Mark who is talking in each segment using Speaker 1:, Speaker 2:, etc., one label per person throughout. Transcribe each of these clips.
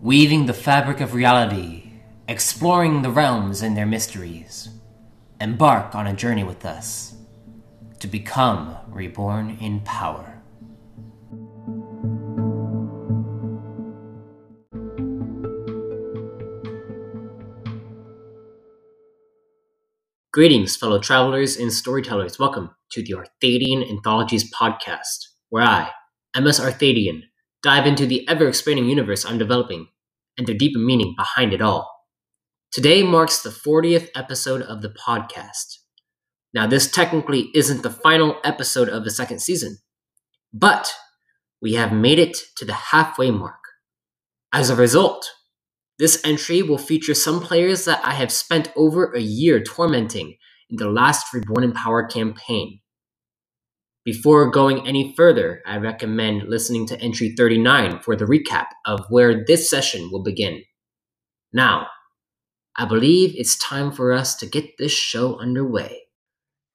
Speaker 1: weaving the fabric of reality, exploring the realms and their mysteries. Embark on a journey with us to become reborn in power. Greetings, fellow travelers and storytellers. Welcome to the Arthadian Anthologies podcast, where I, MS Arthadian, dive into the ever expanding universe I'm developing and the deeper meaning behind it all. Today marks the 40th episode of the podcast. Now, this technically isn't the final episode of the second season, but we have made it to the halfway mark. As a result, this entry will feature some players that I have spent over a year tormenting in the last Reborn in Power campaign. Before going any further, I recommend listening to entry 39 for the recap of where this session will begin. Now, I believe it's time for us to get this show underway.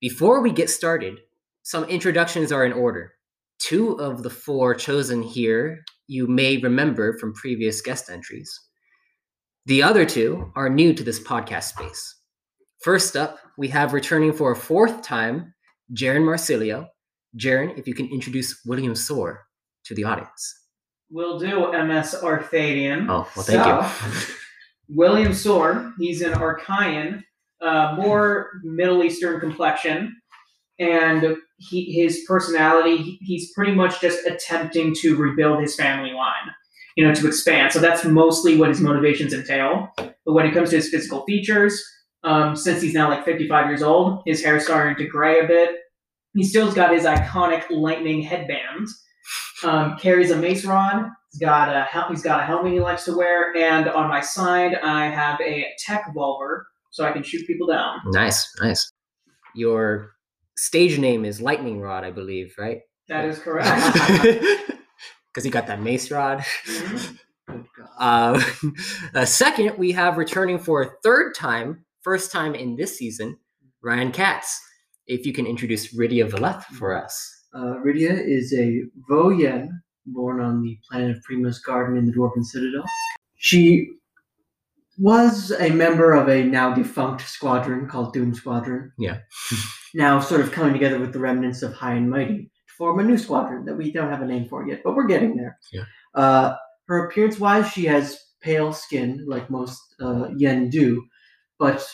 Speaker 1: Before we get started, some introductions are in order. Two of the four chosen here you may remember from previous guest entries. The other two are new to this podcast space. First up, we have returning for a fourth time, Jaren Marsilio. Jaren, if you can introduce William Soar to the audience.
Speaker 2: Will do, MS Arcadian.
Speaker 1: Oh, well, thank
Speaker 2: you. William Soar, he's an Archaean, uh, more Middle Eastern complexion, and he, his personality, he, he's pretty much just attempting to rebuild his family line, you know, to expand. So that's mostly what his motivations entail. But when it comes to his physical features, um, since he's now like 55 years old, his hair's starting to gray a bit. He still's got his iconic lightning headband. Um, carries a mace rod. He's got a hel- he's got a helmet he likes to wear. And on my side, I have a tech revolver, so I can shoot people down.
Speaker 1: Nice, nice. Your stage name is Lightning Rod, I believe, right?
Speaker 2: That is correct. Mm-hmm.
Speaker 1: Because you got that mace rod.
Speaker 2: Mhm.
Speaker 1: Uh, uh, second, we have returning for a third time, first time in this season, Ryan Katz. If you can introduce Rydia Veleth for us.
Speaker 3: Uh, Rydia is a Voyen, born on the planet of Prima's Garden in the Dwarven Citadel. She was a member of a now defunct squadron called Doom Squadron.
Speaker 1: Yeah.
Speaker 3: now sort of coming together with the remnants of High and Mighty to form a new squadron that we don't have a name for yet, but we're getting there.
Speaker 1: Yeah.
Speaker 3: Uh, her appearance wise, she has pale skin, like most uh, Yen do, but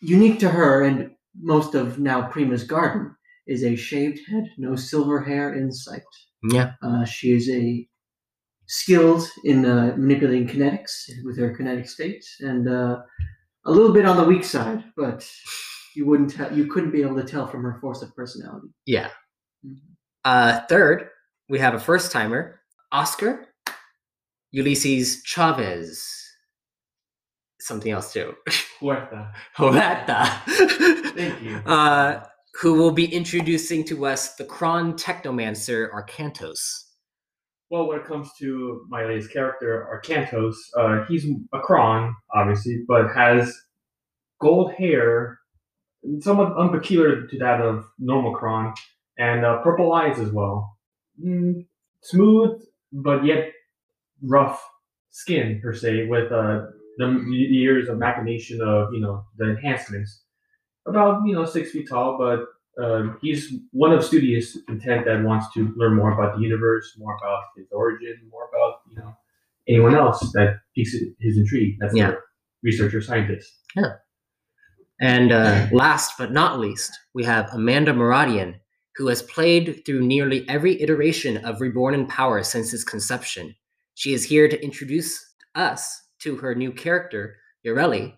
Speaker 3: unique to her and most of now Prima's Garden is a shaved head, no silver hair in sight.
Speaker 1: Yeah.
Speaker 3: Uh, she is a skilled in uh, manipulating kinetics with her kinetic state, and uh, a little bit on the weak side, but you wouldn't tell, you couldn't be able to tell from her force of personality.
Speaker 1: Yeah. Uh, third, we have a first timer, Oscar Ulysses Chavez. Something else too. Horata.
Speaker 4: Thank you.
Speaker 1: uh, who will be introducing to us the Kron Technomancer Arcantos.
Speaker 4: well, when it comes to my latest character, Arcantos, uh, he's a Kron, obviously, but has gold hair, somewhat unpeculiar to that of normal Kron, and uh, purple eyes as well. Mm, smooth, but yet rough skin, per se, with uh, the years of machination of, you know, the enhancements. About, you know, six feet tall, but um, he's one of studious intent that wants to learn more about the universe, more about his origin, more about you know anyone else that piques his intrigue. That's
Speaker 1: Yeah.
Speaker 4: a researcher scientist.
Speaker 1: And uh, last but not least, we have Amanda Maradian, who has played through nearly every iteration of Reborn in Power since its conception. She is here to introduce us to her new character, Yoreli,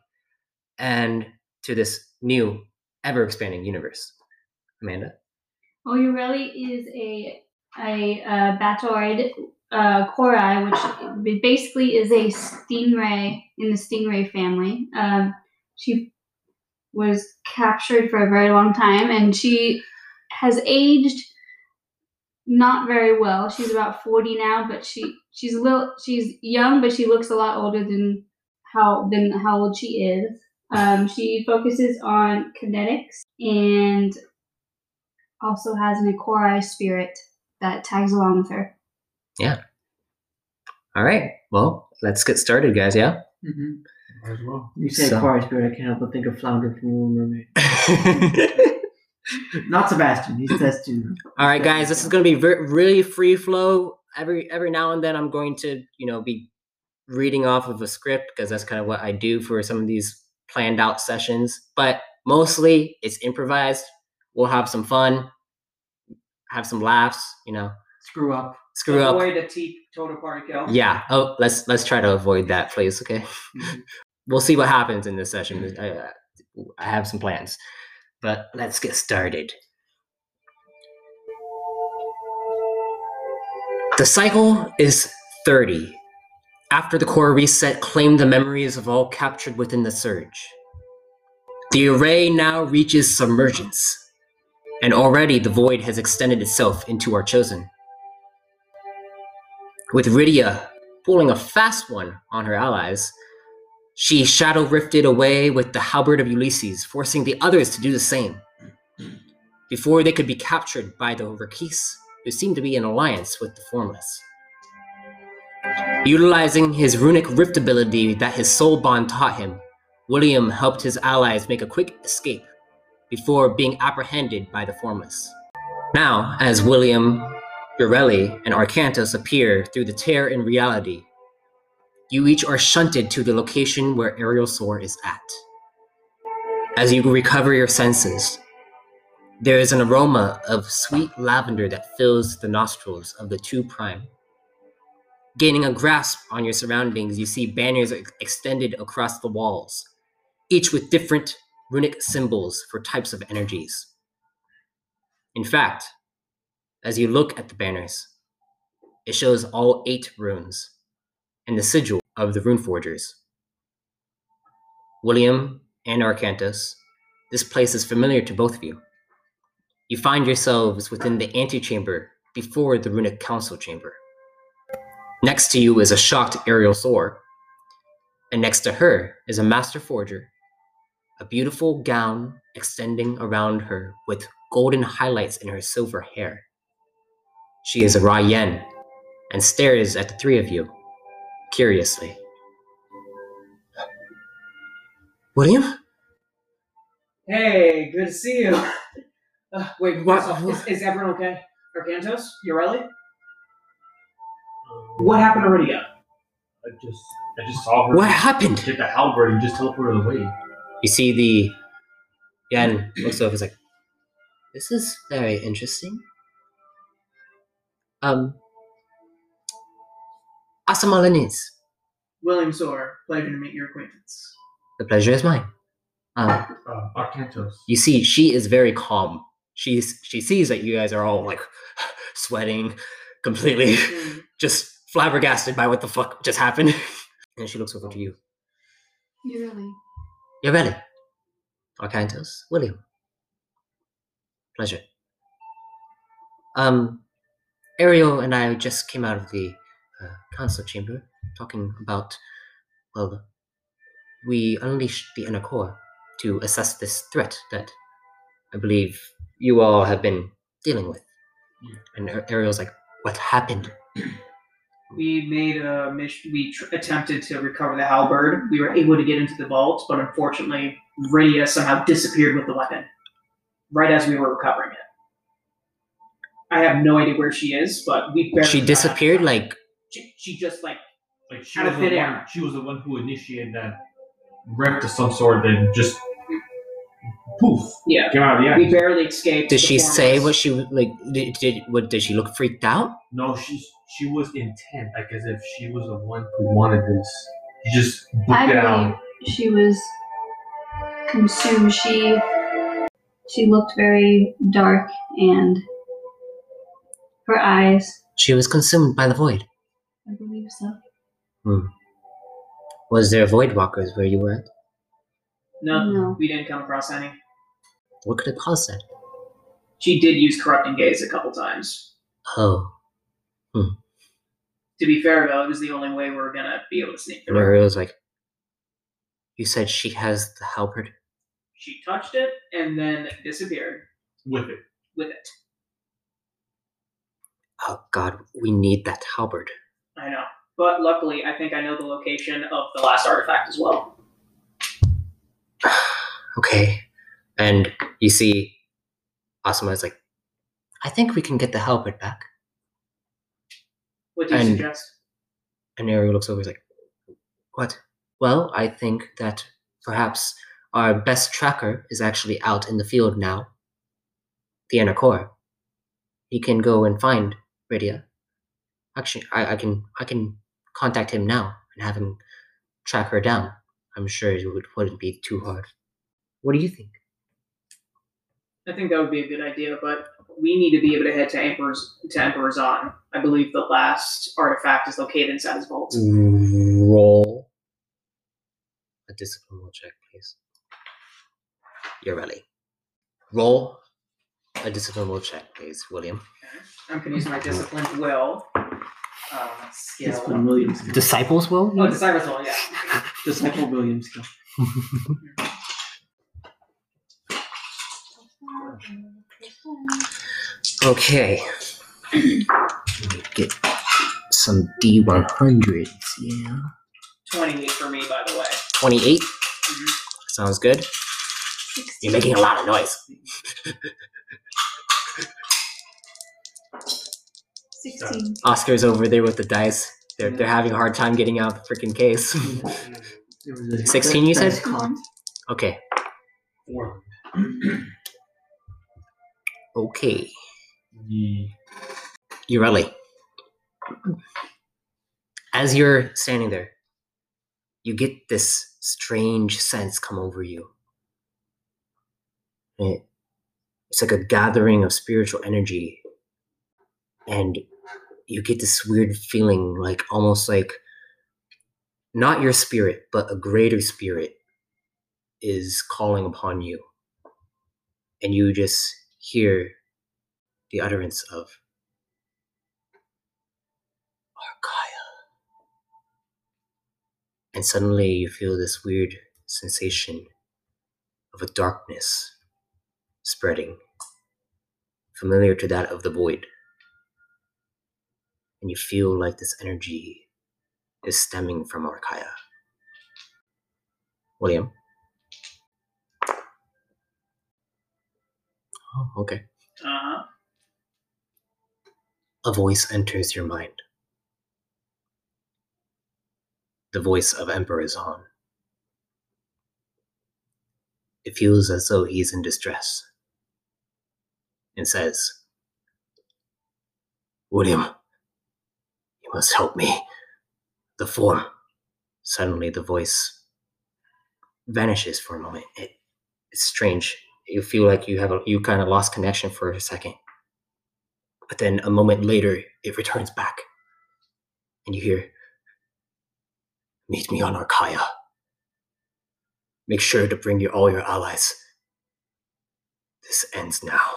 Speaker 1: and to this new, ever expanding universe. Amanda?
Speaker 5: Well, Ureli Oh, is a a uh, batoid uh, korai, which basically is a stingray in the stingray family. Um, she was captured for a very long time, and she has aged not very well. She's about forty now, but she she's a little she's young, but she looks a lot older than how than how old she is. Um, she focuses on kinetics and also has an Ikorai spirit that tags along with her.
Speaker 1: All right. Well, let's get started, guys. Yeah.
Speaker 3: Mm-hmm.
Speaker 4: Might as well.
Speaker 3: You say
Speaker 1: So-
Speaker 3: Aquarius Spirit, I can't help but think of Flounder from Little Mermaid. Not Sebastian, he's Sebastian.
Speaker 1: All right, guys. This is going to be ver- really free flow. Every every now and then, I'm going to you know be reading off of a script because that's kind of what I do for some of these planned out sessions. But mostly, it's improvised. We'll have some fun, have some laughs. You know,
Speaker 3: Screw up.
Speaker 1: screw up.
Speaker 2: Avoid a teep total party kill.
Speaker 1: Yeah. Oh, let's let's try to avoid that, please. Okay. we'll see what happens in this session. I, I- I have some plans, but let's get started. The cycle is 30. After the core reset claimed the memories of all captured within the surge. The array now reaches submergence, and already the void has extended itself into our chosen with Rydia pulling a fast one on her allies. She shadow rifted away with the halberd of Ulysses, forcing the others to do the same. Before they could be captured by the Rakis, who seemed to be in alliance with the Formless. Utilizing his runic rift ability that his soul bond taught him, William helped his allies make a quick escape before being apprehended by the Formless. Now, as William Urelli and Arcantos appear through the tear in reality. You each are shunted to the location where Ariel Sore is at. As you recover your senses, there is an aroma of sweet lavender that fills the nostrils of the two prime. Gaining a grasp on your surroundings, you see banners ex- extended across the walls, each with different runic symbols for types of energies. In fact, as you look at the banners, it shows all eight runes and the sigil of the rune forgers. William and Arcantus, this place is familiar to both of you. You find yourselves within the antechamber before the runic council chamber. Next to you is a shocked Ariel Sore, and next to her is a master forger, a beautiful gown extending around her with golden highlights in her silver hair. She is a Ryan and stares at the three of you curiously. William?
Speaker 2: Hey, good to see you. Uh, wait,
Speaker 1: What-
Speaker 2: what? Is, is everyone okay? Arcantos? Urelli? What happened to Rydia?
Speaker 4: I just, I just saw her.
Speaker 1: What happened?
Speaker 4: Get the halberd and just teleport her away.
Speaker 1: You see the Yen looks over is like This is very interesting. Um Asamalanis,
Speaker 2: William Sore, pleasure to meet your acquaintance.
Speaker 1: the pleasure is mine. Um
Speaker 4: Uh, Arcantos.
Speaker 1: you see she is very calm she's she sees that you guys are all like sweating completely
Speaker 2: Mm.
Speaker 1: just flabbergasted by what the fuck just happened and she looks over to you
Speaker 5: You really?
Speaker 1: you're ready arcantos william pleasure um ariel and i just came out of the uh, council chamber talking about well we unleashed the inner core to assess this threat that I believe you all have been dealing with. And A- Ariel's like, what happened?
Speaker 2: We made a mission. We tr- attempted to recover the halberd. We were able to get into the vault, but unfortunately, Rydia somehow disappeared with the weapon right as we were recovering it. I have no idea where she is, but we barely
Speaker 1: She
Speaker 2: got out.
Speaker 1: disappeared like
Speaker 2: She, she just like
Speaker 4: Like she
Speaker 2: Out
Speaker 4: was
Speaker 2: of
Speaker 4: the
Speaker 2: thin
Speaker 4: one,
Speaker 2: air.
Speaker 4: she was the one who initiated that wreck of some sort. Then just poof
Speaker 2: yeah.
Speaker 4: came out of the
Speaker 2: We
Speaker 4: act.
Speaker 2: barely escaped.
Speaker 1: did she
Speaker 2: the
Speaker 1: say
Speaker 2: formless.
Speaker 1: what she w- like did, did what did she look freaked out?
Speaker 4: No, she she was intent, like as if she was the one who wanted this. She just
Speaker 5: I
Speaker 4: booked it out.
Speaker 5: believe she was consumed. She she looked very dark and her eyes.
Speaker 1: She was consumed by the void.
Speaker 5: I believe so.
Speaker 1: Was there void walkers where you were at?
Speaker 2: No,
Speaker 5: No.
Speaker 2: we didn't come across any.
Speaker 1: What could have caused that?
Speaker 2: She did use corrupting gaze a couple times.
Speaker 1: Oh.
Speaker 2: To be fair, though, it was the only way we were gonna be able to sneak
Speaker 1: And
Speaker 2: through.
Speaker 1: Ariel's like You said she has the halberd?
Speaker 2: She touched it and then disappeared
Speaker 4: with it.
Speaker 2: with it.
Speaker 1: Oh god, we need that halberd.
Speaker 2: I know. But luckily, I think I know the location of the last artifact as well.
Speaker 1: Okay. And you see Asuma is like, I think we can get the halberd back.
Speaker 2: What do you
Speaker 1: And-
Speaker 2: suggest?
Speaker 1: And Ariel looks over he's like, What? Well, I think that perhaps our best tracker is actually out in the field now. The Anacor. He can go and find Rydia. Actually I, I can I can contact him now and have him track her down. I'm sure it would, wouldn't be too hard. What do you think?
Speaker 2: I think that would be a good idea, but we need to be able to head to Emperor's to Emperor's on. I believe the last artifact is located inside his vault.
Speaker 1: Mm. Roll a discipline roll check, please. You're ready. Roll a discipline roll check, please, William.
Speaker 2: I'm gonna use my disciplined will. Uh,
Speaker 3: It's
Speaker 2: skill.
Speaker 3: been William's skill.
Speaker 1: Disciples will?
Speaker 2: Oh, disciples will, yeah.
Speaker 3: Disciple Williams skill.
Speaker 1: Okay. Let me Get some D100s, yeah.
Speaker 2: Twenty-eight for me, by the way.
Speaker 1: 28. Sounds good. You're making a lot of noise.
Speaker 5: 16.
Speaker 1: Oscar's over there with the dice. They're, they're having a hard time getting out the freaking case.
Speaker 3: It was a-
Speaker 1: 16, you
Speaker 3: that- that
Speaker 1: said?
Speaker 3: is con.
Speaker 1: okay.
Speaker 4: Four.
Speaker 1: Okay.
Speaker 4: The
Speaker 1: Urelli. As you're standing there, you get this strange sense come over you. And it- it's like a gathering of spiritual energy. And you get this weird feeling, like almost like not your spirit, but a greater spirit is calling upon you. And you just hear the utterance of Argyle. And suddenly you feel this weird sensation of a darkness spreading, familiar to that of the void. And you feel like this energy is stemming from Archaea. William? Oh, okay.
Speaker 2: Uh-huh.
Speaker 1: a voice enters your mind. The voice of Emperor Zahn. It feels as though he's in distress and says, William, you must help me. The form. Suddenly, the voice vanishes for a moment. It, it's strange. You feel like you have a, you kind of lost connection for a second but then a moment later it returns back and you hear meet me on archaea make sure to bring your all your allies this ends now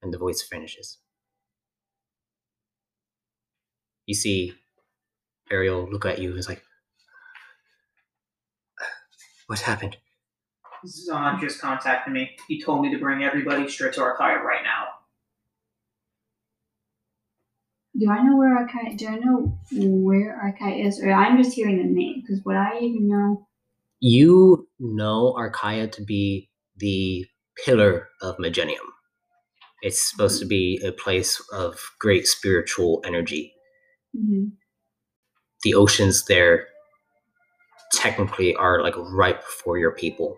Speaker 1: and the voice vanishes you see ariel look at you and is like what happened
Speaker 2: Zahn just contacted me. He told me to bring everybody straight to Archaea right now.
Speaker 5: Do I know where Arkai? Do I know where Arkai is, or I'm just hearing the name? Because what I even know.
Speaker 1: you know Archaea to be the pillar of Magenium. It's supposed to be a place of great spiritual energy.
Speaker 5: Mhm.
Speaker 1: The oceans there technically are like ripe for your people.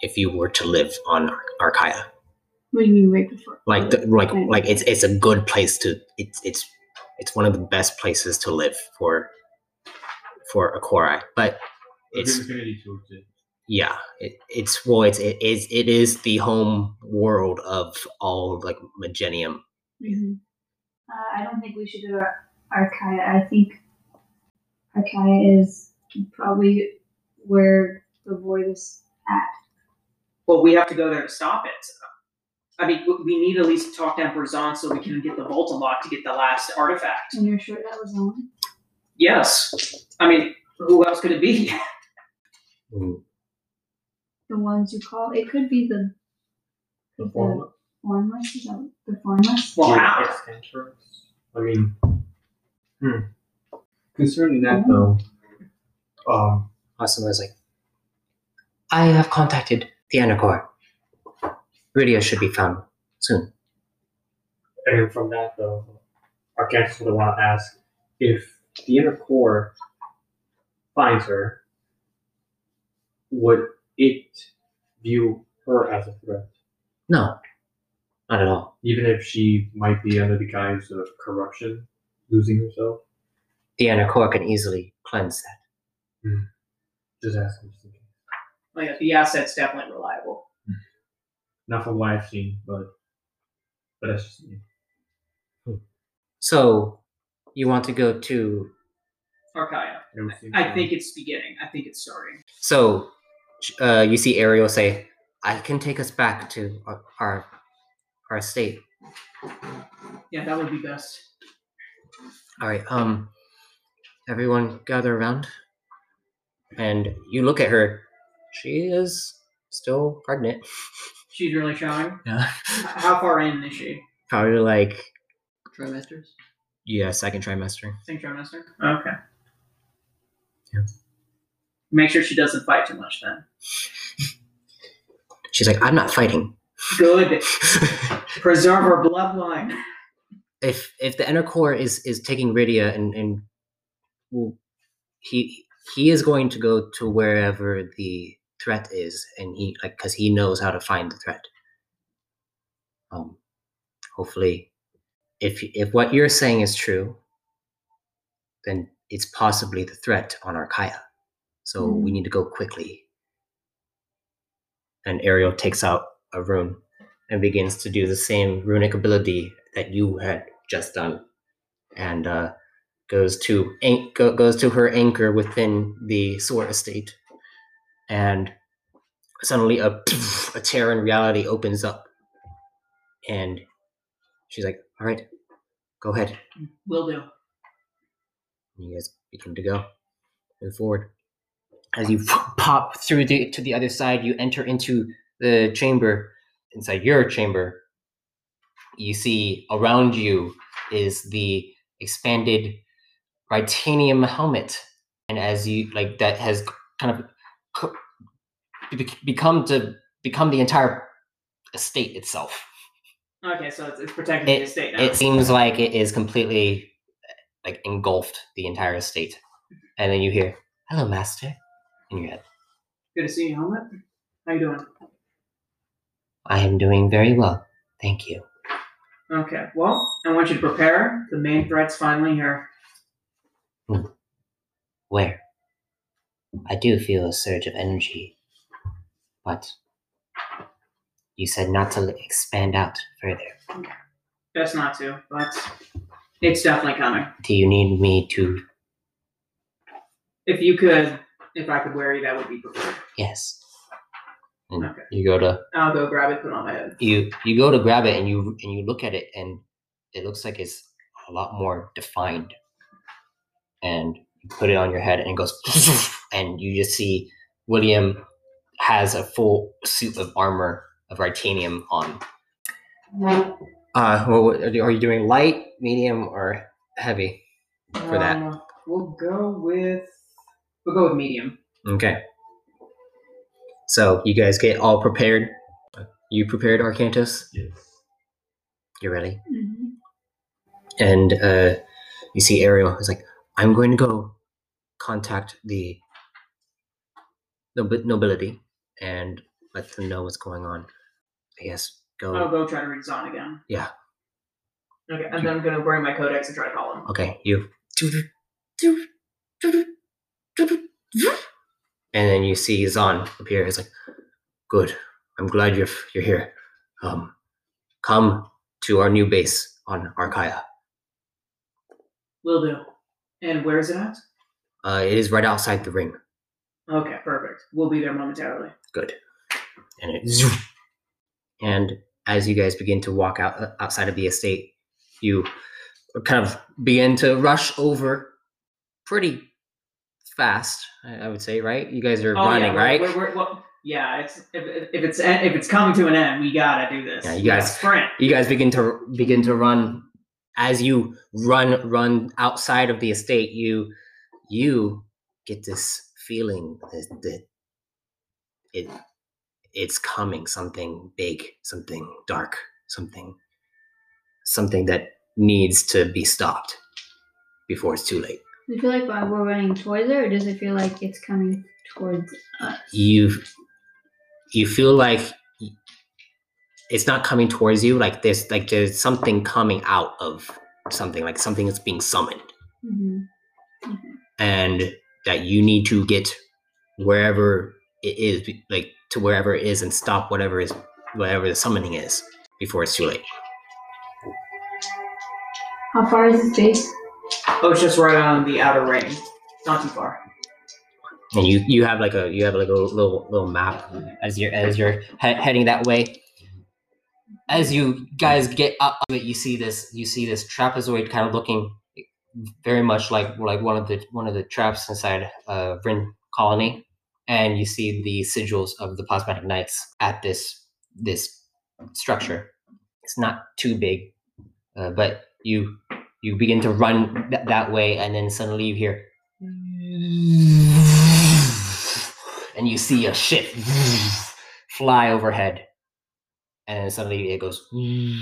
Speaker 1: If you were to live on Ar- Archaea,
Speaker 5: What do you mean right before?
Speaker 1: like the, like like it's it's a good place to it's it's it's one of the best places to live for for a Korai. But it's
Speaker 4: infinity towards it.
Speaker 1: yeah it, it's well it's it is it is the home world of all like magenium
Speaker 5: Mhm. Uh, I don't think we should go to Archaea. I think Archaea is probably where the void is.
Speaker 2: Well, we have to go there to stop it. I mean, we- we need at least to talk to Emperor Zahn so we can get the vault unlocked to get the last artifact.
Speaker 5: And you're sure that was on?
Speaker 2: Yes. I mean, who else could it be?
Speaker 1: Mm.
Speaker 5: The ones you call. It could be the.
Speaker 4: Mm-hmm. The form.
Speaker 5: formless. Is that the formless?
Speaker 2: Wow.
Speaker 4: I mean, hmm. concerning that
Speaker 5: Mm-hmm.
Speaker 4: though, um,
Speaker 1: Austin was like, I have contacted the Anacor. Radio should be found soon.
Speaker 4: and from that though, our guest would want to ask if the inner core finds her, would it view her as a threat,
Speaker 1: No, not at all.
Speaker 4: even if she might be under the guise of corruption, losing herself?
Speaker 1: The Anacor can easily cleanse that.
Speaker 4: Just asking. just in case.
Speaker 2: Like, the asset's definitely reliable.
Speaker 4: Not from what I've seen, but but that's just me.
Speaker 1: So, you want to go to.
Speaker 2: Archaea.
Speaker 4: It would seem
Speaker 2: I
Speaker 4: so.
Speaker 2: think it's beginning. I think it's starting.
Speaker 1: So, uh, you see Ariel say, I can take us back to our, our, our estate.
Speaker 2: Yeah, that would be best.
Speaker 1: All right. Um, everyone gather around, and you look at her. She is still pregnant.
Speaker 2: She's really showing.
Speaker 1: Yeah.
Speaker 2: H- How far in is she?
Speaker 1: Probably like
Speaker 3: Trimesters.
Speaker 1: yeah, second trimester.
Speaker 2: Think trimester. Okay.
Speaker 1: Yeah.
Speaker 2: Make sure she doesn't fight too much then.
Speaker 1: She's like, I'm not fighting.
Speaker 2: Good. Preserve her bloodline.
Speaker 1: if if the inner core is is taking Rydia and and will- he he is going to go to wherever the threat is, and he like because he knows how to find the threat. Um, hopefully, if if what you're saying is true, then it's possibly the threat on Arkaya. So we need to go quickly. And Ariel takes out a rune and begins to do the same runic ability that you had just done, and uh, goes to an- go- goes to her anchor within the Sora estate, and suddenly a a tear in reality opens up, and she's like, "All right, go ahead."
Speaker 2: Will do.
Speaker 1: You guys begin to go, move forward. As you pop through the, to the other side, you enter into the chamber. Inside your chamber, you see around you is the expanded titanium helmet, and as you like, that has kind of co- be- become to become the entire estate itself.
Speaker 2: Okay, so it's, it's protecting
Speaker 1: It-
Speaker 2: the estate now.
Speaker 1: It seems like it is completely like engulfed the entire estate. And then you hear, Hello, Master. In your head,
Speaker 2: Good to see you, helmet. How you doing?
Speaker 1: I am doing very well. Thank you.
Speaker 2: Okay. Well, I want you to prepare. The main threat's finally here.
Speaker 1: Where? I do feel a surge of energy. But you said not to l- expand out further.
Speaker 2: Best not to, but it's definitely coming.
Speaker 1: Do you need me to?
Speaker 2: If you could, if I could wear you, that would be preferred.
Speaker 1: Yes. And
Speaker 2: Okay.
Speaker 1: you go to
Speaker 2: I'll go grab it, put it on my head.
Speaker 1: you you go to grab it and you and you look at it and it looks like it's a lot more defined and you put it on your head and it goes and you just see william has a full suit of armor of titanium on uh well, what- are you are you doing light medium or heavy For that.
Speaker 2: Um, we'll go with we'll go with medium.
Speaker 1: okay so you guys get all prepared you prepared arcantus
Speaker 4: Yes.
Speaker 1: you ready
Speaker 5: Mhm.
Speaker 1: and uh, you see Ariel is like, "I'm going to go contact the nob- nobility and let them know what's going on." I guess go.
Speaker 2: I'll go try to read Zahn again.
Speaker 1: Yeah.
Speaker 2: Okay, and then I'm gonna bring my codex and try to call him.
Speaker 1: Okay, you. And then you see Zahn appear. He's like, "Good. I'm glad you're you're here. Um, come to our new base on Arkaya.
Speaker 2: Will do. And where is it at?
Speaker 1: Uh, it is right outside the ring.
Speaker 2: Okay, perfect. We'll be there momentarily.
Speaker 1: good and it zoom. and as you guys begin to walk out uh, outside of the estate you kind of begin to rush over pretty fast i I would say right you guys are
Speaker 2: Oh, yeah,
Speaker 1: running
Speaker 2: Oh, we're-
Speaker 1: right
Speaker 2: We're, we're, well, Yeah, it's if, if it's eh, if it's coming to an end, we gotta do this.
Speaker 1: Yeah, you
Speaker 2: We gotta
Speaker 1: guys-
Speaker 2: sprint.
Speaker 1: You guys begin to begin to run. As you run run outside of the estate, you you get this feeling that, that it it's coming. Something big, something dark, something something that needs to be stopped before it's too late.
Speaker 5: Does it feel like while we're running towards it, or does it feel like it's coming towards us?
Speaker 1: you you feel like it's not coming towards you like there's like there's something coming out of something like something that's being summoned
Speaker 5: hmm
Speaker 1: and that you need to get wherever it is be- like to wherever it is and stop whatever is whatever the summoning is before it's too late
Speaker 5: How far is this space?
Speaker 2: Oh, it's just right on the outer ring. It's Not too far.
Speaker 1: and you you have like a you have like a little little map as you're as you're he- heading that way as you guys get up to it you see this you see this trapezoid kind of looking very much like like one of the one of the traps inside uh Vryn colony and you see the sigils of the plasmatic knights at this this structure it's not too big uh, but you you begin to run th- that way and then suddenly you hear and you see a ship fly overhead and suddenly it goes and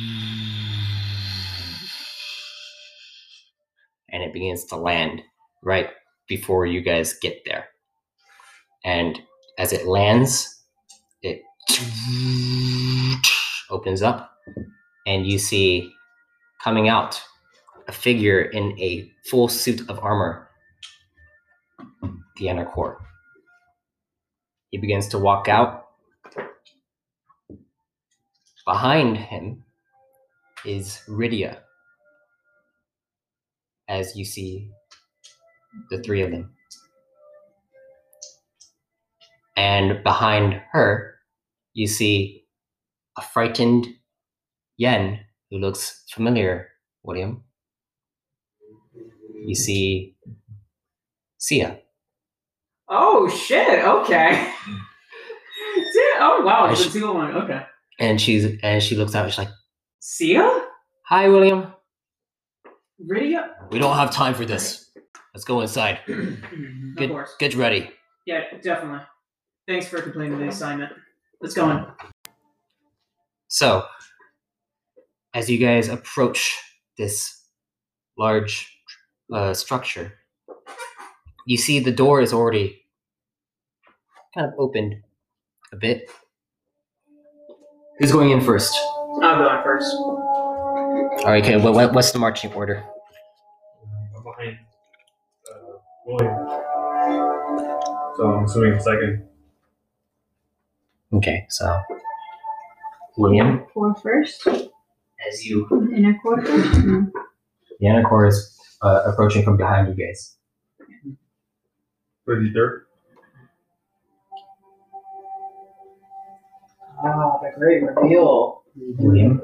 Speaker 1: it begins to land right before you guys get there and as it lands it opens up and you see coming out a figure in a full suit of armor the inner core. He begins to walk out. Behind him is Rydia, as you see the three of them. And behind her, you see a frightened Yen who looks familiar, William. You see Sia.
Speaker 2: Oh shit! Okay. Dude, oh wow,
Speaker 1: I
Speaker 2: it's
Speaker 1: sh-
Speaker 2: a two one. Okay.
Speaker 1: and she's and she looks out she's like
Speaker 2: Sia,
Speaker 1: hi william
Speaker 2: Rydia,
Speaker 1: we don't have time for this let's go inside
Speaker 2: of
Speaker 1: Good.
Speaker 2: course.
Speaker 1: get ready
Speaker 2: Yeah, definitely. Thanks for completing the assignment. Let's go in.
Speaker 1: so as you guys approach this large uh, structure you see the door is already kind of opened a bit who's going in first
Speaker 2: I'll go in first.
Speaker 1: all right okay what, what, what's the marching order
Speaker 4: I'm behind uh, William. So I'm assuming second.
Speaker 1: okay so william
Speaker 5: Core first?
Speaker 1: as you
Speaker 5: Inner core first? No.
Speaker 1: the anacor is uh, approaching from behind you guys
Speaker 4: Pretty third.
Speaker 2: Ah, the great reveal.
Speaker 1: William.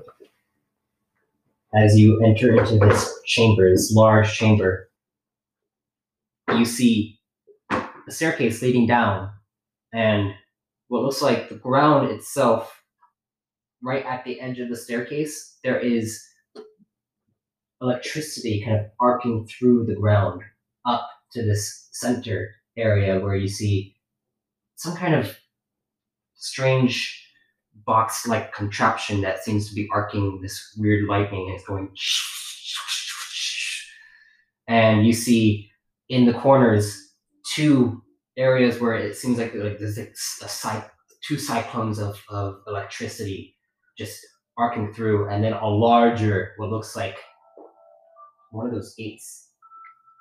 Speaker 1: As you enter into this chamber, this large chamber, you see a staircase leading down, and what looks like the ground itself, right at the edge of the staircase, there is electricity kind of arcing through the ground up to this center area where you see some kind of strange box like contraption that seems to be arcing this weird lightning and it's going and you see in the corners two areas where it seems like, like there's like s- a cy- two cyclones of, of electricity just arcing through and then a larger what looks like one of those gates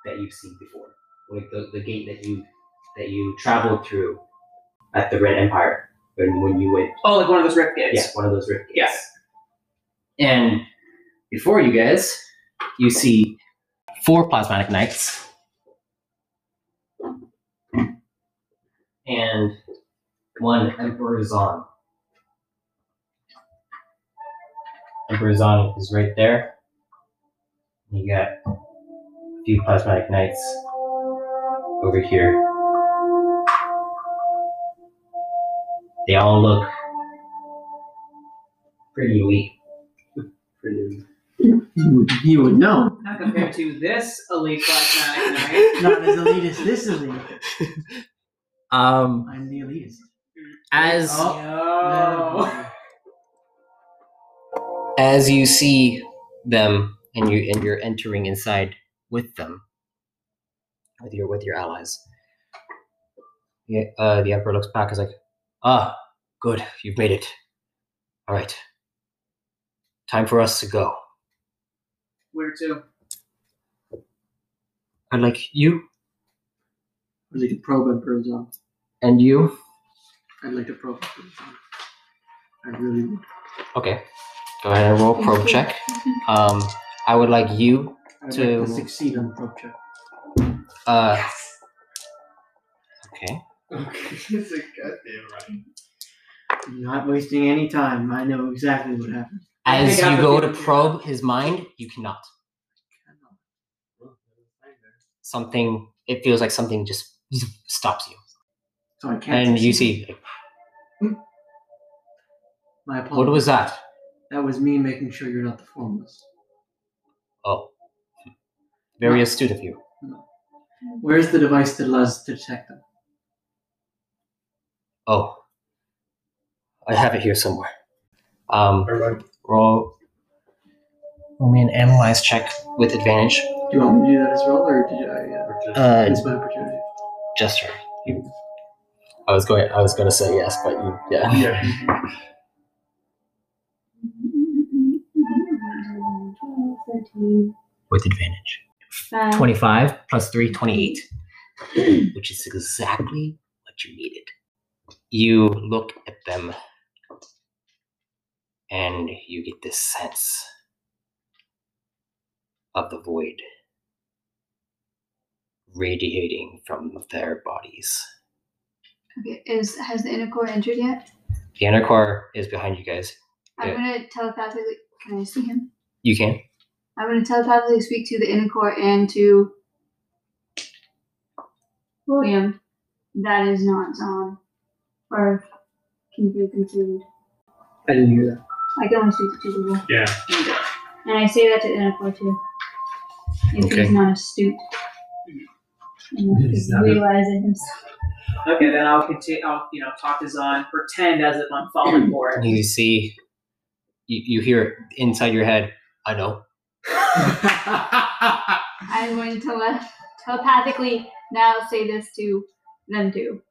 Speaker 1: that you've seen before like the, the gate that you that you traveled through at the red empire when, when you went
Speaker 2: Oh, like one of those rip gates.
Speaker 1: Yes, one of those rip gates.
Speaker 2: Yeah.
Speaker 1: And before you guys, you see four plasmatic knights. And one Emperor Zahn. Emperor Zahn is right there. You got a few plasmatic knights over here. They all look pretty weak.
Speaker 4: Pretty-
Speaker 3: You would- you would know.
Speaker 2: Not compared to this elite class Manic Knight.
Speaker 3: Not as elite as this elite.
Speaker 1: Um,
Speaker 3: I'm the elitist. Uh,
Speaker 1: as
Speaker 3: Oh.
Speaker 2: Yo.
Speaker 1: as you see them and you and you're entering inside with them with your with your allies yeah uh, the emperor looks back is like ah good you've made it all right time for us to go
Speaker 2: Where to?
Speaker 1: i'd like you
Speaker 3: I'd like to probe Emperor's arm.
Speaker 1: and you
Speaker 3: I'd like to probe Emperor's arm. I really would.
Speaker 1: okay go ahead and roll probe check um i would like you
Speaker 3: I'd
Speaker 1: To-
Speaker 3: like to succeed on the probe check.
Speaker 1: uh okay
Speaker 4: Okay, it's like, goddamn right.
Speaker 3: You're not wasting any time. I know exactly what happened.
Speaker 2: I
Speaker 1: as
Speaker 2: think
Speaker 1: you
Speaker 2: I'm
Speaker 1: go to
Speaker 2: okay.
Speaker 1: probe his mind you cannot something it feels like something just stops you
Speaker 3: So I can't.
Speaker 1: and you
Speaker 3: succeed.
Speaker 1: see
Speaker 3: My
Speaker 1: what
Speaker 3: apologies.
Speaker 1: was that
Speaker 3: That was me making sure you're not the formless.
Speaker 1: oh very astute of you
Speaker 3: Where's the device that allows us to detect them?
Speaker 1: oh i have it here somewhere um
Speaker 4: Everybody-
Speaker 1: roll roll me an analyze check with advantage
Speaker 3: Do you want me to do that as well, or did I? Uh,
Speaker 4: or just-
Speaker 1: uh
Speaker 3: it's my opportunity.
Speaker 1: gesture you i was going i was going to say yes but you yeah
Speaker 4: yeah.
Speaker 1: with advantage
Speaker 5: Five.
Speaker 1: 25 plus 3 28 which is exactly what you needed you look at them and you get this sense of the void radiating from their bodies
Speaker 5: Okay, is has the inner core entered yet?
Speaker 1: the inner core is behind you guys
Speaker 5: I'm
Speaker 1: Yeah.
Speaker 5: gonna telepathically. Can I see him?
Speaker 1: you can
Speaker 5: I'm gonna telepathically speak to the inner core and to William. That is not Zom, or can be consumed.
Speaker 3: I didn't hear that.
Speaker 5: I can only speak to two people,
Speaker 4: Yeah.
Speaker 5: and I say that to the inner core too. If
Speaker 1: Okay.
Speaker 5: he's not astute, and if he's
Speaker 4: He's not-
Speaker 5: realizing himself.
Speaker 2: Okay, then I'll continue. I'll you know talk to Zahn, pretend as if I'm falling for it.
Speaker 1: you see you, you hear inside your head i know
Speaker 5: I'm going to tele- telepathically now say this to them too.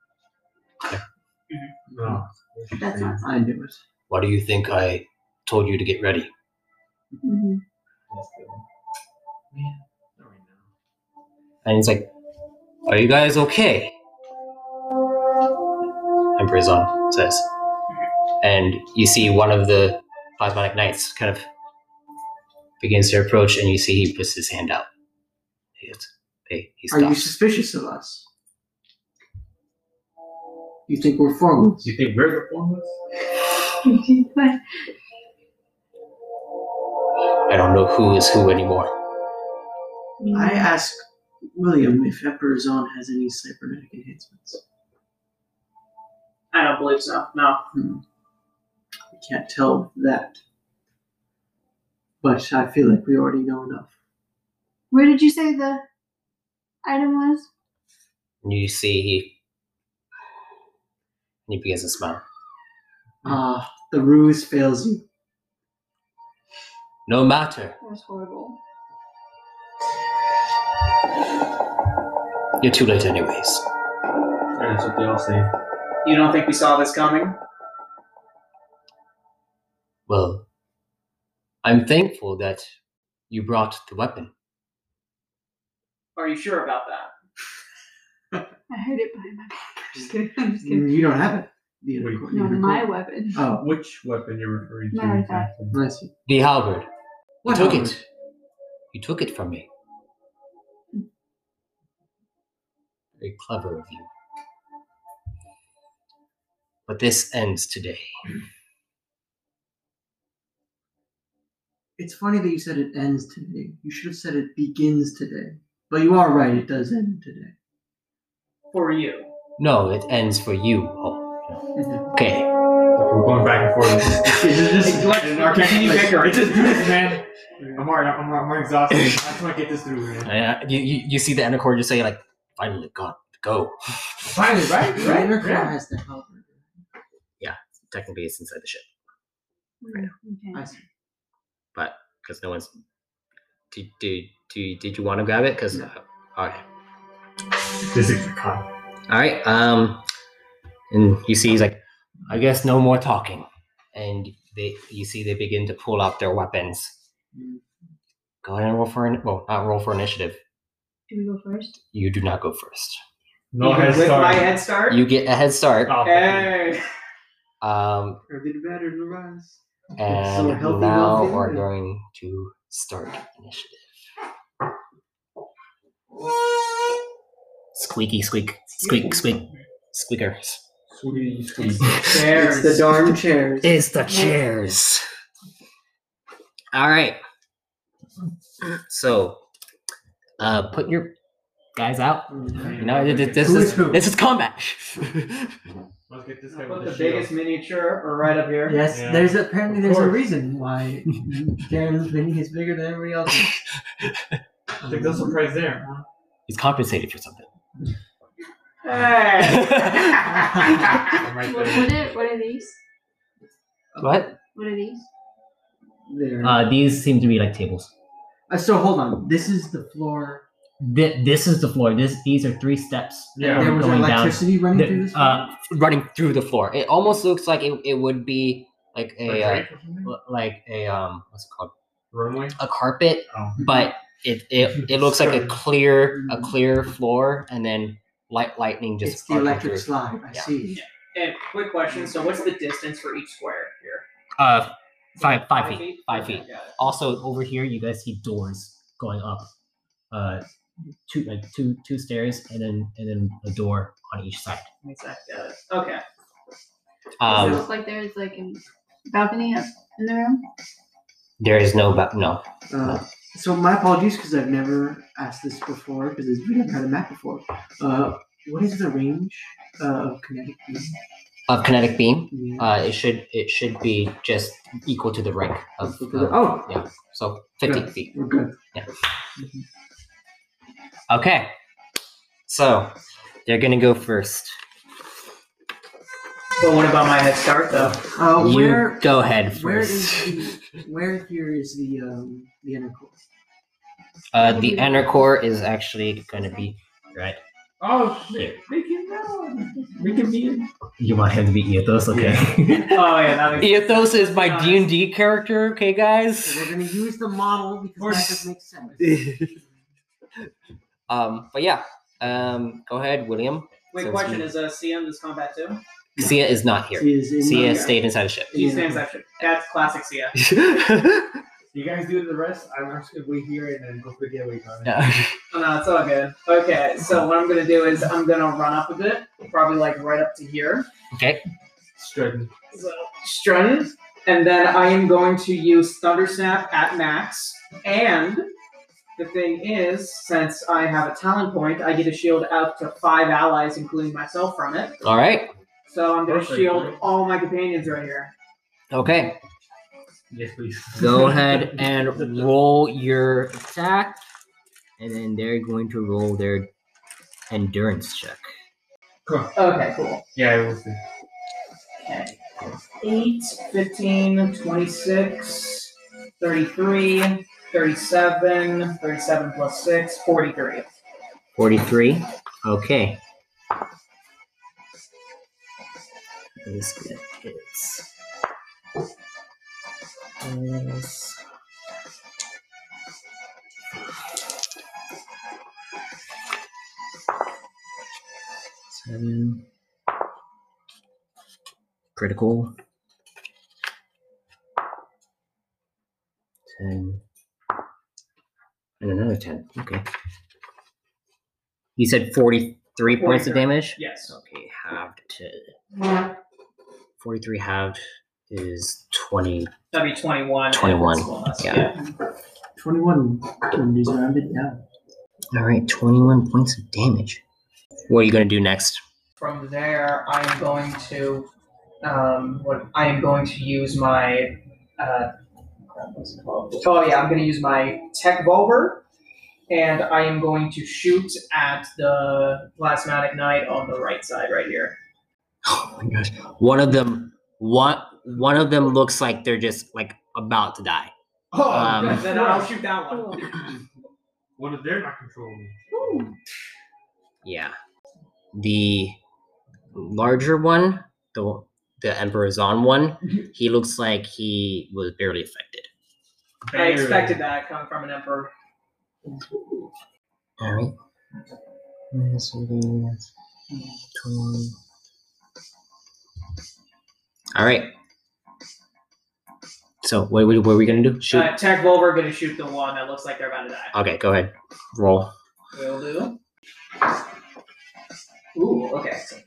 Speaker 4: No.
Speaker 5: That's not
Speaker 3: I knew it.
Speaker 1: why do you think i told you to get ready
Speaker 5: hmm
Speaker 4: Man, not right now.
Speaker 1: And he's like, Are you guys okay? And Brizon says. And you see one of the plasmatic knights kind of begins to approach, and you see he puts his hand out. He, goes, hey, he
Speaker 3: Are you
Speaker 1: stops.
Speaker 3: suspicious of us? You think we're formless?
Speaker 4: Do you think we're the formless?
Speaker 1: I don't know who is who anymore.
Speaker 3: I
Speaker 5: Mm.
Speaker 3: ask William if Emperor Zon has any cybernetic enhancements.
Speaker 2: I don't believe so. No.
Speaker 3: I can't tell that. But I feel like we already know enough.
Speaker 5: Where did you say the item was?
Speaker 1: And you see he, and he begins to smile.
Speaker 3: Ah, the ruse fails you.
Speaker 1: No matter,
Speaker 5: That was horrible.
Speaker 1: you're too late, anyways.
Speaker 4: That's what they all say.
Speaker 2: You don't think we saw this coming?
Speaker 1: Well, I'm thankful that you brought the weapon.
Speaker 2: Are you sure about that?
Speaker 5: I heard it behind my back. I'm just kidding. I'm just kidding.
Speaker 3: You don't have it. The
Speaker 4: Wait.
Speaker 3: unicorn-
Speaker 5: No,
Speaker 3: unicorn.
Speaker 5: my weapon.
Speaker 3: Oh,
Speaker 4: Which weapon you're referring to?
Speaker 5: Matter of fact.
Speaker 4: exactly?
Speaker 3: I see.
Speaker 1: The halberd. You took
Speaker 3: happened?
Speaker 1: it. You took it from me. Very clever of you. But this ends today.
Speaker 3: It's funny that you said it ends today. You should have said it begins today. But you are right, it does end today.
Speaker 2: For you.
Speaker 1: No, it ends for you all. Okay.
Speaker 4: We're going back and forth. It's just- it's just-
Speaker 2: Collection, our continued
Speaker 4: it's-
Speaker 2: bickering.
Speaker 4: It's just do this, man. I'm already, I'm, I'm already exhausted. I just want to get this through, man.
Speaker 1: Uh, you, you, you see the Endercore just say, like, finally, God, go.
Speaker 4: Finally, right?
Speaker 3: The
Speaker 4: Right?
Speaker 3: inner core
Speaker 4: Yeah.
Speaker 3: has the power.
Speaker 1: Technically, it's inside the ship
Speaker 5: Okay.
Speaker 3: I see.
Speaker 1: because no one's. Did, did, did, did you want to grab it? Because.
Speaker 3: No.
Speaker 1: all right.
Speaker 4: This is the con.
Speaker 1: All right. Um, and you see, he's like, I guess no more talking. And they, you see, they begin to pull out their weapons. Go ahead and roll for, in- well, not roll for initiative.
Speaker 5: Do we go first?
Speaker 1: You do not go first.
Speaker 4: No
Speaker 2: Even
Speaker 4: head
Speaker 2: with
Speaker 4: start.
Speaker 2: my head start.
Speaker 1: You get a head start.
Speaker 4: Oh,
Speaker 2: Hey.
Speaker 1: Um,
Speaker 3: Or did better than the rest.
Speaker 1: and
Speaker 3: So healthy,
Speaker 1: now
Speaker 3: wealthy
Speaker 1: we're
Speaker 3: women.
Speaker 1: going to start initiative. Squeaky squeak, squeak squeak, squeakers.
Speaker 4: Sweetie, squeeze.
Speaker 3: It's
Speaker 2: Chairs.
Speaker 3: the darn chairs.
Speaker 1: It's the chairs. All right. So, uh, put your guys out.
Speaker 3: Mhm.
Speaker 1: You know, th- th- this
Speaker 4: Who
Speaker 1: is
Speaker 4: who?
Speaker 1: this is combat.
Speaker 4: Let's get this guy
Speaker 2: Put
Speaker 4: with
Speaker 2: the
Speaker 4: the
Speaker 2: biggest
Speaker 4: shield.
Speaker 2: miniature right up here.
Speaker 3: Yes,
Speaker 4: Yeah.
Speaker 3: there's apparently
Speaker 4: Of
Speaker 3: there's a
Speaker 4: course.
Speaker 3: reason why Darren's mini is bigger than everybody else.
Speaker 4: Take no surprise there. huh?
Speaker 1: He's compensated for something.
Speaker 2: Hey.
Speaker 4: I'm right
Speaker 5: What,
Speaker 4: there.
Speaker 5: what, are, what are these?
Speaker 1: what?
Speaker 5: What are these?
Speaker 3: Um, There.
Speaker 1: Uh, these seem to be like tables.
Speaker 3: Uh, so hold on. This is the floor.
Speaker 1: Th- this is the floor. This these are three steps.
Speaker 4: Yeah,
Speaker 3: there was
Speaker 1: going down.
Speaker 3: electricity running
Speaker 1: The-
Speaker 3: through this.
Speaker 1: uh, running through the floor. It almost looks like it, it would be like a uh,
Speaker 4: Drake or something?
Speaker 1: l- like a um what's it called
Speaker 4: Runway?
Speaker 1: a carpet
Speaker 4: Oh.
Speaker 1: but it it, it looks like a
Speaker 4: Sorry.
Speaker 1: clear a clear floor and then light lightning just
Speaker 3: it's the
Speaker 1: arcing
Speaker 3: electric
Speaker 1: through.
Speaker 3: slide. I
Speaker 1: Yeah.
Speaker 3: see.
Speaker 2: and quick question. So what's the distance for each square here?
Speaker 1: uh five five feet five
Speaker 2: Okay,
Speaker 1: feet
Speaker 2: got it.
Speaker 1: also over here you guys see doors going up uh two like two two stairs and then and then a door on each side
Speaker 2: Makes sense, got it. Okay.
Speaker 5: Does it
Speaker 1: um
Speaker 5: look like there's like a balcony up in the room?
Speaker 1: there is no ba- no
Speaker 3: Uh, so my apologies because I've never asked this before because we never had a map before. Uh, what is the range uh, of kinetic? beam?
Speaker 1: of kinetic beam
Speaker 3: Yeah.
Speaker 1: uh it should it should be just equal to the rank of,
Speaker 3: Let's look at
Speaker 1: of
Speaker 3: it. oh,
Speaker 1: yeah so 50
Speaker 3: Good.
Speaker 1: feet
Speaker 3: we're good.
Speaker 1: Okay. So they're gonna go first.
Speaker 2: But what about my head start though?
Speaker 3: Uh,
Speaker 1: you
Speaker 3: where
Speaker 1: go ahead
Speaker 3: where is
Speaker 1: first.
Speaker 3: the, where here is the um, the inner core?
Speaker 1: uh, the inner core is actually gonna be right.
Speaker 4: Oh,
Speaker 1: shit.
Speaker 4: We can know. We can be in.
Speaker 1: You want him to be Eothos?
Speaker 4: Okay.
Speaker 2: Oh yeah, that makes
Speaker 1: Eothos is my D and D character. Okay,
Speaker 3: So
Speaker 1: guys.
Speaker 3: we're gonna use the model
Speaker 4: Or
Speaker 3: because that
Speaker 4: s-
Speaker 3: just makes sense.
Speaker 1: um, but yeah. Um, go ahead, William.
Speaker 2: Wait,
Speaker 1: Sounds
Speaker 2: question
Speaker 1: good.
Speaker 2: is uh, CM this combat too?
Speaker 3: No.
Speaker 1: Sia is not here.
Speaker 3: She is in
Speaker 1: Sia
Speaker 2: here.
Speaker 1: stayed inside a ship.
Speaker 2: She
Speaker 3: Yeah.
Speaker 2: stands action. That's classic CM.
Speaker 4: You guys do the rest. I'm just gonna wait here and then go forget what you got.
Speaker 1: Yeah.
Speaker 2: Oh, no, it's all good. Okay, so what I'm gonna do is I'm gonna run up a bit, probably like right up to here.
Speaker 1: okay.
Speaker 4: Strutting.
Speaker 2: So strutting, and then I am going to use Thunder Snap at max. And the thing is, since I have a talent point, I get a shield out to five allies, including myself, from it.
Speaker 1: All right.
Speaker 2: So I'm gonna
Speaker 4: Perfect.
Speaker 2: shield all my companions right here.
Speaker 1: Okay.
Speaker 4: Yes, please.
Speaker 1: Go ahead and roll your attack, and then they're going to roll their endurance check.
Speaker 2: Okay, cool.
Speaker 4: Yeah, I will see.
Speaker 2: Okay. 8, 15, 26, 33, 37, 37 plus 6, 43.
Speaker 1: 43. Okay. This good hits. Yes. Seven. Critical. Ten. And another ten. Okay. You said 43 points of
Speaker 2: 43.
Speaker 1: damage?
Speaker 2: Yes.
Speaker 1: Okay, halved to 43 halved is 20.
Speaker 2: That'd be 21.
Speaker 1: 21, yeah.
Speaker 3: Twenty-one when he's rounded down.
Speaker 1: All right, 21 points of damage. What are you going to do next?
Speaker 2: from there, I am going to, um, what I am going to use my, uh, crap, what's it called? Oh yeah, I'm going to use my tech volver, and I am going to shoot at the plasmatic knight on the right side right here.
Speaker 1: Oh my gosh. One of them one one of them looks like they're just like about to die.
Speaker 2: Oh,
Speaker 1: Um,
Speaker 2: good, then I'll shoot that
Speaker 5: Oh,
Speaker 2: one.
Speaker 4: What if they're not controlling?
Speaker 1: Yeah. The larger one, the the Emperor's on one, he looks like he was barely affected.
Speaker 2: I expected that coming from an emperor.
Speaker 1: Alright. Minus minus twenty. Alright. So what, what, what are we gonna do? Shoot.
Speaker 2: Uh, tech volver going to shoot the one that looks like they're about to die.
Speaker 1: Okay, go ahead. Roll.
Speaker 2: Will do. Ooh, okay. So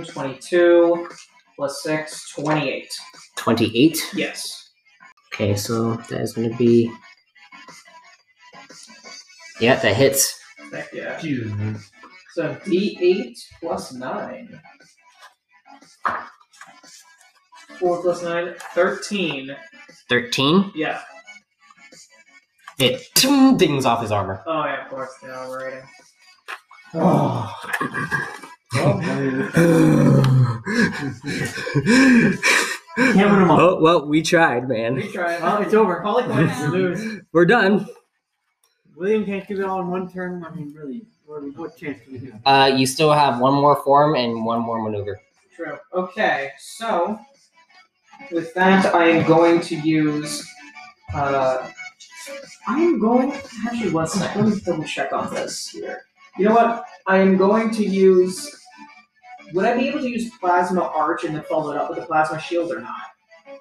Speaker 2: 10, 22, plus 6, 28.
Speaker 1: Twenty-eight.
Speaker 2: Yes.
Speaker 1: Okay, so that is going to be. Yeah, that hits.
Speaker 2: Heck yeah.
Speaker 4: Jesus, man.
Speaker 2: So D8 plus 9. 4 plus 9, 13.
Speaker 1: 13.
Speaker 2: Yeah.
Speaker 1: It ting, dings off his armor.
Speaker 2: Oh, yeah, of course. Now we're writing.
Speaker 4: Oh. Well, I mean,
Speaker 3: Can't win 'em all.
Speaker 1: oh, well, we tried, man.
Speaker 2: We try it.
Speaker 3: Well, it's over.
Speaker 2: Holy points.
Speaker 3: You lose.
Speaker 1: We're done.
Speaker 3: William can't do it all in one turn. I mean, really, what, what chance do we have?
Speaker 1: Uh, you still have one more form and one more maneuver.
Speaker 2: True. Okay, so with that, I am going to use. Uh, I am going. Actually, one second. Let me double check on this here. You know what? I am going to use. Would I be able to use plasma arch and then follow it up with a plasma shield or not?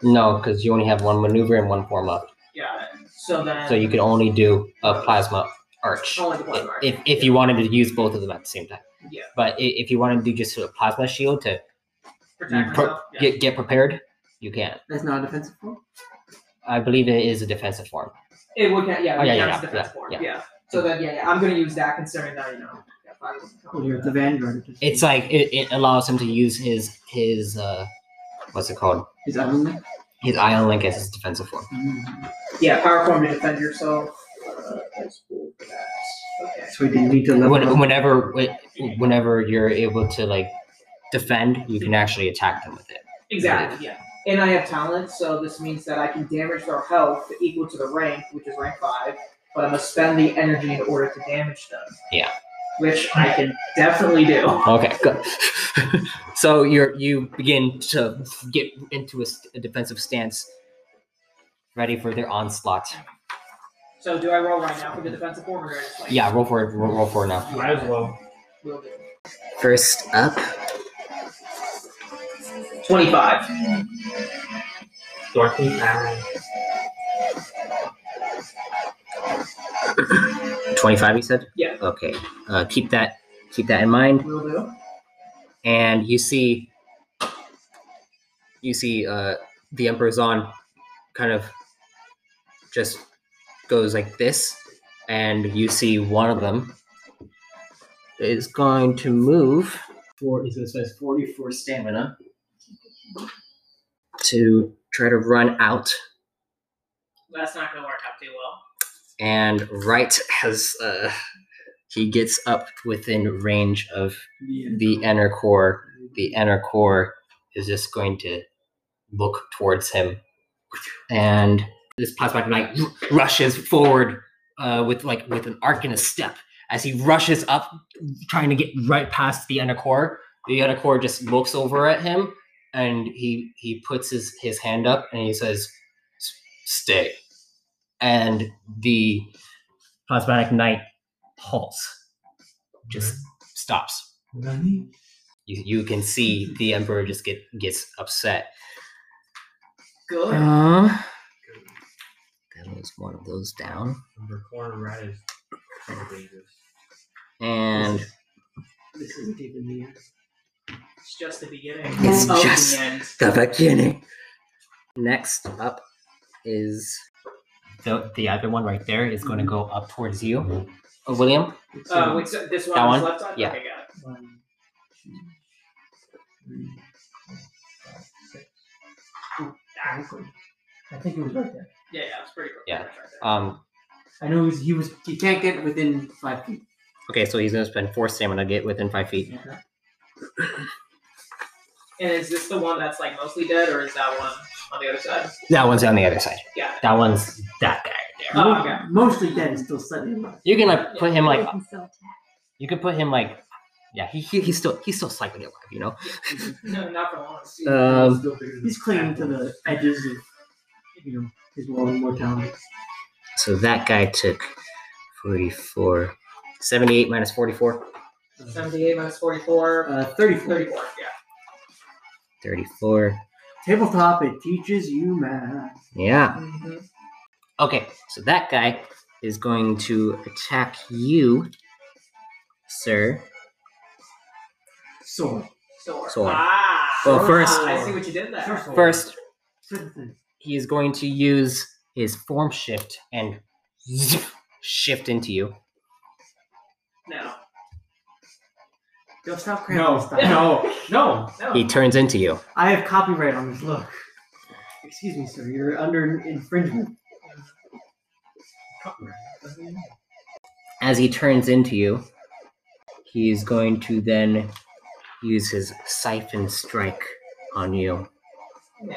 Speaker 1: No, because you only have one maneuver and one form left.
Speaker 2: Got it. So then.
Speaker 1: So you can only do a plasma arch.
Speaker 2: Only the plasma arch.
Speaker 1: If, if you wanted to use both of them at the same time.
Speaker 2: Yeah.
Speaker 1: But i- if you wanted to do just a plasma shield to
Speaker 2: Protect
Speaker 1: pro-
Speaker 2: myself. Yeah.
Speaker 1: get, get prepared, you can.
Speaker 3: That's not a defensive form.
Speaker 1: I believe it is a defensive form.
Speaker 2: It would count. Yeah.
Speaker 1: Oh,
Speaker 2: it
Speaker 1: yeah, yeah,
Speaker 2: counts as
Speaker 1: yeah,
Speaker 2: defense
Speaker 1: yeah,
Speaker 2: form,
Speaker 1: yeah.
Speaker 2: So then, yeah, yeah. I'm going to use that considering that you know. yeah, if I was-
Speaker 3: Well, you're the vanguard.
Speaker 1: It's like it, it allows him to use his his uh what's it called?
Speaker 3: is that only?
Speaker 1: His ion link as his defensive form.
Speaker 2: Yeah, power form to defend yourself. Uh, that's cool for that. Okay.
Speaker 3: So we didn't need to level
Speaker 1: When,
Speaker 3: up.
Speaker 1: whenever whenever you're able to like defend, you can actually attack them with it.
Speaker 2: Exactly, yeah. And I have talent, so this means that I can damage their health equal to the rank, which is rank five, but I must spend the energy in order to damage them.
Speaker 1: Yeah.
Speaker 2: Which I can definitely do.
Speaker 1: Okay, good. so you're you begin to get into a, st- a defensive stance, ready for their onslaught.
Speaker 2: So do I roll right now for the defensive form or do I just like
Speaker 1: Yeah, roll for it. Roll, roll for it now.
Speaker 4: might as well.
Speaker 2: will do?
Speaker 1: First up,
Speaker 2: Twenty-five.
Speaker 4: Do I think I-
Speaker 1: twenty-five. You said.
Speaker 2: Yeah.
Speaker 1: Okay. Uh, keep that keep that in mind.
Speaker 2: Will do.
Speaker 1: and you see you see uh the emperor zon kind of just goes like this and you see one of them is going to move for he's going to spend 44 stamina to try to run out
Speaker 2: That's not gonna work out too well.
Speaker 1: and right as uh, he gets up within range of the inner core. The inner core is just going to look towards him, and this plasmatic knight r- rushes forward uh, with like with an arc and a step as he rushes up, trying to get right past the inner core. The inner core just looks over at him, and he he puts his his hand up and he says, "S- "Stay," and the plasmatic knight halts, just stops
Speaker 4: Nani?
Speaker 1: you, you can see the emperor just get gets upset.
Speaker 2: Good.
Speaker 1: Uh, that was one of those down.
Speaker 4: Number corner right is so dangerous.
Speaker 1: And
Speaker 3: This isn't even the end.
Speaker 2: It's just the beginning
Speaker 1: It's
Speaker 2: of
Speaker 1: just-
Speaker 2: the end.
Speaker 1: the beginning. Next up is the the other one right there is going to go up towards you, oh, William.
Speaker 3: It's,
Speaker 2: Uh, wait, so this one
Speaker 1: That
Speaker 2: on his
Speaker 1: one?
Speaker 2: left side?
Speaker 1: Yeah.
Speaker 2: Okay, got it.
Speaker 3: one, two, Oh,
Speaker 6: I think it was right there.
Speaker 2: Yeah, yeah, it's pretty.
Speaker 1: Yeah.
Speaker 2: pretty much right there.
Speaker 1: Um,
Speaker 6: I know he was, he was
Speaker 3: He can't get within five feet.
Speaker 1: okay, so he's gonna spend four stamina to get within five feet.
Speaker 2: And is this the one that's like mostly dead, or is that one on the other side?
Speaker 1: That one's on the other side.
Speaker 2: Yeah.
Speaker 1: That one's that guy.
Speaker 2: Oh, okay.
Speaker 3: Mostly dead is still slightly alive.
Speaker 1: You can like put him like
Speaker 5: They can still attack.
Speaker 1: you can put him like yeah he, he he's still he's still slightly alive you know.
Speaker 2: No, not for long.
Speaker 4: Uh,
Speaker 1: Um,
Speaker 3: He's clinging to the edges of you know, his world of mortality.
Speaker 1: so that guy took forty four. 78 minus 44
Speaker 2: Seventy-eight minus forty-four.
Speaker 3: Uh, 34.
Speaker 2: Thirty-four. Yeah.
Speaker 1: 34
Speaker 3: Tabletop, it teaches you math.
Speaker 1: yeah
Speaker 2: Mhm.
Speaker 1: okay so that guy is going to attack you sir
Speaker 3: Sword.
Speaker 2: Sword.
Speaker 1: Sword.
Speaker 2: Ah.
Speaker 1: Well, first-
Speaker 2: I see what you did there.
Speaker 1: first
Speaker 3: Citizen.
Speaker 1: he is going to use his form shift and zip, shift into you
Speaker 2: No.
Speaker 3: Yo, stop cramming.
Speaker 4: No,
Speaker 3: style.
Speaker 4: no, no.
Speaker 2: No.
Speaker 1: he turns into you
Speaker 3: I have copyright on this look. Excuse me, sir. You're under infringement.
Speaker 1: as he turns into you he is going to then use his siphon strike on you
Speaker 2: Yeah.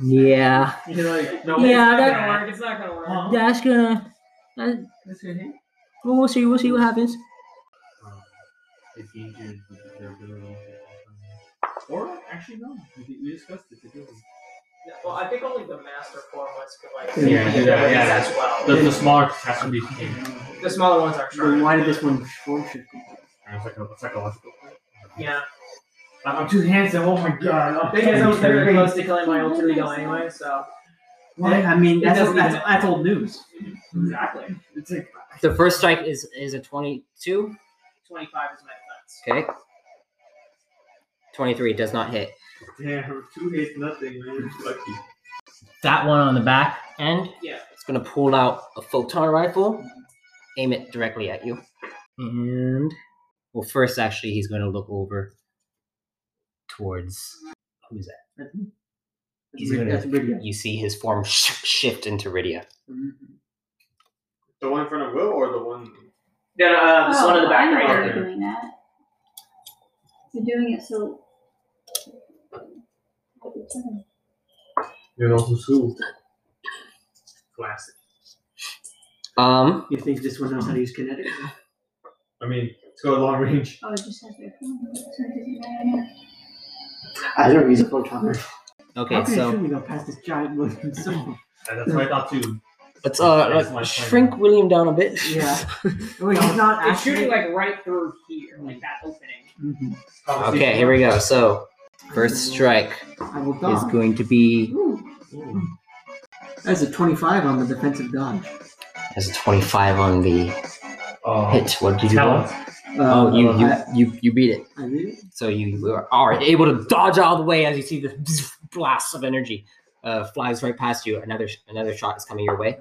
Speaker 1: yeah
Speaker 4: You know, like, no.
Speaker 1: Yeah,
Speaker 2: it's
Speaker 1: that-
Speaker 2: not gonna work. It's not gonna work.
Speaker 4: Huh?
Speaker 1: that's gonna
Speaker 2: This could hit.
Speaker 1: uh, we'll, we'll see we'll see what happens
Speaker 4: Uh, It changes their ability. Or actually, no. We, we discussed it. It doesn't.
Speaker 2: Yeah, Well, I think only the master form ones could like
Speaker 3: Yeah,
Speaker 2: hit
Speaker 4: yeah,
Speaker 2: the abilities
Speaker 4: yeah.
Speaker 2: as well.
Speaker 4: The, the smaller has to be. I
Speaker 2: The smaller ones aren't
Speaker 3: Then
Speaker 2: sure.
Speaker 3: why did this one form shift?
Speaker 4: It's like a psychological.
Speaker 2: Yeah.
Speaker 4: I'm I'm too handsome. Oh my god. I'm
Speaker 2: Thing is, I was very
Speaker 4: very-
Speaker 2: close to killing my old Trigo anyway, so.
Speaker 3: Why? I mean,
Speaker 2: It
Speaker 3: that's,
Speaker 2: doesn't
Speaker 3: that's,
Speaker 2: even-
Speaker 3: that's old news.
Speaker 2: Exactly.
Speaker 4: It's like
Speaker 1: the first strike is is a 22
Speaker 2: 25 is my defense.
Speaker 1: okay 23 does not hit
Speaker 4: damn two hits nothing, man. Lucky.
Speaker 1: that one on the back end
Speaker 2: Yeah.
Speaker 1: It's gonna pull out a photon rifle, aim it directly at you. And well first actually he's gonna look over towards who's that?
Speaker 3: That's, that's
Speaker 1: He's
Speaker 3: weird-
Speaker 1: gonna-
Speaker 3: that's weird, yeah.
Speaker 1: You see his form sh- shift into Rydia.
Speaker 4: The one in front of Will or the one?
Speaker 2: Then, uh, this
Speaker 5: Oh,
Speaker 2: one in the back
Speaker 5: I know
Speaker 2: right
Speaker 5: why
Speaker 2: here.
Speaker 5: you're doing that. You're doing it so.
Speaker 4: You know who's who. Classic.
Speaker 1: Um
Speaker 3: You think this one knows how to use kinetic?
Speaker 4: I mean, it's got a long range.
Speaker 5: Oh, it just has their phone. So it doesn't matter.
Speaker 3: I don't use a photon. rifle.
Speaker 1: okay,
Speaker 3: how can
Speaker 1: so
Speaker 3: you go past this giant wooden sword?
Speaker 4: And Uh, that's what I thought too.
Speaker 1: let's uh
Speaker 4: That's
Speaker 1: like,
Speaker 4: my plan.
Speaker 1: shrink William down a bit.
Speaker 3: Yeah. Wait, he's not
Speaker 2: It's shooting like
Speaker 3: actually.
Speaker 2: right through here, like that opening.
Speaker 3: Mhm.
Speaker 1: Okay, here we go. So first strike
Speaker 3: I will
Speaker 1: is
Speaker 3: dodge.
Speaker 1: going to be
Speaker 3: Ooh,
Speaker 4: Ooh.
Speaker 3: That's a 25 on the defensive dodge.
Speaker 1: as a twenty five on the
Speaker 4: Oh.
Speaker 1: hit. What did you roll?
Speaker 4: Talent.
Speaker 1: Oh, you you,
Speaker 3: Uh, I,
Speaker 1: you you beat it.
Speaker 3: I did.
Speaker 1: So you are able to dodge out of the way as you see the blast of energy uh, flies right past you. Another another shot is coming your way.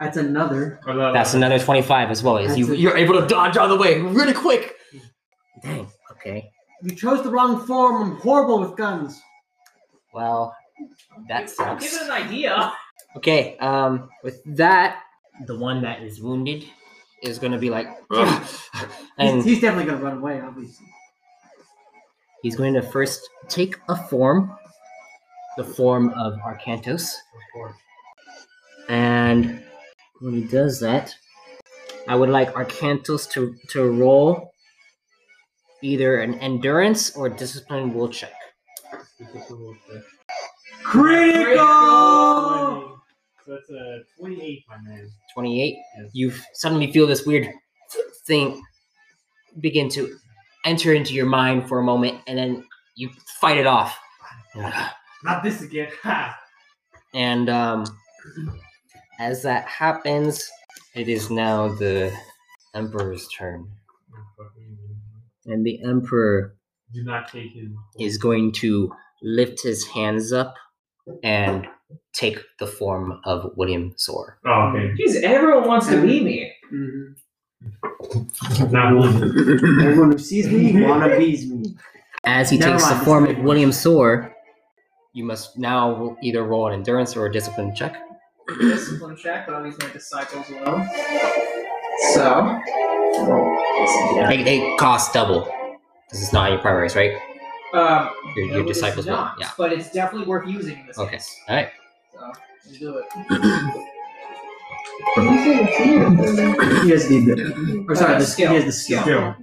Speaker 3: That's another.
Speaker 4: Or the-
Speaker 1: That's another twenty five as well. As you
Speaker 3: That's it.
Speaker 1: you're able to dodge out of the way really quick. Dang. Okay.
Speaker 3: You chose the wrong form. I'm horrible with guns.
Speaker 1: Well, that
Speaker 2: Give it
Speaker 1: sucks.
Speaker 2: an idea.
Speaker 1: Okay. Um, with that, the one that is wounded is gonna be like, "Ugh,"
Speaker 3: he's,
Speaker 1: and
Speaker 3: he's definitely gonna run away, obviously.
Speaker 1: he's going to first take a form, the form of Arcantos. And when he does that, I would like Arcantos to, to roll either an endurance or discipline will check.
Speaker 3: Critical.
Speaker 4: So that's a 28, my man.
Speaker 1: 28.
Speaker 4: Yes.
Speaker 1: You suddenly feel this weird thing begin to enter into your mind for a moment, and then you fight it off.
Speaker 4: Not this again. Ha!
Speaker 1: And um, as that happens, it is now the Emperor's turn. And the Emperor
Speaker 4: Do not take him.
Speaker 1: is going to lift his hands up and take the form of William Sore.
Speaker 4: Oh, okay.
Speaker 2: Jeez, everyone wants to be me.
Speaker 3: Mhm.
Speaker 4: Not one.
Speaker 3: Everyone who sees me wannabes me.
Speaker 1: As he
Speaker 3: Never
Speaker 1: takes
Speaker 3: mind,
Speaker 1: the
Speaker 3: this
Speaker 1: form
Speaker 3: is a
Speaker 1: of
Speaker 3: good
Speaker 1: William Soar, you must now either roll an endurance or a discipline check.
Speaker 2: Discipline check, but I'll use my disciples well. So
Speaker 1: It, it costs double. This is not your primaries, right?
Speaker 2: um,
Speaker 1: Your,
Speaker 2: no,
Speaker 1: your
Speaker 2: it is
Speaker 1: disciples will.
Speaker 2: not,
Speaker 1: Yeah.
Speaker 2: But it's definitely worth using in this
Speaker 1: Okay.
Speaker 2: case.
Speaker 1: All right.
Speaker 2: So let's do it.
Speaker 3: He has the ability. Or sorry,
Speaker 2: Uh,
Speaker 3: the,
Speaker 2: skill.
Speaker 3: he has the skill.
Speaker 4: Skill.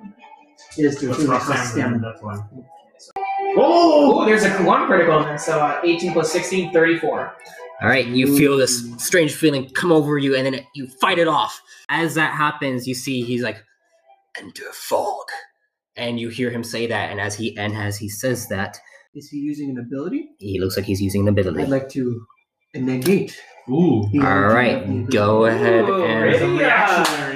Speaker 3: He has to
Speaker 4: That's
Speaker 3: assume
Speaker 4: not
Speaker 3: it's a
Speaker 4: stamina,
Speaker 3: stamina.
Speaker 4: that's why.
Speaker 2: Oh, there's a one critical in there, so uh, 18 plus 16, 34.
Speaker 1: All right, you feel this strange feeling come over you, and then you fight it off. As that happens, you see he's like, "Enter fog," and you hear him say that. And as he and as he says that,
Speaker 3: Is he using an ability?
Speaker 1: he looks like he's using an
Speaker 3: I'd
Speaker 1: ability.
Speaker 3: like to negate.
Speaker 4: Ooh.
Speaker 3: the
Speaker 1: All
Speaker 3: ability
Speaker 1: right,
Speaker 3: of the ability.
Speaker 1: go ahead
Speaker 2: Ooh,
Speaker 1: and
Speaker 4: There's a
Speaker 2: yeah,
Speaker 4: reactionary.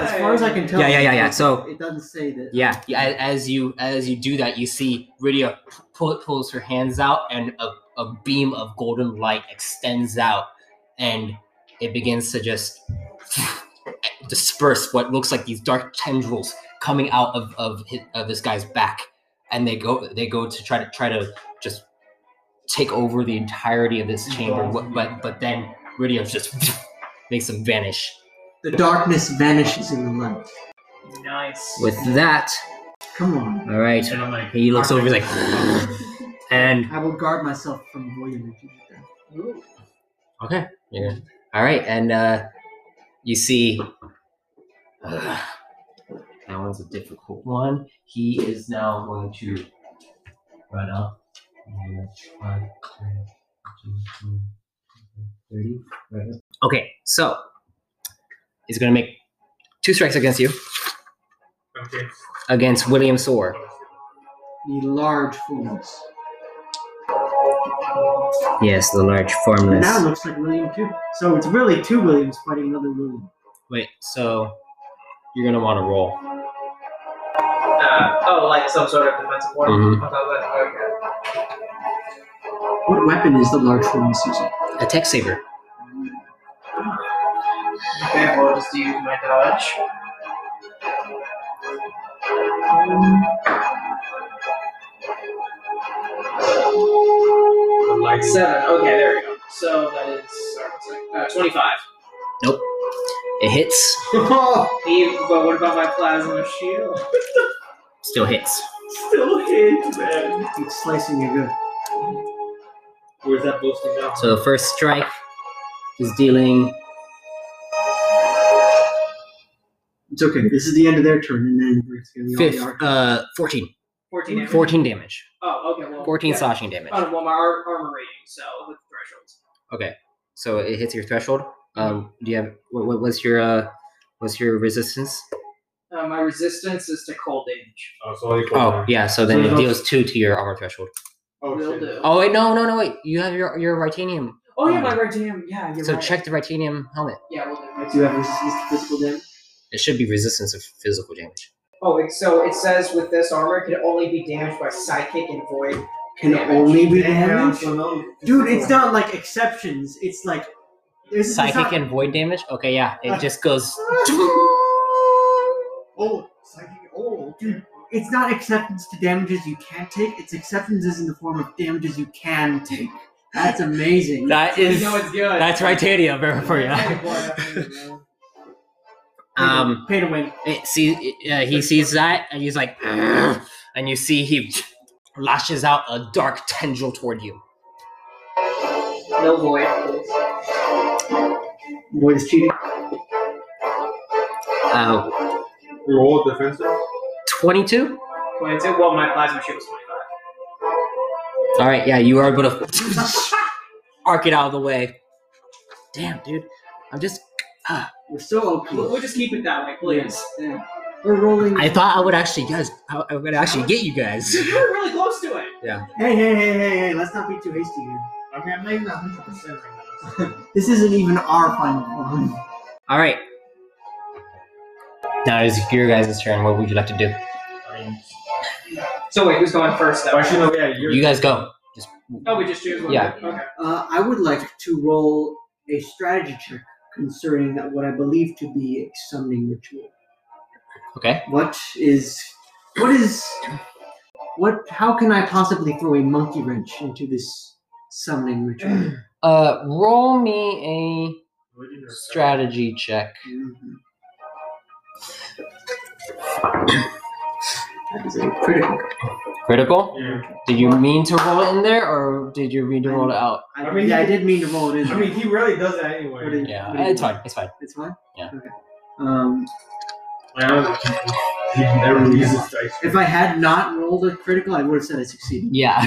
Speaker 3: As far as I can tell,
Speaker 1: Yeah, yeah, yeah, yeah,
Speaker 3: it-
Speaker 1: so-
Speaker 3: it doesn't say that.
Speaker 1: yeah, yeah. a- As you as you do that, you see Rydia p- pull, pulls her hands out, and a, a beam of golden light extends out, and it begins to just disperse what looks like these dark tendrils coming out of of, hi- of this guy's back, and they go they go to try to try to just take over the entirety of this chamber, wh- but but then Rydia just makes them vanish.
Speaker 3: The darkness vanishes in the light.
Speaker 2: Nice.
Speaker 1: With that,
Speaker 3: Come on.
Speaker 1: all right.
Speaker 4: And I'm like,
Speaker 1: He looks over, he's like, and
Speaker 3: I will guard myself from William if you do that.
Speaker 2: Ooh.
Speaker 1: okay, yeah, all right, and uh, you see, uh, that one's a difficult one. He is now going to run up. and try to- Thirty, right up. Okay, so he's gonna make two strikes against you,
Speaker 4: okay.
Speaker 1: against William Soar.
Speaker 3: The large fools.
Speaker 1: Yes, the large
Speaker 3: And
Speaker 1: formless.
Speaker 3: Now it looks like William too. So it's really two Williams fighting another William.
Speaker 1: Wait, so you're gonna want to roll.
Speaker 2: Uh, oh, like some sort of defensive order.
Speaker 1: Mhm.
Speaker 2: I thought that- okay.
Speaker 3: What weapon is the large fools using?
Speaker 1: A tech saver.
Speaker 2: Okay, well, I'll just use my dodge.
Speaker 4: The lights-
Speaker 2: Seven. Okay, there we go. So that is uh, twenty-five.
Speaker 1: It hits.
Speaker 2: He- but what about my plasma shield?
Speaker 1: Still hits.
Speaker 4: Still hit, man.
Speaker 3: It's slicing you good.
Speaker 4: Where's that boasting now?
Speaker 1: So the first strike is dealing.
Speaker 3: It's okay. This is the end of their turn, and then we're going to be
Speaker 1: Fifth,
Speaker 3: on the arc.
Speaker 1: uh, 14.
Speaker 2: Fourteen. damage?
Speaker 1: 14 damage.
Speaker 2: Oh, okay. Well,
Speaker 1: 14
Speaker 2: yeah.
Speaker 1: slashing damage.
Speaker 2: Oh, well, my ar- armor rating, so with thresholds.
Speaker 1: Okay. So it hits your threshold. Um, do you have what, what what's your uh what's your resistance?
Speaker 2: Uh, my resistance is to cold damage.
Speaker 4: Oh, so only four
Speaker 1: Oh,
Speaker 4: damage.
Speaker 1: yeah, so then
Speaker 4: So
Speaker 1: it
Speaker 4: it's-
Speaker 1: deals 2 to your armor threshold.
Speaker 4: Oh,
Speaker 2: Will
Speaker 4: shit.
Speaker 2: do.
Speaker 1: Oh, wait, no, no, no, wait. You have your your Ritanium.
Speaker 2: Oh yeah, my Radium. Yeah, you're
Speaker 1: So
Speaker 2: right.
Speaker 1: check the Ritanium helmet.
Speaker 2: Yeah, we'll do.
Speaker 3: Do you have resistance to physical damage?
Speaker 1: It should be resistance of physical damage.
Speaker 2: Oh, it, so it says with this armor, it can only be damaged by psychic and void.
Speaker 3: Can
Speaker 2: Damage.
Speaker 3: only be
Speaker 4: Damn,
Speaker 3: damage?
Speaker 4: so no-
Speaker 3: Dude, it's not like exceptions. It's like. It's, it's
Speaker 1: Psychic
Speaker 3: not-
Speaker 1: and void damage? Okay, yeah. It just goes
Speaker 3: Oh, psychic. Oh, dude. It's not acceptance to damages you can't take. It's acceptances in the form of damages you can take. That's amazing.
Speaker 1: That
Speaker 2: You
Speaker 1: is
Speaker 2: know it's good.
Speaker 1: that's Ritanium for you.
Speaker 2: you.
Speaker 1: Um
Speaker 3: pay to win.
Speaker 1: it see uh, he sees that and he's like "Ugh," and you see he lashes out a dark tendril toward you
Speaker 2: no void. please.
Speaker 3: Void is cheating.
Speaker 1: uh
Speaker 4: We roll defensive.
Speaker 1: 22
Speaker 2: Twenty-two. Well, my plasma shield was twenty-five.
Speaker 1: all right yeah you are able to arc it out of the way damn dude i'm just
Speaker 3: We're so OP.
Speaker 2: We'll, we'll just keep it that way, please.
Speaker 3: Yeah. We're rolling.
Speaker 1: i thought i would actually guys i, I would actually get you guys
Speaker 2: You were really close to it.
Speaker 3: Hey, hey, hey, hey, hey, let's not be too hasty here.
Speaker 4: I mean, I'm not even 100% right now. so-
Speaker 3: This isn't even our final form.
Speaker 1: all right now it's your guys' turn what would you like to do
Speaker 4: I mean,
Speaker 2: So wait, who's going first? Though?
Speaker 4: actually, no, yeah, you're.
Speaker 1: you guys go just
Speaker 2: Oh, we just choose one.
Speaker 1: Yeah.
Speaker 2: Okay.
Speaker 3: Uh, I would like to roll a strategy check concerning what I believe to be a summoning ritual.
Speaker 1: Okay.
Speaker 3: What is what is what? How can I possibly throw a monkey wrench into this summoning ritual?
Speaker 1: Uh, roll me
Speaker 4: Religion
Speaker 1: a
Speaker 4: or-
Speaker 1: strategy check.
Speaker 3: that is a critical.
Speaker 1: Critical?
Speaker 4: Yeah.
Speaker 1: Did you mean to roll it in there, or did you mean to roll it out?
Speaker 3: I,
Speaker 4: I mean,
Speaker 3: yeah,
Speaker 4: he-
Speaker 3: I did mean to roll it in.
Speaker 4: I mean, he really does that
Speaker 3: What
Speaker 4: anyway.
Speaker 3: is-
Speaker 1: Yeah,
Speaker 3: what is
Speaker 1: it's
Speaker 3: it?
Speaker 1: fine. It's fine.
Speaker 3: It's fine.
Speaker 1: Yeah.
Speaker 3: Okay. Um,
Speaker 4: I honestly- he never uses dice.
Speaker 3: if I had not rolled a critical, I would have said I succeeded.
Speaker 1: Yeah,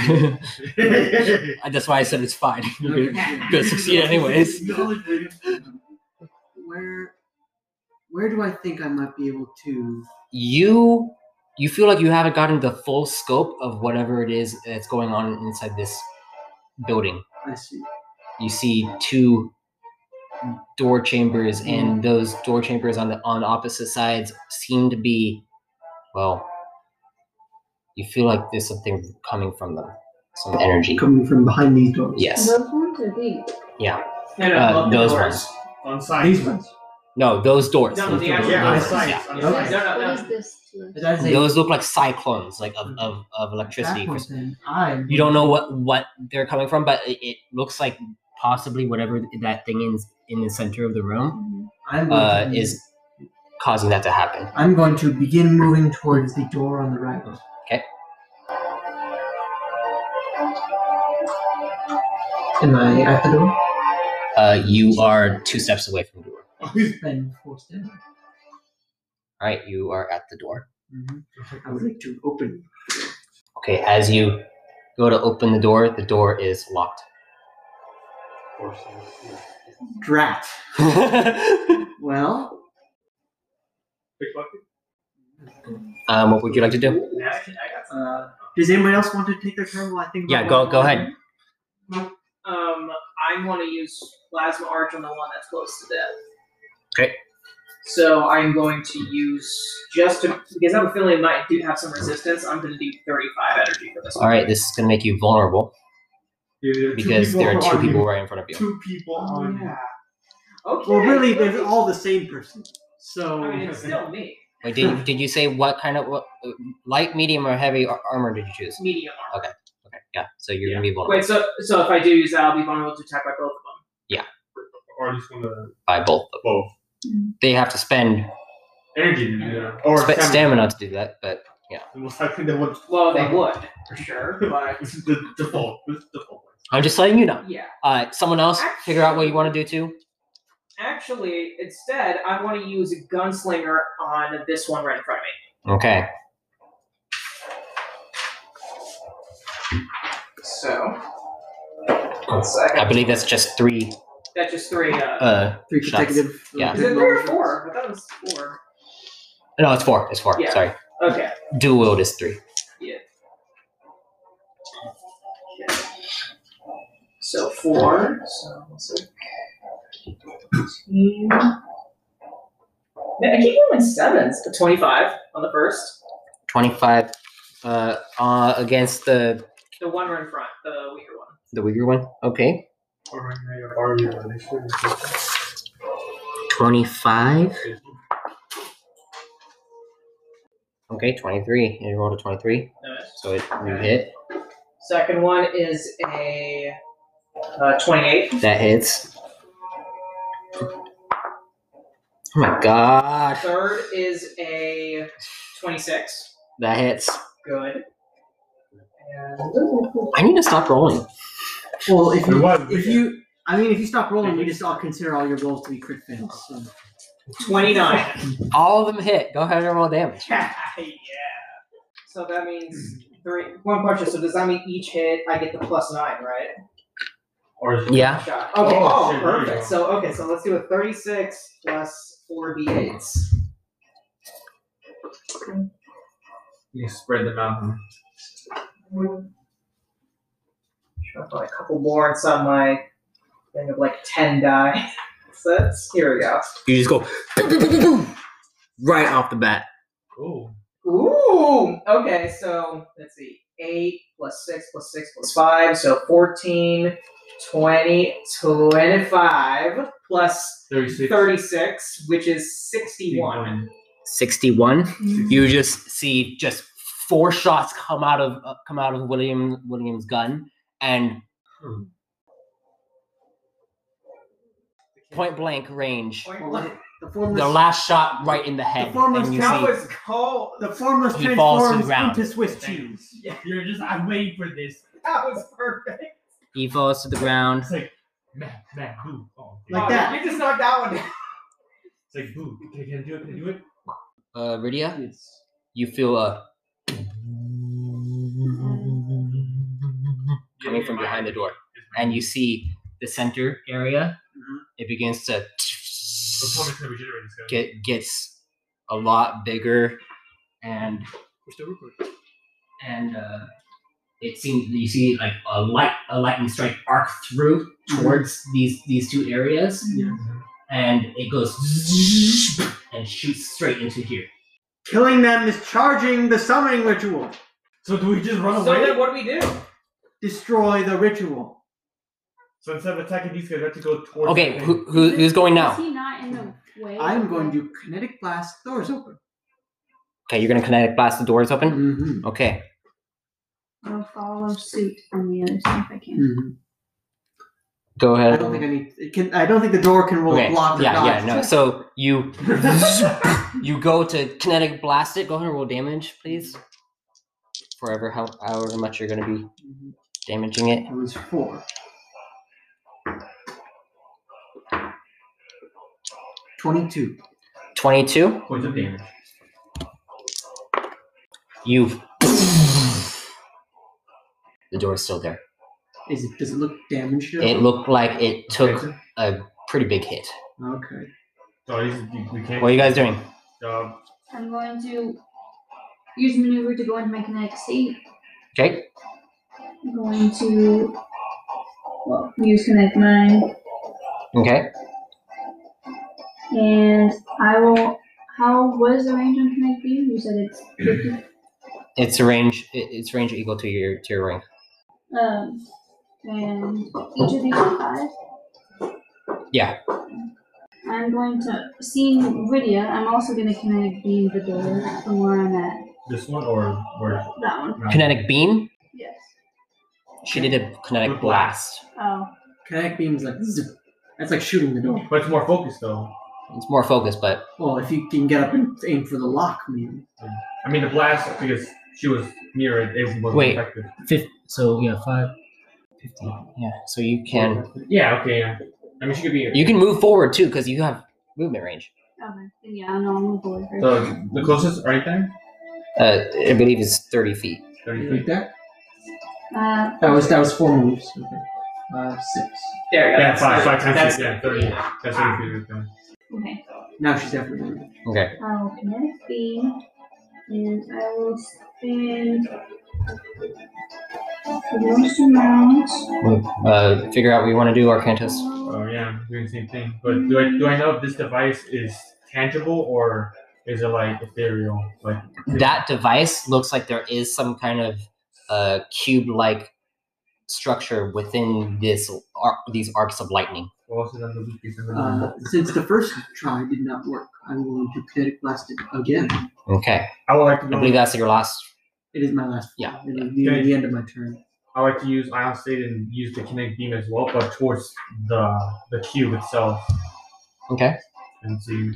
Speaker 1: that's why I said it's fine. You're
Speaker 3: Okay.
Speaker 1: gonna succeed anyways.
Speaker 3: where where do I think I might be able to?
Speaker 1: You you feel like you haven't gotten the full scope of whatever it is that's going on inside this building.
Speaker 3: I see.
Speaker 1: You see two door chambers, and those door chambers on the on opposite sides seem to be well. You feel like there's something coming from them, some energy.
Speaker 3: Coming from behind these doors.
Speaker 1: Yes.
Speaker 5: Those ones are deep.
Speaker 2: And I
Speaker 1: Uh,
Speaker 2: love the
Speaker 1: those
Speaker 2: doors.
Speaker 1: ones.
Speaker 4: on science.
Speaker 6: These ones.
Speaker 1: No, those doors.
Speaker 2: No, the actual
Speaker 4: Yeah, on
Speaker 2: Those-
Speaker 4: science. On
Speaker 6: yeah.
Speaker 2: No,
Speaker 4: science.
Speaker 2: no,
Speaker 5: What
Speaker 2: no.
Speaker 5: is this? to us?
Speaker 6: That is a
Speaker 1: Those look like cyclones, like of, of, of electricity.
Speaker 6: That one thing, I
Speaker 1: You don't know what what they're coming from, but it, it looks like possibly whatever that thing is in the center of the room
Speaker 5: Mhm.
Speaker 6: I'm going
Speaker 1: uh,
Speaker 3: Mm-hmm.
Speaker 6: to,
Speaker 1: is causing that to happen.
Speaker 6: I'm going to begin moving towards the door on the right.
Speaker 1: Okay.
Speaker 6: Am I at the door?
Speaker 1: Uh, you are two steps away from the door.
Speaker 6: Then four steps.
Speaker 1: All right, you are at the door.
Speaker 6: Mm-hmm.
Speaker 3: I would like to open.
Speaker 1: Okay, as you go to open the door, the door is locked.
Speaker 4: Of course, yeah.
Speaker 3: Drat. Well,
Speaker 4: Big bucket.
Speaker 1: um, what would you like to do?
Speaker 4: Napkin? I got some.
Speaker 3: uh, does anybody else want to take their turn while I think?
Speaker 1: Yeah,
Speaker 3: about
Speaker 1: go go
Speaker 3: what-
Speaker 1: ahead.
Speaker 2: Um, I want to use plasma arch on the one that's close to death.
Speaker 1: Okay.
Speaker 2: So I'm going to use just to because I'm feeling it might do have some resistance. I'm going to do 35 energy for this
Speaker 1: All
Speaker 2: one.
Speaker 1: right, this is gonna make you vulnerable
Speaker 4: Yeah, there are two
Speaker 1: because
Speaker 4: people
Speaker 1: there are two
Speaker 4: on you.
Speaker 1: people right in front of you.
Speaker 4: Two people
Speaker 2: Oh,
Speaker 4: on you.
Speaker 2: yeah. Okay.
Speaker 3: Well, really, they're all the same person. So
Speaker 2: I mean, it's still me.
Speaker 1: Wait, did, did you say what kind of what, light, medium, or heavy ar- armor did you choose?
Speaker 2: It's medium armor.
Speaker 1: Okay, yeah. So you're gonna be vulnerable
Speaker 2: Wait, so so if I do use that, I'll be vulnerable to attack by both of them.
Speaker 4: Or just one of the-
Speaker 1: by both.
Speaker 4: both.
Speaker 1: They have to spend
Speaker 4: Energy to do that. Or
Speaker 1: sp- stamina to do that, but
Speaker 4: Most likely they would.
Speaker 2: Well, they would for sure, but
Speaker 4: This is the default. This is the default.
Speaker 1: I'm just letting you know.
Speaker 2: yeah.
Speaker 1: Uh, someone else figure out what you want to do too.
Speaker 2: Actually, instead, I want to use a gunslinger on this one right in front of me.
Speaker 1: Okay.
Speaker 2: So, one second.
Speaker 1: I believe that's just three.
Speaker 2: That's just three. Uh,
Speaker 1: Uh,
Speaker 3: three
Speaker 1: shots.
Speaker 3: consecutive.
Speaker 1: Yeah.
Speaker 2: is it three or four? I thought it was four.
Speaker 1: no, it's four. It's four.
Speaker 2: Yeah.
Speaker 1: Sorry.
Speaker 2: Okay.
Speaker 1: Dual wield is three.
Speaker 2: So four. So let's see. Fifteen. Man, I keep going sevens. A Twenty-five on the first.
Speaker 1: Twenty-five. Uh, uh, against the
Speaker 2: The one right in front, the weaker one.
Speaker 1: the weaker one. Okay.
Speaker 4: Or right now, you're already on this one.
Speaker 1: Twenty-five. Okay, twenty-three. You rolled a twenty-three,
Speaker 2: Nice.
Speaker 1: so it you hit.
Speaker 2: Second one is a uh, twenty-eight.
Speaker 1: That hits. Oh my god.
Speaker 2: Third is a twenty-six.
Speaker 1: That hits.
Speaker 2: Good. And
Speaker 1: I need to stop rolling.
Speaker 3: Well, if
Speaker 4: It
Speaker 3: you,
Speaker 4: was,
Speaker 3: if
Speaker 4: yeah.
Speaker 3: you, I mean, if you stop rolling, we just all consider all your rolls to be crit fails. So.
Speaker 2: twenty-nine.
Speaker 1: All of them hit. Go ahead and roll damage.
Speaker 2: yeah. So that means three one puncher. So does that mean each hit I get the plus nine, right?
Speaker 4: Or is it-
Speaker 1: Yeah.
Speaker 2: Shot.
Speaker 4: Oh,
Speaker 2: Okay. Oh,
Speaker 4: shit, there you
Speaker 2: perfect.
Speaker 4: go.
Speaker 2: So okay, so let's do a thirty-six plus four d8s.
Speaker 4: You can spread them out. huh?
Speaker 2: I'll put a couple more inside my thing of like ten die. So that's here we go.
Speaker 1: You just go boom, boom, boom, boom, boom, right off the bat.
Speaker 4: Cool.
Speaker 2: Ooh. Okay, so let's see. Eight plus six plus six plus five, so 14, 20, 25 plus
Speaker 4: 36.
Speaker 2: 36, which is 61.
Speaker 1: 61. You just see just four shots come out of uh, come out of William William's gun and
Speaker 4: Hmm.
Speaker 1: point blank range.
Speaker 3: Well, The formless,
Speaker 1: The last shot right in the head.
Speaker 3: The farmer's
Speaker 1: and you
Speaker 2: That
Speaker 1: see,
Speaker 2: was cold.
Speaker 3: the formless
Speaker 1: He falls to the
Speaker 3: transforms
Speaker 1: ground.
Speaker 3: into Swiss cheese.
Speaker 4: You're just. I'm waiting for this.
Speaker 2: That was perfect.
Speaker 1: he falls to the ground.
Speaker 4: It's like, man, man, boo. Oh, dude.
Speaker 3: Like
Speaker 2: Oh,
Speaker 3: that.
Speaker 2: You just knocked that one down.
Speaker 4: It's like, boo. Can, can I do it? Can I do it?
Speaker 1: Uh, Rydia,
Speaker 3: Yes.
Speaker 1: you feel uh, a coming
Speaker 4: Yeah,
Speaker 1: from
Speaker 4: my-
Speaker 1: behind the door,
Speaker 4: it's my-
Speaker 1: and you see the center area.
Speaker 3: Mhm.
Speaker 1: It begins to
Speaker 4: The performance that we generated is gonna-
Speaker 1: get gets a lot bigger, and
Speaker 4: We're still recording.
Speaker 1: and uh, it seems you see like a light a lightning strike arc through towards these these two areas, and it goes and shoots straight into here.
Speaker 3: Killing them is charging the summoning ritual.
Speaker 4: So do we just run
Speaker 2: So
Speaker 4: away?
Speaker 2: then, what do we do?
Speaker 3: Destroy the ritual.
Speaker 4: so instead of attacking these guys, we have to go towards.
Speaker 1: Okay,
Speaker 4: the-
Speaker 1: who, who who's going
Speaker 5: Is
Speaker 1: now?
Speaker 5: he not in the way?
Speaker 3: I'm going to kinetic blast doors open.
Speaker 1: Okay, you're gonna kinetic blast the doors open.
Speaker 3: Mm-hmm.
Speaker 1: Okay,
Speaker 5: I'll follow suit on the other side if I
Speaker 3: Mm.
Speaker 5: can.
Speaker 1: go
Speaker 3: Mm-hmm. I
Speaker 1: ahead.
Speaker 3: don't think I need. It can, I don't think the door can roll
Speaker 1: Okay,
Speaker 3: block or
Speaker 1: yeah, yeah,
Speaker 3: dodge.
Speaker 1: no. So you you go to kinetic blast it. Go ahead and roll damage, please. Forever, how however much you're gonna be
Speaker 3: Mhm.
Speaker 1: damaging it.
Speaker 3: It was four. Twenty-two.
Speaker 1: Twenty-two.
Speaker 4: Points of damage.
Speaker 1: You. The door is still there.
Speaker 3: Is it? Does it look damaged? at
Speaker 1: It
Speaker 3: all?
Speaker 1: looked like it took
Speaker 4: Okay,
Speaker 1: a pretty big hit.
Speaker 3: Okay.
Speaker 4: so at least we- we can't.
Speaker 1: What are you guys doing?
Speaker 4: Uh,
Speaker 5: I'm going to use maneuver to go into my kinetic state.
Speaker 1: Okay.
Speaker 5: I'm going to well, use kinetic mind,
Speaker 1: Okay.
Speaker 5: and I will. How was the range on kinetic beam? You said it's 50.
Speaker 1: It's a range. it- It's range equal to your to your rank.
Speaker 5: um, and each of these are five.
Speaker 1: Yeah.
Speaker 5: I'm going to seeing Rydia. I'm also going to kinetic beam the door from where I'm at.
Speaker 4: this one or or.
Speaker 5: That one.
Speaker 1: Kinetic beam.
Speaker 5: Yes.
Speaker 1: She did a kinetic blast.
Speaker 5: Oh.
Speaker 3: Kinetic beam's like zip. That's like shooting the door.
Speaker 4: But it's more focused though.
Speaker 1: It's more focused, but
Speaker 3: Well, if you can get up and aim for the lock, maybe.
Speaker 4: I mean the blast because she was near it. It was
Speaker 1: Wait.
Speaker 4: effective.
Speaker 1: fifth. So yeah, five. Fifteen. Yeah. So you can
Speaker 4: Yeah. Okay. Yeah. I mean she could be.
Speaker 1: you can move forward too because you have movement range.
Speaker 5: Okay. Then yeah, I'm normal boy. first.
Speaker 4: So the closest right there.
Speaker 1: Uh, I believe it's thirty feet.
Speaker 4: Thirty
Speaker 3: Like
Speaker 4: feet.
Speaker 3: that.
Speaker 5: Uh,
Speaker 3: That was that was four moves. Okay. Uh, six.
Speaker 2: There you go.
Speaker 4: Yeah, five, five times.
Speaker 2: That's,
Speaker 4: feet, yeah, thirty. That's thirty feet. Right there.
Speaker 5: Okay,
Speaker 3: Now she's definitely.
Speaker 1: Okay.
Speaker 5: I will kinetic beam, and I will spend the most amount.
Speaker 1: Uh, figure out what you want to do, Arcantos.
Speaker 4: Oh yeah, doing the same thing. But do I do I know if this device is tangible or is it like ethereal? Like
Speaker 1: that device looks like there is some kind of uh, cube-like structure within this ar- these arcs of lightning.
Speaker 4: closer than the weakest and the
Speaker 3: Uh, since the first try did not work, I'm going to kinetic blast it again.
Speaker 1: Okay,
Speaker 4: I would like to
Speaker 1: I believe
Speaker 4: go,
Speaker 1: that's your last.
Speaker 3: It is my last.
Speaker 1: Yeah,
Speaker 3: It is the,
Speaker 4: Okay.
Speaker 3: the end of my turn.
Speaker 4: I like to use Ion State and use the kinetic beam as well, but towards the the cube itself
Speaker 1: Okay.
Speaker 4: and see.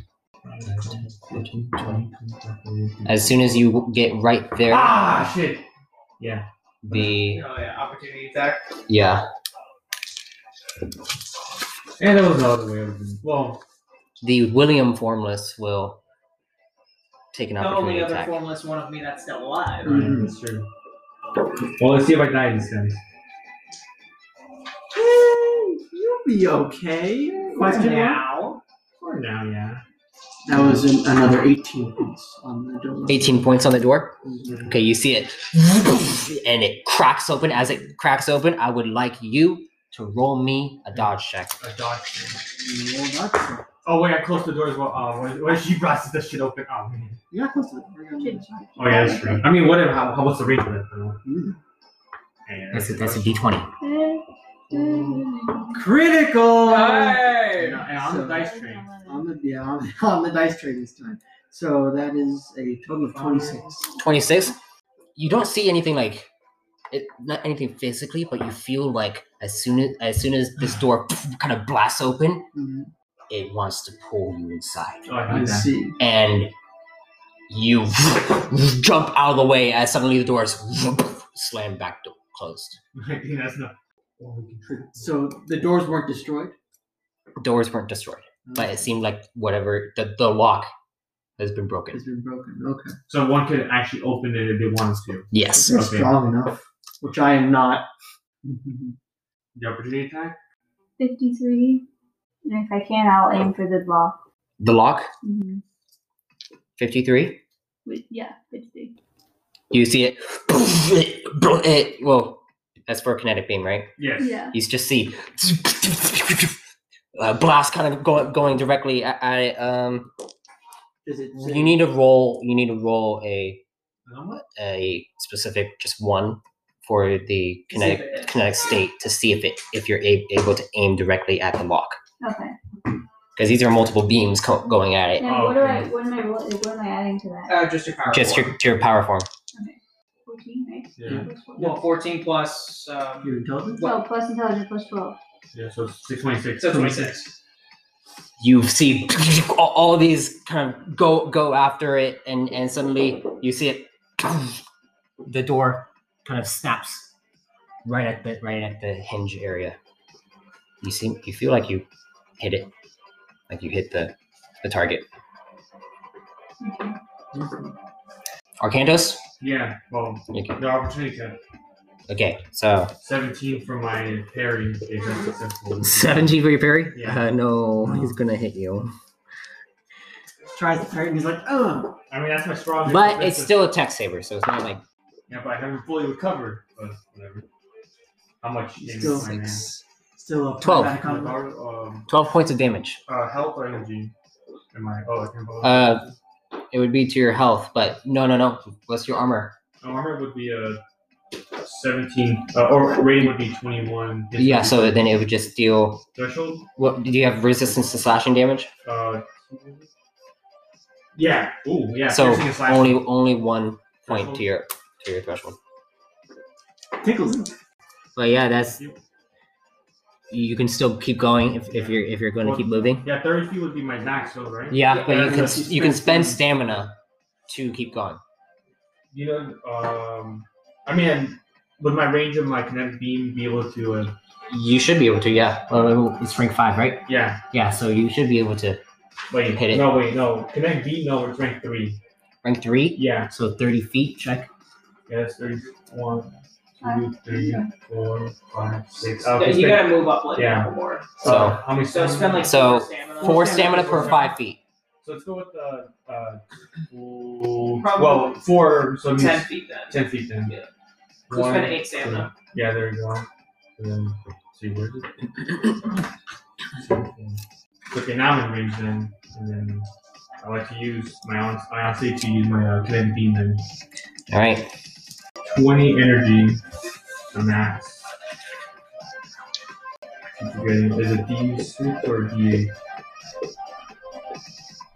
Speaker 1: As soon as you get right there,
Speaker 4: Ah shit! Yeah.
Speaker 1: the
Speaker 2: Oh, yeah, opportunity attack.
Speaker 1: yeah
Speaker 4: And there was another way of doing well
Speaker 1: the William formless will take an
Speaker 2: The
Speaker 1: opportunity
Speaker 2: only other
Speaker 1: attack.
Speaker 2: formless one of me that's still alive.
Speaker 3: Mm.
Speaker 4: yeah, that's true. Well let's see if I die in this guys.
Speaker 3: You'll be okay.
Speaker 4: Question mark?
Speaker 2: now.
Speaker 4: For now, yeah.
Speaker 3: That was an, another 18 points on the door.
Speaker 1: 18 points on the door. Okay, you see it, and it cracks open. As it cracks open, I would like you to roll me a dodge check.
Speaker 4: A dodge.
Speaker 3: Well, that's it.
Speaker 4: Oh wait, I closed the door as well. Oh, when, when she busts the shit open. Oh man.
Speaker 3: You're not close to it. We're gonna-
Speaker 4: Oh yeah, that's true. I mean, whatever. How, how what's the range of it? though?
Speaker 3: Mm.
Speaker 4: Yeah,
Speaker 1: That's a, that's a d20.
Speaker 3: Critical!
Speaker 2: Hey! Um,
Speaker 4: And on the dice train.
Speaker 5: uh,
Speaker 3: On the, yeah, on, on the dice tray this time. So that is a total of 26.
Speaker 1: 26 you don't see anything like it, not anything physically but you feel like as soon as as soon as this door kind of blasts open
Speaker 3: Mhm.
Speaker 1: it wants to pull you inside
Speaker 4: Oh, I
Speaker 3: I
Speaker 4: hate that.
Speaker 3: see.
Speaker 1: and you jump out of the way as suddenly the doors slam back door closed
Speaker 4: I think that's not.
Speaker 3: So the doors weren't destroyed?
Speaker 1: doors weren't destroyed but it seemed like whatever the, the lock has been broken
Speaker 3: Has been broken. Okay.
Speaker 4: So one could actually open it if they wanted to.
Speaker 1: yes
Speaker 3: They're
Speaker 4: Okay.
Speaker 3: strong enough, which I am not.
Speaker 4: The opportunity attack.
Speaker 5: 53. And if I can, I'll aim for the block.
Speaker 1: the lock
Speaker 5: Mhm.
Speaker 1: 53
Speaker 5: Wait, yeah, 53.
Speaker 1: you see it, it, it well that's for a kinetic beam right
Speaker 4: Yes.
Speaker 5: Yeah.
Speaker 1: you just see uh, blast kind of going going directly at, at it. Um,
Speaker 3: Does it say-
Speaker 1: you need to roll. You need to roll a
Speaker 4: Um, what?
Speaker 1: a specific just one for the kinetic
Speaker 2: Exhibit.
Speaker 1: kinetic state to see if it if you're a- able to aim directly at the lock
Speaker 5: Okay.
Speaker 1: because these are multiple beams co- going at it.
Speaker 5: Now, what do I?
Speaker 4: okay.
Speaker 5: What am I? ro- What am I adding to that?
Speaker 2: Uh, just your power.
Speaker 1: Just
Speaker 2: roll.
Speaker 1: your your power form.
Speaker 5: 14, right?
Speaker 4: Yeah.
Speaker 5: Plus four.
Speaker 2: well, fourteen plus. Um,
Speaker 3: Your intelligence?
Speaker 5: Oh, plus intelligence plus 12.
Speaker 4: Yeah. So six twenty six.
Speaker 2: so twenty-six.
Speaker 1: You see all, all these kind of go go after it, and and suddenly you see it. The door kind of snaps right at the right at the hinge area. You seem you feel like you hit it, like you hit the the target.
Speaker 5: Okay.
Speaker 1: Arcandos.
Speaker 4: Yeah. Well,
Speaker 1: Okay.
Speaker 4: the opportunity attack.
Speaker 1: Okay. So
Speaker 4: Seventeen from my parry is unsuccessful.
Speaker 1: seventeen for your parry.
Speaker 4: Yeah.
Speaker 1: Uh, no, he's gonna hit you,
Speaker 3: Tries to target and he's like, oh.
Speaker 4: I mean that's my strongest.
Speaker 1: but it's
Speaker 4: defensive-
Speaker 1: still a tech saver, so it's not like
Speaker 4: Yeah, but I haven't fully recovered. But whatever. How much? damage
Speaker 3: Still
Speaker 4: am I now?
Speaker 3: Still up.
Speaker 1: Twelve.
Speaker 3: Back on the-
Speaker 4: Um,
Speaker 1: twelve points of damage.
Speaker 4: uh, health or energy? Am I? Oh, I can roll.
Speaker 1: Uh, It would be to your health, but no, no, no. What's your armor?
Speaker 4: armor would be a seventeen, uh, or rating would be twenty-one.
Speaker 1: Yeah, so then it would just deal.
Speaker 4: threshold.
Speaker 1: What do you have resistance to slashing damage?
Speaker 4: Uh, yeah. Ooh, yeah.
Speaker 1: so
Speaker 4: piercing and slashing.
Speaker 1: only only one point to your to your threshold.
Speaker 3: Tickles him.
Speaker 1: But yeah, that's you can still keep going if, if you're if you're going to keep moving.
Speaker 4: Yeah, thirty feet would be my max, though, right? uh,
Speaker 1: Yeah, but you
Speaker 4: that's-
Speaker 1: can
Speaker 4: that's-
Speaker 1: you can spend stamina to keep going.
Speaker 4: You know, um, I mean, would my range of my kinetic beam be able to? Uh,
Speaker 1: You should be able to. Yeah, well, it's rank five, right?
Speaker 4: yeah.
Speaker 1: Yeah, so you should be able to
Speaker 4: Wait.
Speaker 1: Hit it.
Speaker 4: No, wait, no. Kinetic beam. No, it's rank three.
Speaker 1: rank three.
Speaker 4: Yeah.
Speaker 1: So thirty feet. Check.
Speaker 4: Yeah, that's thirty. One, two,
Speaker 5: Five.
Speaker 4: three, four, five, six.
Speaker 2: Yeah,
Speaker 4: Okay,
Speaker 2: you gotta move up like
Speaker 4: Yeah.
Speaker 2: a couple more.
Speaker 1: So
Speaker 4: how many?
Speaker 2: So spend like
Speaker 1: So,
Speaker 2: four stamina.
Speaker 1: four stamina per five feet.
Speaker 4: So let's go with the uh, ooh,
Speaker 2: Probably.
Speaker 4: well four. So it
Speaker 2: Ten
Speaker 4: means
Speaker 2: feet then.
Speaker 4: ten feet then.
Speaker 2: Yeah. So
Speaker 4: One,
Speaker 2: spend eight stamina.
Speaker 4: two. Yeah, there you go. And then see where is it? Okay, now I'm in range then, and then I like to use my own. I honestly to use my uh, kinetic beam then.
Speaker 1: All right.
Speaker 4: Twenty energy, the max. I'm forgetting, is it D6 or D8?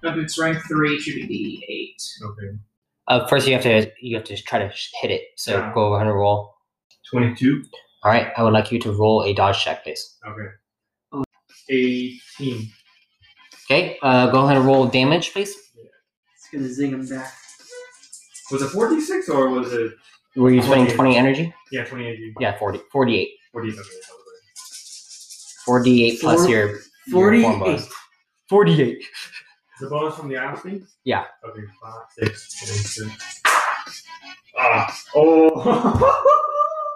Speaker 2: If it's rank three, it should be D eight.
Speaker 4: Okay,
Speaker 1: Uh, first you have to you have to try to hit it. So
Speaker 4: Yeah.
Speaker 1: go ahead and roll.
Speaker 4: twenty-two.
Speaker 1: All right, I would like you to roll a dodge check, please.
Speaker 4: Okay.
Speaker 3: Oh.
Speaker 4: 18.
Speaker 1: Okay, uh, go ahead and roll damage, please.
Speaker 3: It's going to zing him back.
Speaker 4: Was it 46 or was it?
Speaker 1: Were you spending
Speaker 4: 48.
Speaker 1: 20 energy?
Speaker 4: Yeah, 28.
Speaker 1: Yeah, 40, 48.
Speaker 4: 48. Okay.
Speaker 1: 48 plus
Speaker 3: Four-
Speaker 1: your. your form
Speaker 3: 48.
Speaker 1: bonus. 48.
Speaker 4: The bonus from the athlete?
Speaker 1: Yeah.
Speaker 4: Okay, 5, 6, seven, six. Ah, oh.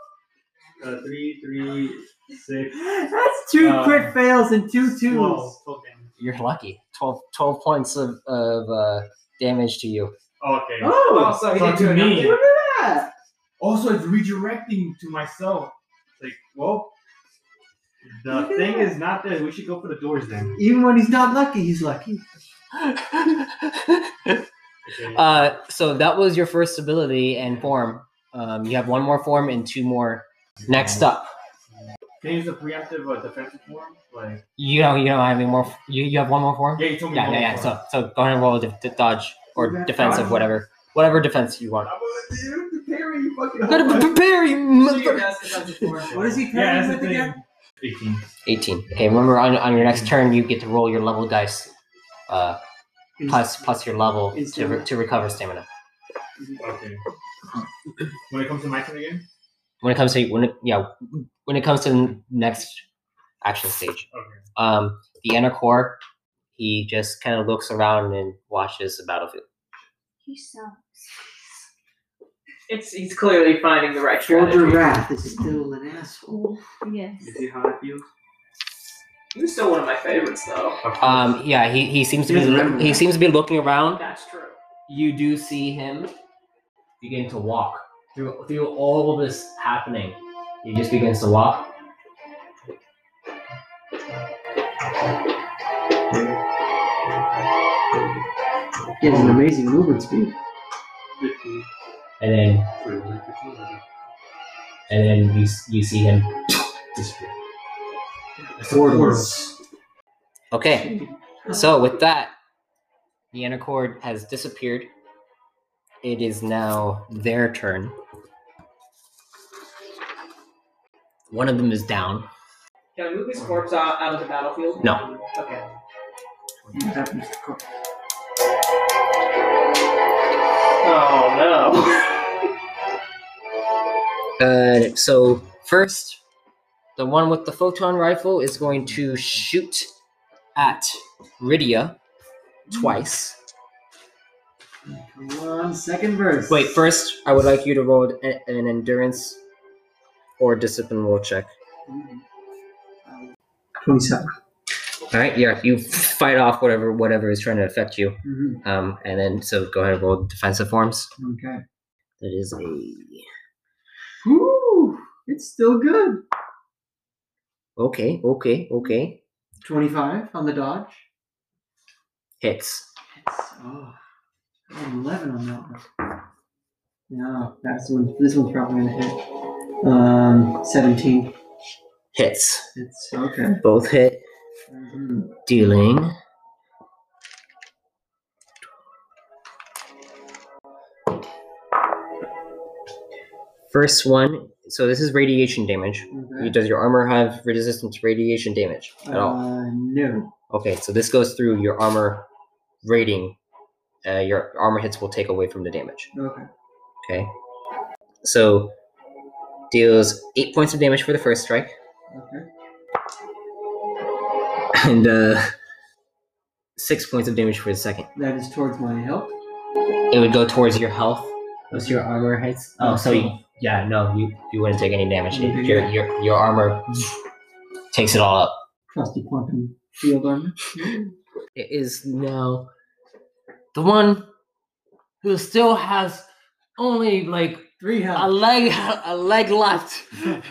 Speaker 4: uh, 3, 3, 6,
Speaker 3: That's two
Speaker 4: Uh,
Speaker 3: crit fails and two twos.
Speaker 4: 12. 12 damage.
Speaker 1: You're lucky. 12, 12 points of, of uh, damage to you.
Speaker 4: Oh, okay.
Speaker 3: Oh,
Speaker 2: so he
Speaker 4: So
Speaker 2: didn't
Speaker 4: to
Speaker 2: do enough
Speaker 4: me-
Speaker 2: damage.
Speaker 3: look at that.
Speaker 4: Also, it's redirecting to myself. Like, well, the
Speaker 3: Look at
Speaker 4: thing
Speaker 3: that.
Speaker 4: is not there. We should go for the doors then.
Speaker 3: Even when he's not lucky, he's lucky.
Speaker 4: Okay.
Speaker 1: uh, so that was your first ability and form. Um, you have one more form and two more. Next up,
Speaker 4: Can I use the preemptive uh, defensive form? Like,
Speaker 1: you know you don't have any more. You, you have one more form.
Speaker 4: yeah, you told me.
Speaker 1: Yeah, yeah,
Speaker 4: one
Speaker 1: yeah.
Speaker 4: form.
Speaker 1: So so go ahead and roll the, the dodge or defensive, whatever, whatever defense you want.
Speaker 4: gonna do prepare you fucking.
Speaker 1: Gotta prepare you.
Speaker 2: your
Speaker 1: mother-
Speaker 2: best defensive forward.
Speaker 3: What is he
Speaker 4: Yeah,
Speaker 3: pairing
Speaker 4: that's
Speaker 3: with
Speaker 4: the
Speaker 3: again?
Speaker 4: thing. Eighteen.
Speaker 1: 18. Okay, remember on, on your next turn, you get to roll your level dice, uh,
Speaker 3: Is-
Speaker 1: plus plus your level
Speaker 3: Is
Speaker 1: to, re-
Speaker 3: there-
Speaker 1: to recover stamina.
Speaker 4: Okay. When it comes to my turn again.
Speaker 1: When it comes to when it, yeah, when it comes to the next action stage,
Speaker 4: Okay.
Speaker 1: um, the inner core, he just kind of looks around and watches the battlefield.
Speaker 5: He sucks.
Speaker 2: It's he's clearly finding the right
Speaker 3: Forger
Speaker 2: strategy.
Speaker 3: Wrath is still an asshole.
Speaker 5: Yes.
Speaker 4: You see how it feels?
Speaker 2: He was still one of my favorites though.
Speaker 1: Um, yeah, he, he seems to
Speaker 3: He
Speaker 1: be
Speaker 3: doesn't
Speaker 1: loo-
Speaker 3: remember
Speaker 1: he
Speaker 3: that.
Speaker 1: seems to be looking around.
Speaker 2: That's true.
Speaker 1: you do see him begin to walk through through all of this happening. He just begins to walk.
Speaker 3: He has an amazing movement speed.
Speaker 4: Fifteen.
Speaker 1: And then
Speaker 4: Wait, was it fifteen? Was it-
Speaker 1: and then you s- you see him disappear. Okay, so with that, the inner cord has disappeared. It is now their turn. One of them is down.
Speaker 2: Can I move his corpse out, out of the battlefield?
Speaker 1: No.
Speaker 2: Okay.
Speaker 3: What happens to Cor-
Speaker 2: Oh
Speaker 1: Uh, so first, the one with the photon rifle is going to shoot at Rydia twice.
Speaker 3: Come on, second verse.
Speaker 1: Wait, first, I would like you to roll a- an endurance or discipline roll check.
Speaker 3: Mm-hmm. Twenty-seven.
Speaker 1: All right, yeah, you fight off whatever whatever is trying to affect you,
Speaker 3: Mhm,
Speaker 1: um, and then so go ahead and roll defensive forms.
Speaker 3: Okay.
Speaker 1: That is a
Speaker 3: Woo! It's still good.
Speaker 1: okay, okay, okay.
Speaker 3: Twenty-five on the dodge.
Speaker 1: Hits.
Speaker 3: Oh, I got an 11 on that one. No, that's the one. This one's probably gonna hit. Um, 17.
Speaker 1: Hits.
Speaker 3: It's okay.
Speaker 1: Both hit.
Speaker 3: Mhm.
Speaker 1: Dealing. First one. So this is radiation damage.
Speaker 3: Okay.
Speaker 1: Does your armor have resistance to radiation damage at all?
Speaker 3: Uh, no.
Speaker 1: Okay, so this goes through your armor rating. Uh, your armor hits will take away from the damage.
Speaker 3: Okay.
Speaker 1: Okay. So deals eight points of damage for the first strike,
Speaker 3: Okay.
Speaker 1: and uh, six points of damage for the second.
Speaker 3: That is towards my health.
Speaker 1: It would go towards your health. What's your armor hits? Oh, so you, yeah, no, you you wouldn't take any damage.
Speaker 4: Mm-hmm.
Speaker 1: It-
Speaker 3: Mhm.
Speaker 1: your, your your armor takes it all up.
Speaker 3: Trusty quantum field armor.
Speaker 1: It is now the one who still has only like
Speaker 3: Three
Speaker 1: a
Speaker 3: health.
Speaker 1: leg a leg left
Speaker 3: There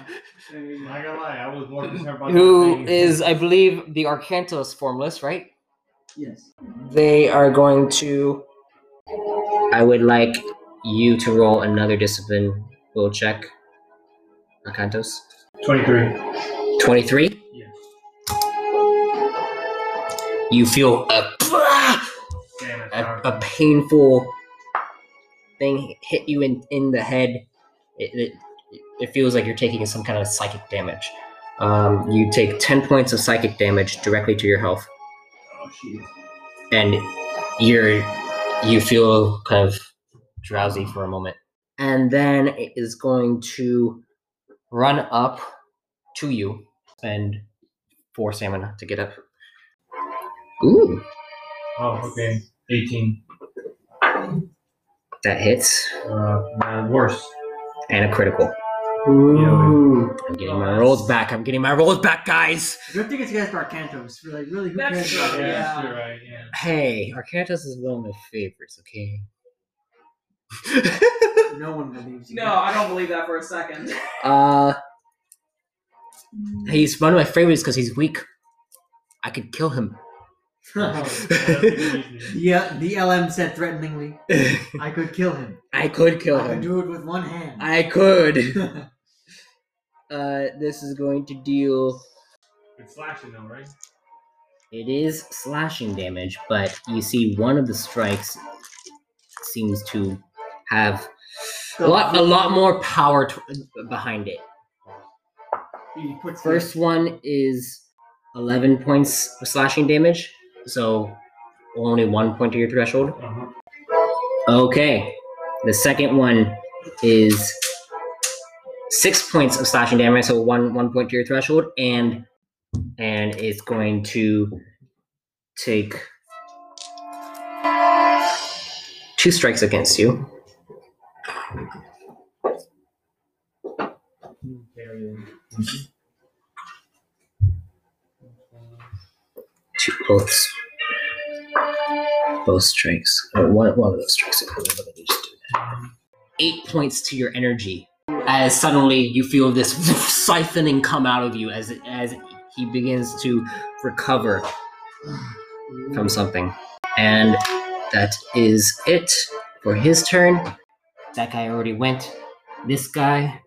Speaker 3: you go.
Speaker 4: I'm not gonna lie, I was more concerned about
Speaker 1: who
Speaker 4: that thing.
Speaker 1: is i believe the arcantos formless right
Speaker 3: Yes.
Speaker 1: they are going to i would like you to roll another discipline will check arcantos
Speaker 4: twenty-three.
Speaker 1: 23
Speaker 4: Yes.
Speaker 1: you feel a,
Speaker 4: Damn it.
Speaker 1: a,
Speaker 4: sorry.
Speaker 1: a painful thing hit you in, in the head it, it, it feels like you're taking some kind of psychic damage um, you take 10 points of psychic damage directly to your health
Speaker 4: Oh, shit.
Speaker 1: and you're you feel kind of drowsy for a moment and then it is going to run up to you and four stamina to get up ooh
Speaker 4: Oh, okay. Eighteen.
Speaker 1: that hits
Speaker 4: Uh, nah, worse.
Speaker 1: and a critical
Speaker 3: Ooh.
Speaker 1: i'm getting my rolls back i'm getting my rolls back guys
Speaker 3: Good thing it's against Arcantos. Like, really, who
Speaker 2: That's
Speaker 3: cares
Speaker 2: true,
Speaker 3: about
Speaker 2: yeah.
Speaker 3: that?
Speaker 4: you're right. Yeah.
Speaker 1: hey arcantus is one of my favorites okay
Speaker 3: No one believes you.
Speaker 2: no! No, I don't believe that for a second.
Speaker 1: uh
Speaker 5: Mm-hmm.
Speaker 1: he's one of my favorites because he's weak i could kill him
Speaker 3: yeah, the LM said threateningly, I could kill him.
Speaker 1: I could kill
Speaker 3: I could
Speaker 1: him.
Speaker 3: do it with one hand.
Speaker 1: I could. Uh, this is going to deal.
Speaker 4: it's slashing though, right?
Speaker 1: It is slashing damage, but you see one of the strikes seems to have a lot, a lot more power t- behind it.
Speaker 3: He puts the-
Speaker 1: First one is 11 points of slashing damage, so only one point to your threshold.
Speaker 4: Uh-huh.
Speaker 1: Okay. The second one is six points of slashing damage, so one one point to your threshold, and and it's going to take two strikes against you. Two both both strikes. Or one one of those strikes. Let me just do that. Eight points to your energy as suddenly you feel this siphoning come out of you as as he begins to recover from something. And that is it for his turn. That guy already went. This guy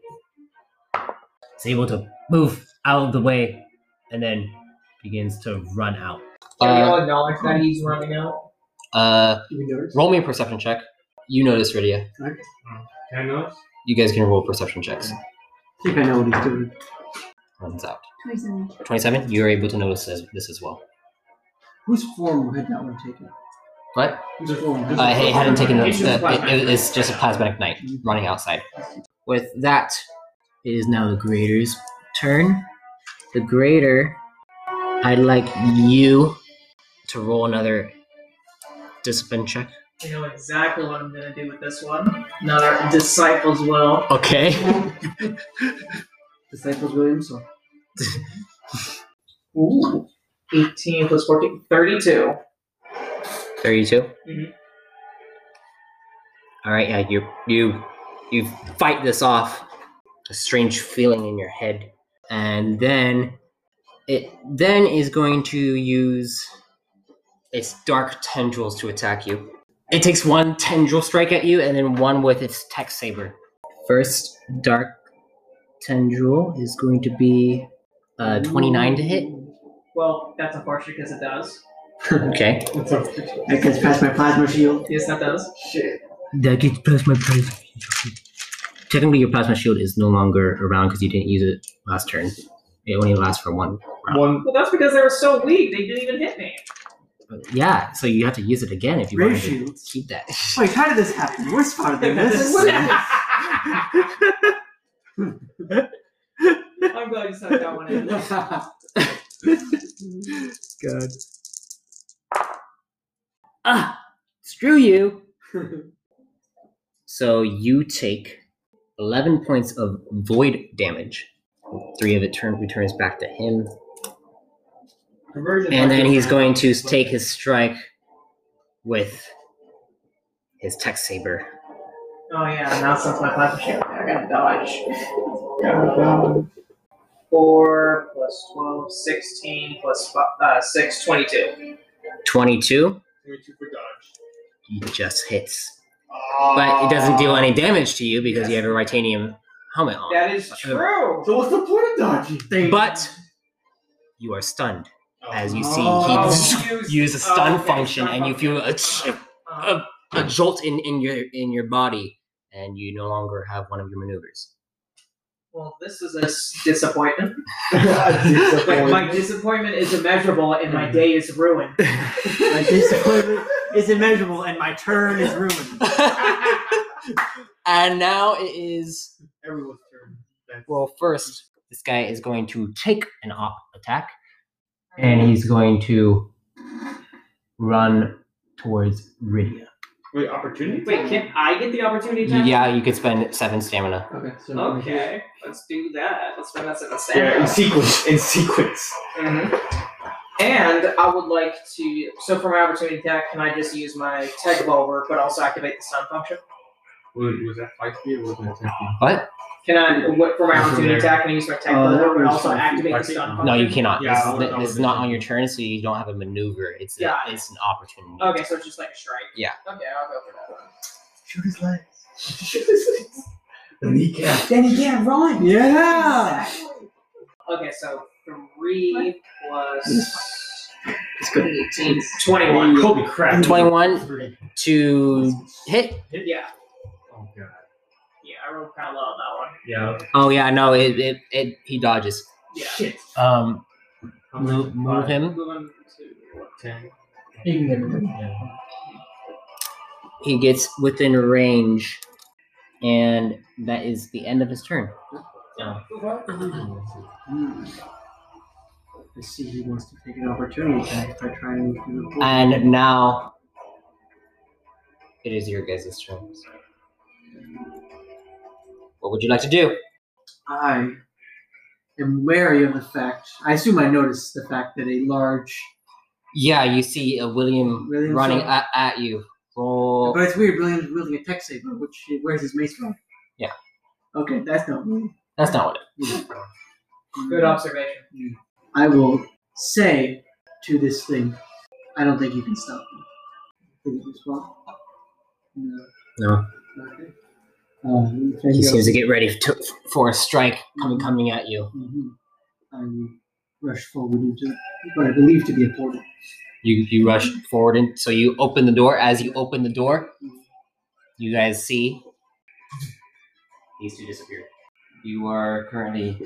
Speaker 1: is able to move out of the way and then begins to run out.
Speaker 7: Can we
Speaker 1: Uh,
Speaker 7: all acknowledge that he's running out?
Speaker 1: uh,
Speaker 3: Do we notice?
Speaker 1: roll me a perception check. You notice, Rydia.
Speaker 4: Can I notice?
Speaker 1: You guys can roll perception checks.
Speaker 3: I think I know what he's doing.
Speaker 1: Runs out.
Speaker 5: 27.
Speaker 1: 27, you're able to notice this, this as well.
Speaker 3: Whose form had that one taken?
Speaker 1: What?
Speaker 3: Whose form? had-
Speaker 1: Uh, he hadn't taken notice.
Speaker 2: It's just
Speaker 1: Uh,
Speaker 2: plasmatic
Speaker 1: it, it- it's just a plasmatic knight running outside. With that, it is now the Grader's turn. The Grader, I'd like you to roll another discipline check.
Speaker 2: I know exactly what I'm gonna do with this one. Another disciples will.
Speaker 1: Okay.
Speaker 3: Disciples Williams. So
Speaker 2: Ooh. 18 plus 14. 32.
Speaker 1: 32.
Speaker 2: Mhm.
Speaker 1: All right, yeah, you you you fight this off. A strange feeling in your head, and then it then is going to use its dark tendrils to attack you. It takes one tendril strike at you, and then one with its tech saber. First dark tendril is going to be uh, 29 to hit.
Speaker 2: Well, that's unfortunate because it does.
Speaker 1: Okay.
Speaker 3: that gets past my plasma shield.
Speaker 2: Yes, that does.
Speaker 3: Shit.
Speaker 1: That gets plasma plasma. Technically, your plasma shield is no longer around because you didn't use it last turn. It only lasts for one.
Speaker 4: One.
Speaker 2: Well, that's because they were so weak, they didn't even hit me.
Speaker 1: Yeah, so you have to use it again if you
Speaker 3: Ray
Speaker 1: want to
Speaker 3: shields.
Speaker 1: keep that.
Speaker 3: Wait, how did this happen? We're smarter than this.
Speaker 2: I'm glad you stuck that one in.
Speaker 3: Good.
Speaker 1: ah, screw you. so you take eleven points of void damage. Three of it turn returns back to him, and then he's going to take his strike with his tech saber.
Speaker 2: Oh yeah, now since my plasma shield, I gotta dodge. Gotta dodge. Four plus 12, 16 plus five, uh, 6, 22.
Speaker 1: 22
Speaker 4: 22 for dodge.
Speaker 1: he just hits but it doesn't deal
Speaker 2: Uh,
Speaker 1: any damage to you because you have a titanium helmet on
Speaker 2: That is
Speaker 4: Ah.
Speaker 2: true.
Speaker 3: So what's the point of dodging? They-
Speaker 1: but you are stunned as you see
Speaker 3: Oh.
Speaker 1: he use a stun
Speaker 2: okay,
Speaker 1: function
Speaker 2: stun
Speaker 1: and you feel a,
Speaker 2: Uh,
Speaker 1: a, a jolt in, in your in your body and you no longer have one of your maneuvers
Speaker 2: well, this is a s- disappointment.
Speaker 7: Disappointment.
Speaker 2: My, my disappointment is immeasurable and my day is ruined.
Speaker 3: My disappointment is immeasurable, and my turn is ruined.
Speaker 1: and now it is
Speaker 4: Everyone's turn. That's-
Speaker 1: well first this guy is going to take an op attack and he's going to run towards Rydia.
Speaker 4: Wait, opportunity?
Speaker 2: Wait, can I get the opportunity attack?
Speaker 1: Yeah, you could spend seven stamina.
Speaker 3: Okay, so
Speaker 2: Okay, let's do that. Let's spend that second
Speaker 4: Yeah, in
Speaker 2: stand.
Speaker 4: sequence. In sequence.
Speaker 2: Mm-hmm. And I would like to. So for my opportunity attack, can I just use my tech revolver, but also activate the stun function?
Speaker 4: Wait, was that 5 feet or was that 10 feet?
Speaker 1: What?
Speaker 2: Can I? What for my
Speaker 4: From
Speaker 2: opportunity
Speaker 4: there.
Speaker 2: attack? Can I use my tech
Speaker 3: Uh,
Speaker 2: revolver, but
Speaker 3: there's
Speaker 2: also
Speaker 3: some
Speaker 2: activate the
Speaker 4: feedback.
Speaker 2: stun function?
Speaker 1: No, you cannot.
Speaker 4: Yeah,
Speaker 1: this,
Speaker 4: I
Speaker 1: is,
Speaker 4: was- I
Speaker 1: this
Speaker 4: was
Speaker 1: is not
Speaker 4: thinking.
Speaker 1: on your turn, so you don't have a maneuver. It's
Speaker 2: Yeah.
Speaker 1: a, it's an opportunity.
Speaker 2: Okay, so it's just like a strike.
Speaker 1: Yeah.
Speaker 2: Okay, I'll go for that.
Speaker 6: Shoot his legs.
Speaker 4: The kneecap.
Speaker 6: Then he can't run.
Speaker 3: Yeah.
Speaker 2: Okay, so three plus
Speaker 1: It's good.
Speaker 2: 21.
Speaker 4: Holy crap.
Speaker 1: 21
Speaker 4: Three.
Speaker 1: to hit.
Speaker 2: Yeah.
Speaker 4: Oh, God.
Speaker 2: Yeah, I rolled kind of low on that one.
Speaker 4: Yeah.
Speaker 1: Oh yeah, no, it, it, it he dodges.
Speaker 2: Yeah.
Speaker 4: Shit.
Speaker 1: Um,
Speaker 4: How much is
Speaker 1: move, move
Speaker 4: five?
Speaker 1: him.
Speaker 2: Moving to what?
Speaker 4: Ten.
Speaker 6: Ignorant.
Speaker 4: Yeah.
Speaker 1: He gets within range, and that is the end of his turn.
Speaker 3: I see he wants to take an opportunity attack by trying to do the
Speaker 1: And now it is your guys' turn. What would you like to do?
Speaker 3: I am wary of the fact. I assume I noticed the fact that a large,
Speaker 1: Yeah, you see uh, William
Speaker 3: William's
Speaker 1: running
Speaker 3: up.
Speaker 1: at, at you. Roll.
Speaker 3: but it's weird. William's wielding a tech saber, which he wears his mace from.
Speaker 1: Yeah.
Speaker 3: Okay, that's not weird.
Speaker 1: That's not what it.
Speaker 2: Good observation.
Speaker 3: I will say to this thing, I don't think you can stop me. Did it respond? No.
Speaker 1: No.
Speaker 3: Okay. Um,
Speaker 1: He seems to get ready to, for a strike coming coming at you.
Speaker 3: hmm I will rush forward into what I believe to be a portal.
Speaker 1: You you rush forward and so you open the door. As you open the door, you guys see these two disappear. You are currently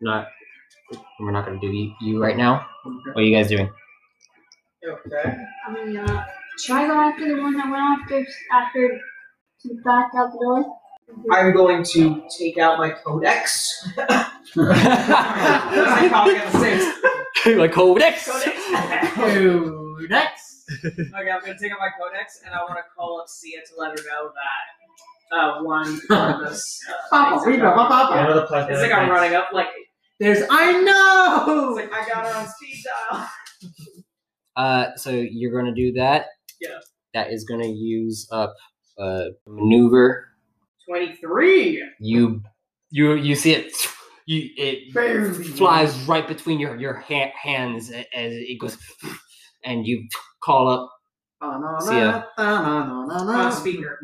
Speaker 1: not. We're not going to do you, you right now. What are you guys doing?
Speaker 2: Okay.
Speaker 5: I'm not. Should I go after the one that went after after he backed out the door?
Speaker 2: I'm going to take out my codex. I probably got a six.
Speaker 1: like codex.
Speaker 2: Codex.
Speaker 3: Dude, that's
Speaker 2: Okay, I'm gonna take out my codex and I want to call up Sia to let her know that uh, one of those. Uh,
Speaker 3: Papa,
Speaker 2: things
Speaker 3: Reba,
Speaker 2: I got-
Speaker 3: Papa.
Speaker 4: Yeah, another plastic
Speaker 2: It's like I'm
Speaker 4: bag.
Speaker 2: running up, like
Speaker 3: There's I
Speaker 2: it's
Speaker 3: know.
Speaker 2: like I got her on speed dial.
Speaker 1: Uh, so you're going to do that.
Speaker 2: Yeah.
Speaker 1: That is going to use up uh, maneuver.
Speaker 2: Twenty-three.
Speaker 1: You you you see it. You it flies right between your your ha- hands a- as it goes, and you call up. See ya.
Speaker 2: On speaker.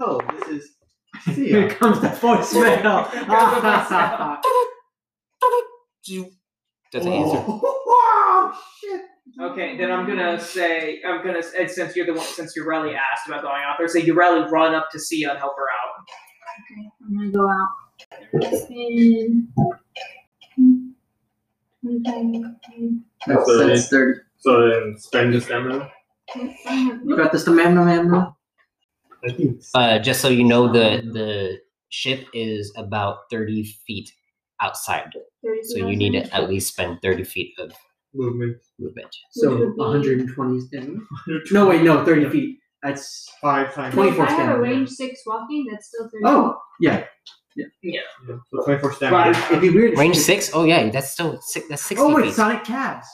Speaker 3: Oh, this is. Here comes the voicemail.
Speaker 2: Here comes the voicemail.
Speaker 1: Doesn't answer.
Speaker 3: Wow, shit.
Speaker 2: Okay, then I'm gonna say I'm gonna and since you're the one since Urelli asked about going out there, say Urelli run up to Sia and help her out.
Speaker 5: Okay, I'm gonna go out. Spin. Okay.
Speaker 3: That's,
Speaker 4: Thirty.
Speaker 3: that's 30.
Speaker 4: So then spend the stamina.
Speaker 3: You got this, the mamma mamma?
Speaker 4: I think.
Speaker 1: Uh, just so you know, the the ship is about thirty feet outside, so you need to at least spend thirty feet of
Speaker 4: Movement.
Speaker 1: movement.
Speaker 3: So
Speaker 5: Which would be-
Speaker 3: 120 is down. No, wait, no, 30 feet. That's.
Speaker 4: Five times.
Speaker 3: 24
Speaker 5: If I have a
Speaker 3: stamina.
Speaker 5: range six walking, that's still thirty.
Speaker 3: Oh,
Speaker 4: Yeah, So 24
Speaker 2: Right.
Speaker 4: stamina.
Speaker 3: it'd be weird. if
Speaker 1: Range
Speaker 3: she-
Speaker 1: six? Oh yeah, that's still six. That's sixty
Speaker 3: Oh, wait,
Speaker 1: feet.
Speaker 3: Sonic Cavs.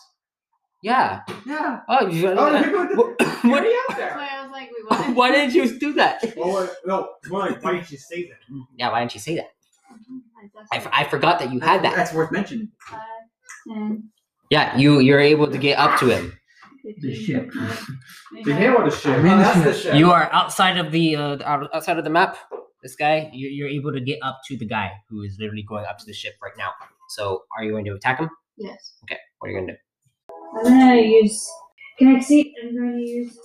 Speaker 1: yeah.
Speaker 3: Yeah.
Speaker 1: Oh, you,
Speaker 4: Oh, here we go.
Speaker 1: what?
Speaker 2: Already out
Speaker 5: That's
Speaker 2: there.
Speaker 5: why I was like, wait, what?
Speaker 1: Why didn't you do that?
Speaker 4: Oh, wait, no, it's more like, why did you say that?
Speaker 1: Yeah, why didn't you say that? I, f- I forgot that you had that.
Speaker 3: That's worth mentioning.
Speaker 5: Five, ten,
Speaker 1: Yeah, you you're able to get up to him.
Speaker 5: fifteen,
Speaker 3: ship.
Speaker 5: twenty,
Speaker 4: The
Speaker 5: twenty-five.
Speaker 4: hair or the shit?
Speaker 3: mean,
Speaker 2: that's the shit.
Speaker 1: You are outside of the uh, the out- outside of the map. This guy, you're, you're able to get up to the guy who is literally going up to the ship right now. So, are you going to attack him?
Speaker 5: Yes.
Speaker 1: What are you going to do?
Speaker 5: I'm gonna use kinetic seat. I'm going to use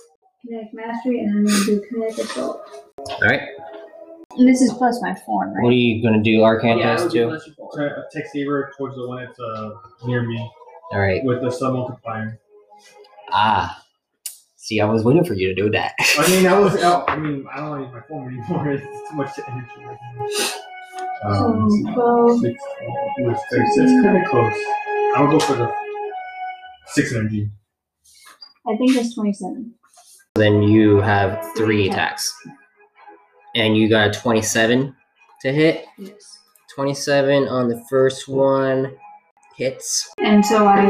Speaker 5: kinetic mastery, and I'm gonna do kinetic assault.
Speaker 1: All right.
Speaker 5: And this is plus my form,
Speaker 1: What are
Speaker 5: right?
Speaker 1: you going to do? Arcanthos
Speaker 2: yeah, it would be
Speaker 1: too.
Speaker 2: much more.
Speaker 4: Try a text saver towards the one that's uh, near me
Speaker 1: All right.
Speaker 4: with the sub multiplier.
Speaker 1: Ah. See, I was waiting for you to do that.
Speaker 4: I mean, I was out. I mean, I don't want to use my phone anymore. It's too much energy. right now. Um,
Speaker 5: So, twelve.
Speaker 4: six, it was thirty. It's kind of close. I would go for the six energy.
Speaker 5: I think that's twenty-seven.
Speaker 1: then you have three attacks, and you got a twenty-seven to hit.
Speaker 5: Yes.
Speaker 1: 27 on the first one hits.
Speaker 5: And so I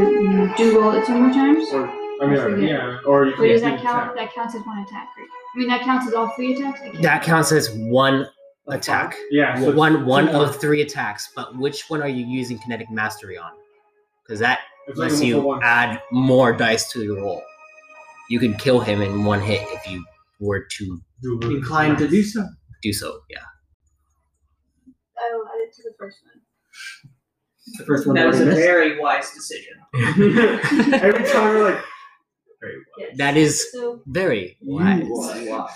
Speaker 5: do roll it two more times.
Speaker 4: Or I mean, or, yeah. Or you
Speaker 5: Wait, does
Speaker 4: can
Speaker 5: that count? That counts as one attack, right? I mean, that counts as all three attacks. I can't-
Speaker 1: That counts as one attack.
Speaker 4: Yeah. So
Speaker 1: One one of three attacks, but which one are you using kinetic mastery on? Because that
Speaker 4: it's like
Speaker 1: lets
Speaker 4: one for
Speaker 1: you
Speaker 4: one.
Speaker 1: add more dice to your roll. You could kill him in one hit if you were to
Speaker 4: Do it.
Speaker 3: Inclined to do so.
Speaker 1: do so. Yeah.
Speaker 5: Oh, I will add it to the first one.
Speaker 3: The first one
Speaker 2: that was a
Speaker 3: already missed.
Speaker 2: very wise decision.
Speaker 4: Every time we're like, very well.
Speaker 5: Yes.
Speaker 1: That is
Speaker 5: So,
Speaker 1: very
Speaker 4: You
Speaker 1: wise.
Speaker 4: wise.
Speaker 5: uh,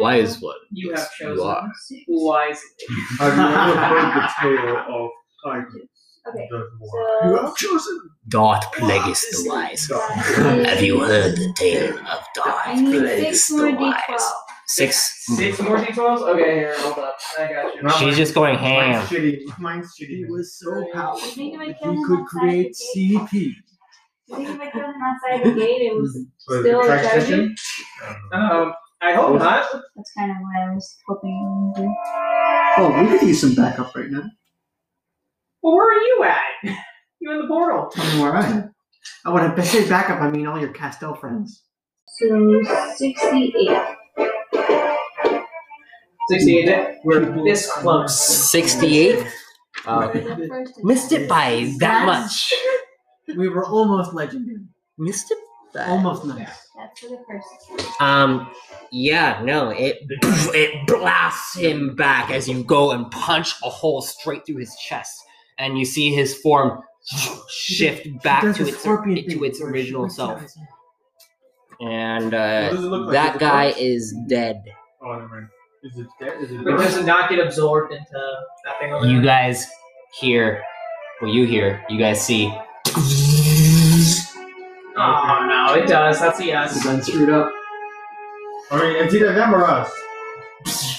Speaker 1: Wise one.
Speaker 2: You
Speaker 1: Yes,
Speaker 2: have chosen
Speaker 1: You are.
Speaker 2: wisely.
Speaker 4: I've never heard the tale of Titus
Speaker 5: Okay,
Speaker 4: the
Speaker 5: so-
Speaker 4: Wise. have chosen
Speaker 1: Darth Plagueis the Wise. Have you heard the tale of Darth
Speaker 5: I need
Speaker 1: Plagueis
Speaker 5: six more
Speaker 1: the Wise?
Speaker 5: d12.
Speaker 1: Six.
Speaker 2: Six more d12s? Okay, here, hold up. I got you.
Speaker 1: She's just going ham.
Speaker 4: Mine's shitty. Mine's
Speaker 3: He
Speaker 4: shitty.
Speaker 3: was so powerful.
Speaker 5: Think of my
Speaker 3: that
Speaker 5: cannon
Speaker 3: He could
Speaker 5: outside
Speaker 3: create
Speaker 5: the gate.
Speaker 3: CP.
Speaker 5: I think if I killed him outside the gate, it was
Speaker 4: Was it
Speaker 5: still a
Speaker 4: attraction?
Speaker 5: judgment.
Speaker 2: Um, I hope not.
Speaker 5: That's kind of what I was hoping. it would be.
Speaker 3: Oh, we could use some backup right now.
Speaker 2: Well, where are you at? You in the portal.
Speaker 3: Tell me where I am. I want to say backup. I mean all your Castell friends.
Speaker 5: So 68.
Speaker 2: 68. We're this close.
Speaker 1: 68? Wow.
Speaker 5: The first
Speaker 1: Missed it by that much.
Speaker 3: We were almost legendary.
Speaker 1: Missed it
Speaker 5: Oh
Speaker 1: by.
Speaker 3: Almost nice.
Speaker 5: That's for the first.
Speaker 1: Um, yeah, no, it it blasts him back as you go and punch a hole straight through his chest, and you see his form shift back
Speaker 3: She does
Speaker 1: to
Speaker 3: the
Speaker 1: its
Speaker 3: scorpion thing
Speaker 1: to its
Speaker 3: where she
Speaker 1: original
Speaker 3: lifts her
Speaker 1: self.
Speaker 3: eyes up.
Speaker 1: And
Speaker 4: What
Speaker 1: uh,
Speaker 4: does it look like? Is
Speaker 1: that
Speaker 4: it
Speaker 1: guy
Speaker 4: close?
Speaker 1: is dead.
Speaker 4: Oh, never mind. Is it dead? Is it
Speaker 2: But does it not get absorbed into that thing over
Speaker 1: You
Speaker 2: there?
Speaker 1: guys hear, well, you hear, you guys see.
Speaker 2: Oh, no, it does. That's a
Speaker 3: The
Speaker 2: yes.
Speaker 3: gun screwed up.
Speaker 4: I mean, it's either them or us.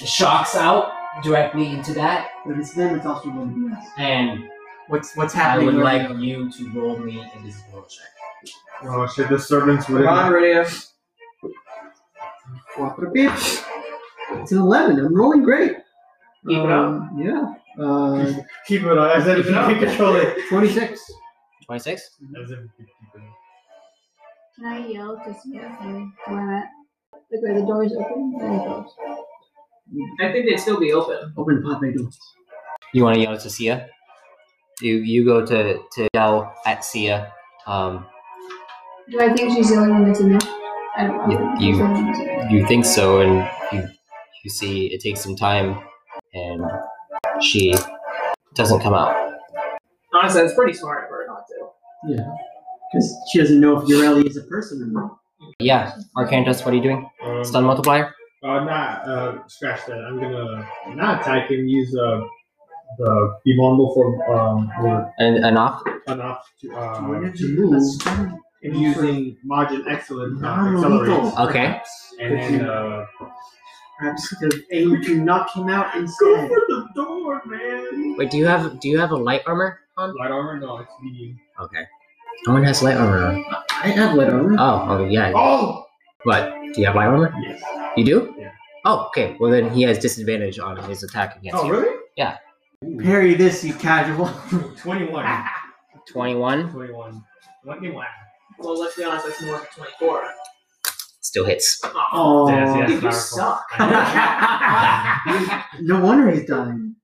Speaker 1: Shocks out directly into that,
Speaker 3: But it's them. It's also one. Yes.
Speaker 1: and
Speaker 3: What's what's
Speaker 1: I
Speaker 3: happening?
Speaker 1: would
Speaker 3: right
Speaker 1: like
Speaker 3: now?
Speaker 1: you to roll me a invisibility check.
Speaker 4: Oh shit, the servants would
Speaker 2: Come on,
Speaker 4: have.
Speaker 2: Rudio.
Speaker 3: Walk with a bitch. It's an eleven. I'm rolling great.
Speaker 2: Keep it up.
Speaker 3: Um, Yeah. Uh,
Speaker 4: Keep it on. As if
Speaker 3: Keep it
Speaker 4: you
Speaker 3: up.
Speaker 4: can control it.
Speaker 3: twenty-six.
Speaker 1: Twenty-six.
Speaker 4: As if you can keep it up.
Speaker 5: Can I yell to see if I'm not? Like, are the doors open? Are they closed?
Speaker 2: I think they'd still be open.
Speaker 3: Open pot they do.
Speaker 1: You want to yell to Sia? You you go to to yell at Sia. Um,
Speaker 5: Do I think she's the only one that's in there? I don't know.
Speaker 1: You-
Speaker 5: She's the only one that's in there.
Speaker 1: you think so, and you you see it takes some time, and she doesn't come out.
Speaker 2: Honestly, that's pretty smart of her not to.
Speaker 3: Yeah. Because she doesn't know if Urelli is a person or not.
Speaker 1: Yeah, Arcantus, what are you doing?
Speaker 4: Um,
Speaker 1: Stun multiplier.
Speaker 4: Uh, not uh, scratch that. I'm gonna not attack him. Use uh, the be vulnerable for um or
Speaker 1: And and off.
Speaker 4: enough to
Speaker 3: Wouldn't
Speaker 4: uh,
Speaker 3: it
Speaker 4: to
Speaker 3: be a
Speaker 4: move
Speaker 3: strong-
Speaker 4: and using Majin Excellent uh, accelerate.
Speaker 3: Non-lethal.
Speaker 1: Okay.
Speaker 4: And then uh,
Speaker 3: Perhaps to aim to knock him out
Speaker 4: go
Speaker 3: instead.
Speaker 4: for the door, man.
Speaker 1: Wait, do you have do you have a light armor on?
Speaker 4: Light armor? No, it's medium.
Speaker 1: Okay. No one has light armor on.
Speaker 3: I have light armor.
Speaker 1: Oh, oh yeah.
Speaker 4: Oh
Speaker 1: What? Do you have light armor?
Speaker 4: yes.
Speaker 1: You do?
Speaker 4: Yeah.
Speaker 1: Oh, okay. Well, then he has disadvantage on his attack against
Speaker 4: Oh
Speaker 1: you.
Speaker 4: really?
Speaker 1: Yeah.
Speaker 3: Parry this, you casual.
Speaker 4: Twenty-one.
Speaker 1: Twenty-one
Speaker 4: 21. One game left.
Speaker 2: Well, let's be honest, that's more than 24.
Speaker 1: still hits.
Speaker 2: Oh,
Speaker 3: Oh,
Speaker 4: Yes, yes.
Speaker 2: dude, you
Speaker 4: powerful.
Speaker 2: suck.
Speaker 3: no wonder he's dying.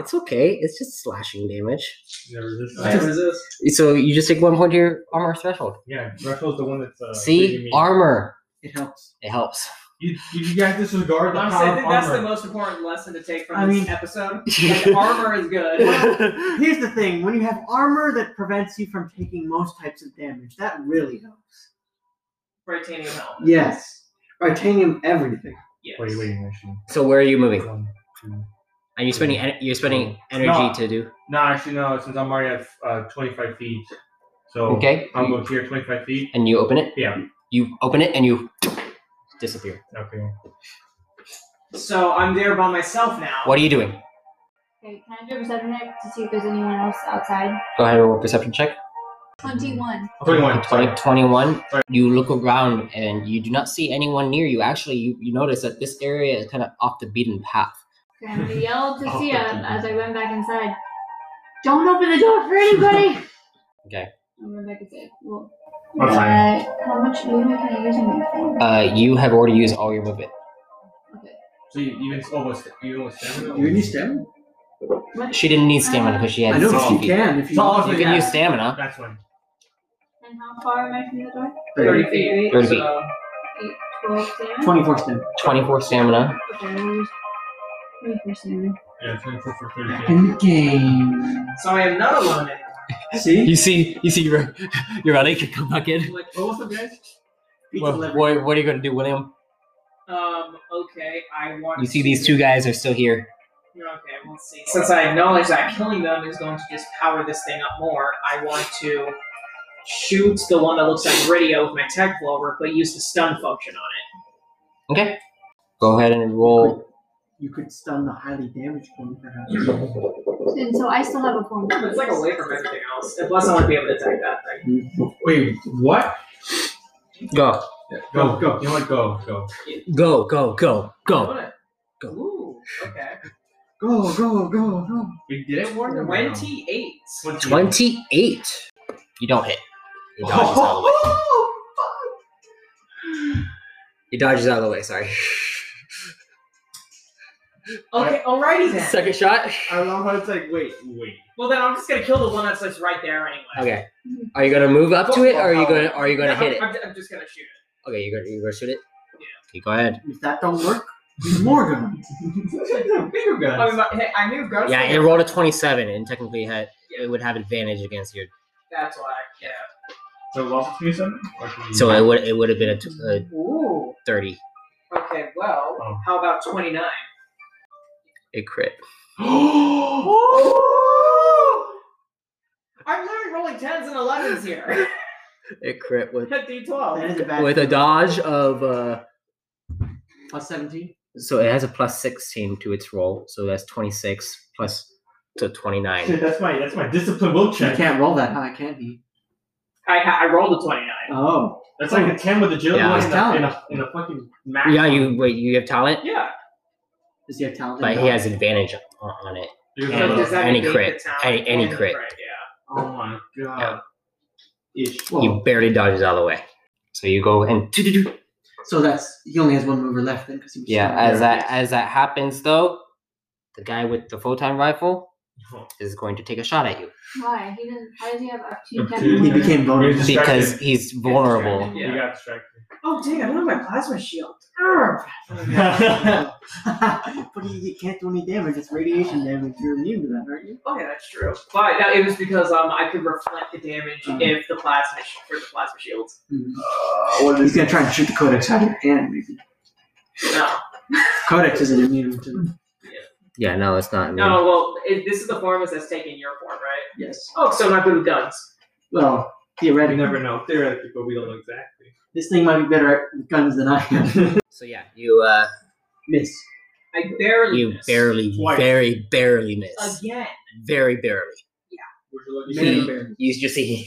Speaker 1: It's okay. It's just slashing damage.
Speaker 4: Never resist.
Speaker 2: What is this?
Speaker 1: So you just take one point to your armor threshold.
Speaker 4: Yeah, Russell's the one that's. Uh, saving
Speaker 1: See,
Speaker 4: me.
Speaker 1: armor.
Speaker 3: It helps.
Speaker 1: It helps.
Speaker 4: You, you guys disregard the
Speaker 2: Honestly, I
Speaker 4: power of
Speaker 2: think that's the
Speaker 4: armor.
Speaker 2: most important lesson to take from
Speaker 3: I
Speaker 2: this
Speaker 3: mean-
Speaker 2: episode. Like, armor is good.
Speaker 3: Here's the thing: when you have armor that prevents you from taking most types of damage, that really helps.
Speaker 2: Titanium help.
Speaker 3: Yes. Titanium, everything.
Speaker 2: Yes.
Speaker 4: What are you waiting, actually?
Speaker 1: so where are you moving?
Speaker 4: One, two.
Speaker 1: Are you spending? En- you're spending energy
Speaker 4: No.
Speaker 1: to do.
Speaker 4: No, actually, no, since I'm already at uh, 25 feet. So
Speaker 1: Okay.
Speaker 4: I'm up here 25 feet.
Speaker 1: And you open it.
Speaker 4: Yeah.
Speaker 1: You open it and you disappear.
Speaker 4: Okay.
Speaker 2: So I'm there by myself now.
Speaker 1: What are you doing?
Speaker 5: Okay, can I do a perception check to see if there's anyone else outside?
Speaker 1: Go ahead and roll a perception check.
Speaker 5: 21.
Speaker 4: 21.
Speaker 1: Twenty-
Speaker 4: sorry.
Speaker 1: 21.
Speaker 4: Sorry.
Speaker 1: You look around and you do not see anyone near you. Actually, you, you notice that this area is kind of off the beaten path.
Speaker 5: Okay, I'm gonna yell to
Speaker 4: Oh,
Speaker 5: Sia
Speaker 4: thank you.
Speaker 5: as I run back inside. Don't open the door for anybody!
Speaker 1: Okay.
Speaker 5: I'm gonna back inside. Well,
Speaker 4: I'm fine.
Speaker 5: uh, how much movement can I use in my phone?
Speaker 1: Uh, you have already used all your movement.
Speaker 4: So you even almost, you almost stamina?
Speaker 3: You need stamina.
Speaker 1: She didn't need stamina because she had
Speaker 3: I know
Speaker 1: 60
Speaker 3: but
Speaker 1: feet.
Speaker 3: you can if you.
Speaker 4: Tall
Speaker 1: You
Speaker 4: as
Speaker 1: can
Speaker 4: Yeah.
Speaker 1: use stamina.
Speaker 4: That's one.
Speaker 5: And how far am I from the door?
Speaker 2: 30 feet.
Speaker 1: 30 feet.
Speaker 2: So,
Speaker 5: 12 damage?
Speaker 3: Twenty-four stamina.
Speaker 1: 24 stamina.
Speaker 5: Okay, I'll use 24 damage.
Speaker 4: Yeah, 24 for 30.
Speaker 6: In the game.
Speaker 7: So I am not alone anymore.
Speaker 3: See?
Speaker 1: You see, you see, your your alley can come back in.
Speaker 4: Like, what was up, guys?
Speaker 3: Beat the
Speaker 1: What,
Speaker 3: lever.
Speaker 1: what, what are you gonna do, William?
Speaker 2: Um, okay, I want
Speaker 1: You
Speaker 2: to
Speaker 1: see, these two guys are still here.
Speaker 2: Okay, we'll see. Since I acknowledge that killing them is going to just power this thing up more, I want to shoot the one that looks like Riddio with my tech flower, but use the stun function on it.
Speaker 1: Go ahead and roll.
Speaker 3: You could stun the highly damaged one, perhaps.
Speaker 5: And so I still have a form.
Speaker 2: But it's like away from everything else. And plus, I want to be able to attack that thing.
Speaker 4: Wait, what?
Speaker 1: Go,
Speaker 4: Go, go. You know what? Go, go.
Speaker 1: go, go, go, go. Go.
Speaker 2: Ooh, okay.
Speaker 3: Go, go, go, go.
Speaker 4: We did it, Warden?
Speaker 2: 28.
Speaker 1: Twenty-eight. You don't hit. He dodges out of the way. He dodges out of the
Speaker 2: Oh,
Speaker 1: way. Sorry.
Speaker 2: Okay, alrighty then.
Speaker 1: Second shot.
Speaker 4: I don't know how it's like, wait, wait.
Speaker 2: Well, then I'm just gonna kill the one that's like right there anyway.
Speaker 1: Okay. Are you gonna move up to it, or are you gonna are you gonna
Speaker 2: Oh. Yeah,
Speaker 1: hit it?
Speaker 2: I'm, I'm just gonna shoot it.
Speaker 1: Okay, you're gonna you gonna shoot it.
Speaker 2: Yeah.
Speaker 1: Okay, go ahead.
Speaker 3: If that don't work, use more guns.
Speaker 4: Bigger
Speaker 2: I, mean,
Speaker 4: guns.
Speaker 2: but, hey, I knew guns.
Speaker 1: Yeah,
Speaker 2: were-
Speaker 1: it rolled a twenty-seven, and technically had it would have advantage against your.
Speaker 2: That's why. Yeah.
Speaker 4: So, lost to me something? Or can you-
Speaker 1: So it would it would have been a, t- a
Speaker 2: Ooh.
Speaker 1: thirty.
Speaker 2: Okay. Well,
Speaker 4: Oh.
Speaker 2: how about 29?
Speaker 1: It crit.
Speaker 2: I'm literally rolling tens and elevens here.
Speaker 1: It crit with
Speaker 2: Hit
Speaker 3: That
Speaker 2: D12.
Speaker 3: is a bad
Speaker 1: with a dodge of uh.
Speaker 3: Plus 17?
Speaker 1: So it has a plus sixteen to its roll, so that's twenty-six plus to twenty-nine.
Speaker 4: Shit, that's my that's my discipline will
Speaker 3: You
Speaker 4: check.
Speaker 3: can't roll that high, can he?
Speaker 2: I, ha- I rolled a 29.
Speaker 3: Oh.
Speaker 4: That's like a ten with agility
Speaker 1: Yeah.
Speaker 4: and, a,
Speaker 3: Talent.
Speaker 4: and, a, and a fucking max.
Speaker 1: Yeah, you wait. You have talent,
Speaker 2: Yeah.
Speaker 3: Does he have talent?
Speaker 1: but he has advantage on, on it.
Speaker 4: You're
Speaker 1: And-
Speaker 4: gonna-
Speaker 2: does that
Speaker 1: any
Speaker 2: negate
Speaker 1: crit.
Speaker 2: the talent?
Speaker 1: Any- any crit.
Speaker 2: Yeah.
Speaker 4: oh my god. Ish.
Speaker 3: Well,
Speaker 1: He barely dodges out of the way. So you go and
Speaker 3: So that's he only has one mover left then because he was
Speaker 1: Yeah,
Speaker 3: stunned.
Speaker 1: as that as that happens though, the guy with the photon rifle is going to take a shot at you
Speaker 5: Why? He doesn't. How does he have up to
Speaker 4: Up
Speaker 5: ten?
Speaker 4: to-
Speaker 3: he
Speaker 5: movement?
Speaker 3: became vulnerable.
Speaker 4: He's
Speaker 1: because
Speaker 4: distracted.
Speaker 1: he's vulnerable.
Speaker 2: Yeah.
Speaker 4: You got distracted.
Speaker 2: Oh, dang, I don't have my plasma shield. Arr.
Speaker 3: but he, he can't do any damage. It's radiation damage. You're immune to that, aren't you?
Speaker 2: Oh, yeah, that's true. But no, it was because um, I could reflect the damage
Speaker 4: Mm-hmm.
Speaker 2: if the plasma sh- for the plasma shields.
Speaker 3: He's gonna try and shoot the codex out of your hand. Maybe.
Speaker 2: No.
Speaker 3: Codex isn't immune to.
Speaker 1: Yeah, no, it's not.
Speaker 2: No, well, it, this is the form that's taking your form, right?
Speaker 3: Yes.
Speaker 2: Oh, so not good with guns.
Speaker 3: Well,
Speaker 4: you
Speaker 3: theoretically,
Speaker 4: never know. Theoretically, but we don't know exactly.
Speaker 3: this thing might be better at guns than I am.
Speaker 1: So yeah, you uh,
Speaker 3: Miss.
Speaker 2: I barely.
Speaker 1: you
Speaker 2: missed.
Speaker 1: barely,
Speaker 4: Twice.
Speaker 1: very barely miss,
Speaker 2: Again.
Speaker 1: very barely.
Speaker 4: Where's your lucky
Speaker 1: Man.
Speaker 4: shot?
Speaker 1: You just see.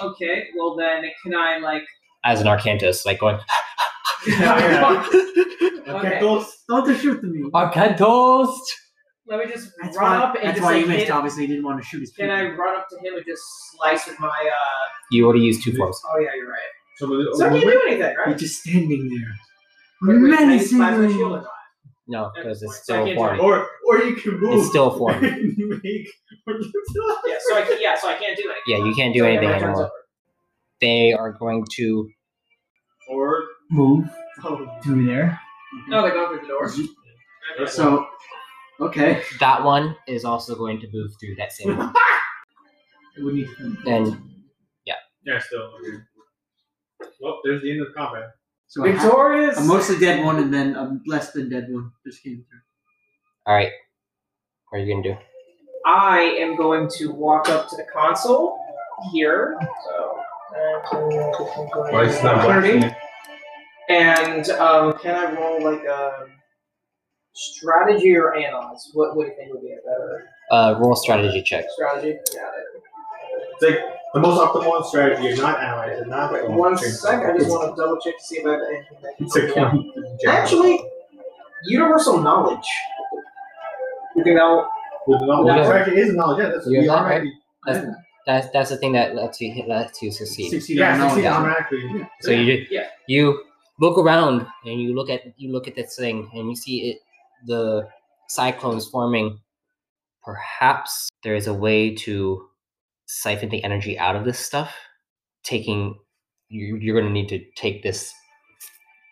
Speaker 2: Okay, well then, can I like?
Speaker 1: As an Arcantus, like going,
Speaker 4: Yeah.
Speaker 2: Okay.
Speaker 4: those-
Speaker 3: Don't just shoot the me.
Speaker 1: Arcantos!
Speaker 2: Let me just
Speaker 3: That's
Speaker 2: run
Speaker 3: why,
Speaker 2: up and
Speaker 3: that's
Speaker 2: just
Speaker 3: why
Speaker 2: like,
Speaker 3: you missed.
Speaker 2: hit-
Speaker 3: Obviously, he didn't want to shoot his
Speaker 2: Can I
Speaker 3: people.
Speaker 2: run up to him and just slice with my? uh
Speaker 1: You already used two forms.
Speaker 2: Oh yeah, you're right.
Speaker 4: So, the-
Speaker 2: So I can't do anything,
Speaker 3: You're
Speaker 2: right?
Speaker 3: just standing there.
Speaker 2: Wait, wait, can I use plasma shield or
Speaker 3: Menacing.
Speaker 2: not?
Speaker 1: No, because it's
Speaker 2: So I
Speaker 1: still a
Speaker 2: can't
Speaker 1: form.
Speaker 2: do
Speaker 4: or or you can move.
Speaker 1: It's still a form.
Speaker 4: You make- or you-
Speaker 2: Yeah, so I can, yeah, so I can't do anything.
Speaker 1: Yeah, you can't do
Speaker 2: So, yeah,
Speaker 1: anything
Speaker 2: my turn's
Speaker 1: anymore. They are going to.
Speaker 4: or
Speaker 6: Move
Speaker 4: oh,
Speaker 6: through there.
Speaker 2: over. No, they go through the door. Okay.
Speaker 3: So, okay.
Speaker 1: That one is also going to move through that same one.
Speaker 6: It would need to
Speaker 1: And
Speaker 4: yeah, still. Okay. Well, there's the end of combat.
Speaker 3: So I have-
Speaker 2: Victorious.
Speaker 3: A mostly dead one and then a less than dead one just came through.
Speaker 1: all right, what are you gonna do?
Speaker 2: I am going to walk up to the console here. So. uh,
Speaker 4: Why is it not
Speaker 2: Thirty.
Speaker 4: blasting?
Speaker 2: And um, can I roll like a strategy or analyze? What would you think would be a better
Speaker 1: Uh, roll strategy check.
Speaker 2: strategy? Yeah.
Speaker 4: It's like the most optimal strategy is not allies and not.
Speaker 2: Wait, one sec. I just want to double check to see if I have anything that can
Speaker 4: It's a
Speaker 2: help me out.
Speaker 4: county.
Speaker 2: Actually, universal knowledge. You can now.
Speaker 4: With the knowledge.
Speaker 1: Yeah.
Speaker 4: Actually, it is knowledge. Yeah, that's
Speaker 1: You're
Speaker 4: we
Speaker 1: not
Speaker 4: already.
Speaker 1: That's that's that's the thing that lets you lets you succeed.
Speaker 3: Succeed on
Speaker 4: Yeah,
Speaker 3: knowledge.
Speaker 4: succeed automatically.
Speaker 1: So you ju-
Speaker 2: Yeah.
Speaker 1: you look around and you look at you look at this thing and you see it the cyclones forming. Perhaps there is a way to siphon the energy out of this stuff. Taking you, you're going to need to take this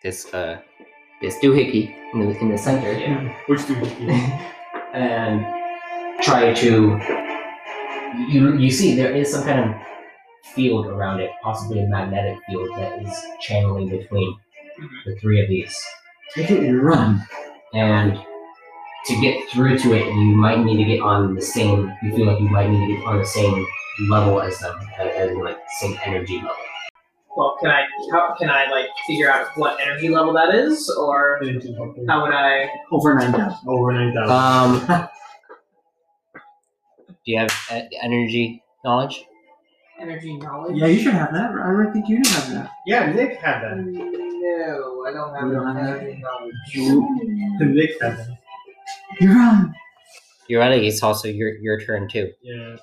Speaker 1: this uh
Speaker 8: this doohickey in the, in the center
Speaker 4: Which do we
Speaker 8: and try to. You you see there is some kind of field around it, possibly a magnetic field that is channeling between the three of these.
Speaker 3: Take it and run.
Speaker 8: And to get through to it, you might need to get on the same. You feel like you might need to get on the same level as them, as in like same energy level.
Speaker 2: Well, can I how, can I like figure out what energy level that is, or how would I?
Speaker 3: Over 9,000.
Speaker 4: Over 9,000.
Speaker 1: Um, do you have e- energy knowledge?
Speaker 2: Energy knowledge.
Speaker 3: Yeah, you should have that. I don't think you have that.
Speaker 4: yeah, Nick had that.
Speaker 2: No, I don't have
Speaker 3: You don't have
Speaker 2: energy knowledge.
Speaker 4: Nick had that.
Speaker 3: You're on.
Speaker 1: You're right. It's also your your turn too.
Speaker 4: Yeah.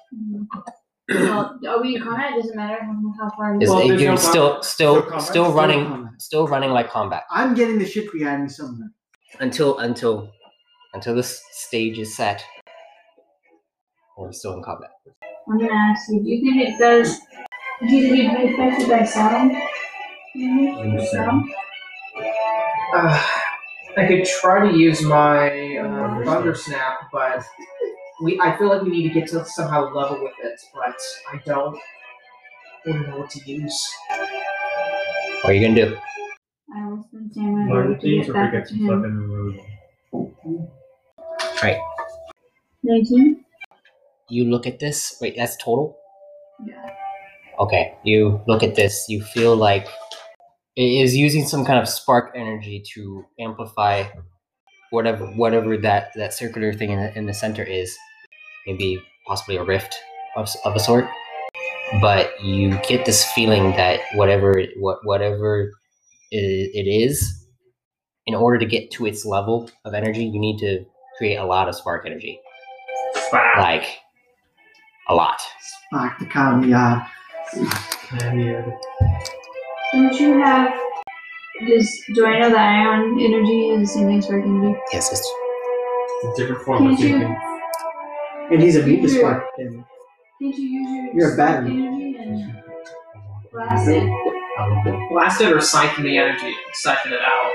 Speaker 5: well, are we combat? Doesn't matter how- how far.
Speaker 1: Is
Speaker 4: Well, there's
Speaker 1: you're
Speaker 4: no
Speaker 1: still
Speaker 4: combat.
Speaker 1: still
Speaker 4: No combat.
Speaker 1: still running
Speaker 3: Combat.
Speaker 1: still running like combat
Speaker 3: I'm getting the shit behind me somewhere.
Speaker 1: until until until this stage is set. We're still in combat.
Speaker 5: I'm gonna ask you. Do you think it does? Do you think it'd be affected by sound? Mhm, Sound?
Speaker 2: Uh, I could try to use my uh, thunder snap, but we I feel like we need to get to somehow level with it, but I don't. I don't know what to use.
Speaker 1: What are you gonna do?
Speaker 5: I will send Sam
Speaker 4: Learn
Speaker 5: over
Speaker 4: the
Speaker 5: to
Speaker 4: things
Speaker 5: get
Speaker 4: or
Speaker 5: back
Speaker 4: forget
Speaker 5: to
Speaker 4: some stuff
Speaker 5: him.
Speaker 4: and remove them.
Speaker 5: Nineteen.
Speaker 1: You look at this. Wait, that's total.
Speaker 5: Yeah.
Speaker 1: Okay, you look at this, you feel like it is using some kind of spark energy to amplify whatever whatever that, that circular thing in the, in the center is. Maybe possibly a rift of, s- of a sort. But you get this feeling that whatever it- what whatever i- it is, in order to get to its level of energy, you need to create a lot of spark energy.
Speaker 4: Bah.
Speaker 1: Like a lot.
Speaker 3: Spock the cow, yeah.
Speaker 5: Don't you have? Does do I know that ion energy is the same thing as spark energy?
Speaker 1: Yes, it's
Speaker 4: It's a different form of
Speaker 5: Can't you-
Speaker 4: thinking.
Speaker 3: And he's a beat the Spock. damn it.
Speaker 5: Can't you use your
Speaker 3: You're a
Speaker 5: spark
Speaker 3: battery.
Speaker 5: energy and blast it,
Speaker 2: Blast it or siphon the energy, siphon it out.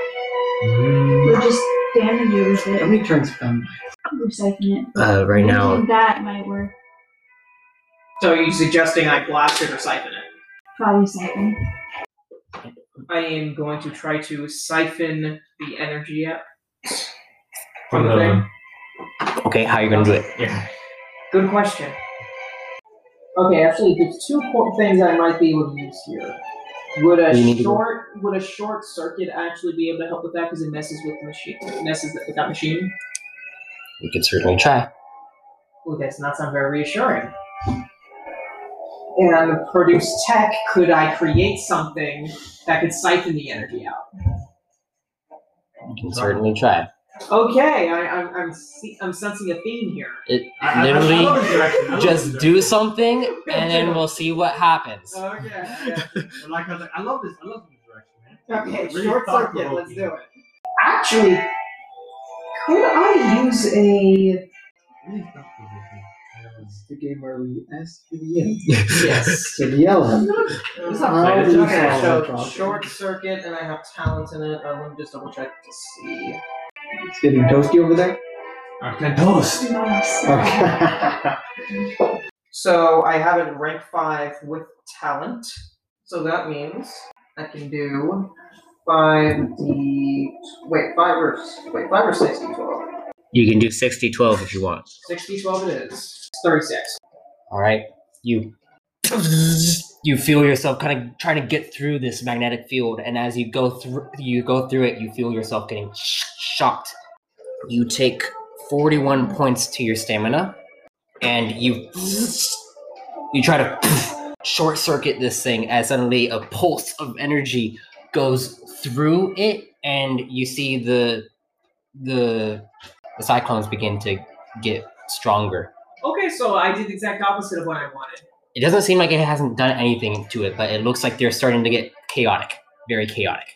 Speaker 1: Mm.
Speaker 5: or just damage it with
Speaker 3: How
Speaker 5: it,
Speaker 3: many turns have gone?
Speaker 5: recycling it?
Speaker 1: uh, right now.
Speaker 5: Maybe that might work.
Speaker 2: So are you suggesting I blast it or siphon it?
Speaker 5: Probably siphon.
Speaker 2: I am going to try to siphon the energy out.
Speaker 4: From the,
Speaker 1: Okay, how you gonna do it?
Speaker 4: yeah.
Speaker 2: Good question. Okay, actually, there's two po- things I might be able to use here. Would
Speaker 1: You
Speaker 2: a
Speaker 1: need to go-
Speaker 2: short would a short circuit actually be able to help with that? Because it messes with the machine. It messes with that machine.
Speaker 1: You could certainly try.
Speaker 2: Ooh, that's not sound very reassuring. And produce tech. Could I create something that could siphon the energy out?
Speaker 1: You can certainly try.
Speaker 2: Okay, I, I'm I'm se- I'm sensing a theme here.
Speaker 1: It
Speaker 4: I- I- I love
Speaker 1: literally
Speaker 4: his direction. I love his
Speaker 1: just
Speaker 4: direction.
Speaker 1: do something, and then we'll see what happens.
Speaker 2: Okay.
Speaker 4: And like I was like, I love this. I love this direction, man.
Speaker 2: Okay,
Speaker 4: Really
Speaker 2: short circuit.
Speaker 4: thought-provoking.
Speaker 2: Let's do it. Actually, could I use a?
Speaker 4: Really thought-provoking.
Speaker 3: It's the game where we ask for the end.
Speaker 2: Yes.
Speaker 3: To the yellow.
Speaker 2: It's
Speaker 4: not
Speaker 3: How
Speaker 4: like
Speaker 3: do
Speaker 4: it's
Speaker 3: you
Speaker 4: not
Speaker 2: Okay,
Speaker 3: solve the
Speaker 2: so
Speaker 3: problem?
Speaker 2: short circuit, and I have talent in it. I want to just double check to see.
Speaker 3: It's getting toasty over there.
Speaker 4: Okay.
Speaker 3: Toast.
Speaker 5: Blast.
Speaker 3: Okay.
Speaker 2: So I have it rank five with talent. So that means I can do five d wait five or wait five or six d twelve.
Speaker 1: You can do 60 12 if you want.
Speaker 2: Six d twelve it is. Thirty six.
Speaker 1: All right, you. You feel yourself kind of trying to get through this magnetic field, and as you go through, you go through it. You feel yourself getting sh- shocked. You take forty-one points to your stamina, and you you try to short circuit this thing. As suddenly a pulse of energy goes through it, and you see the the the cyclones begin to get stronger.
Speaker 2: Okay, so I did the exact opposite of what I wanted.
Speaker 1: It doesn't seem like it hasn't done anything to it, but it looks like they're starting to get chaotic, very chaotic,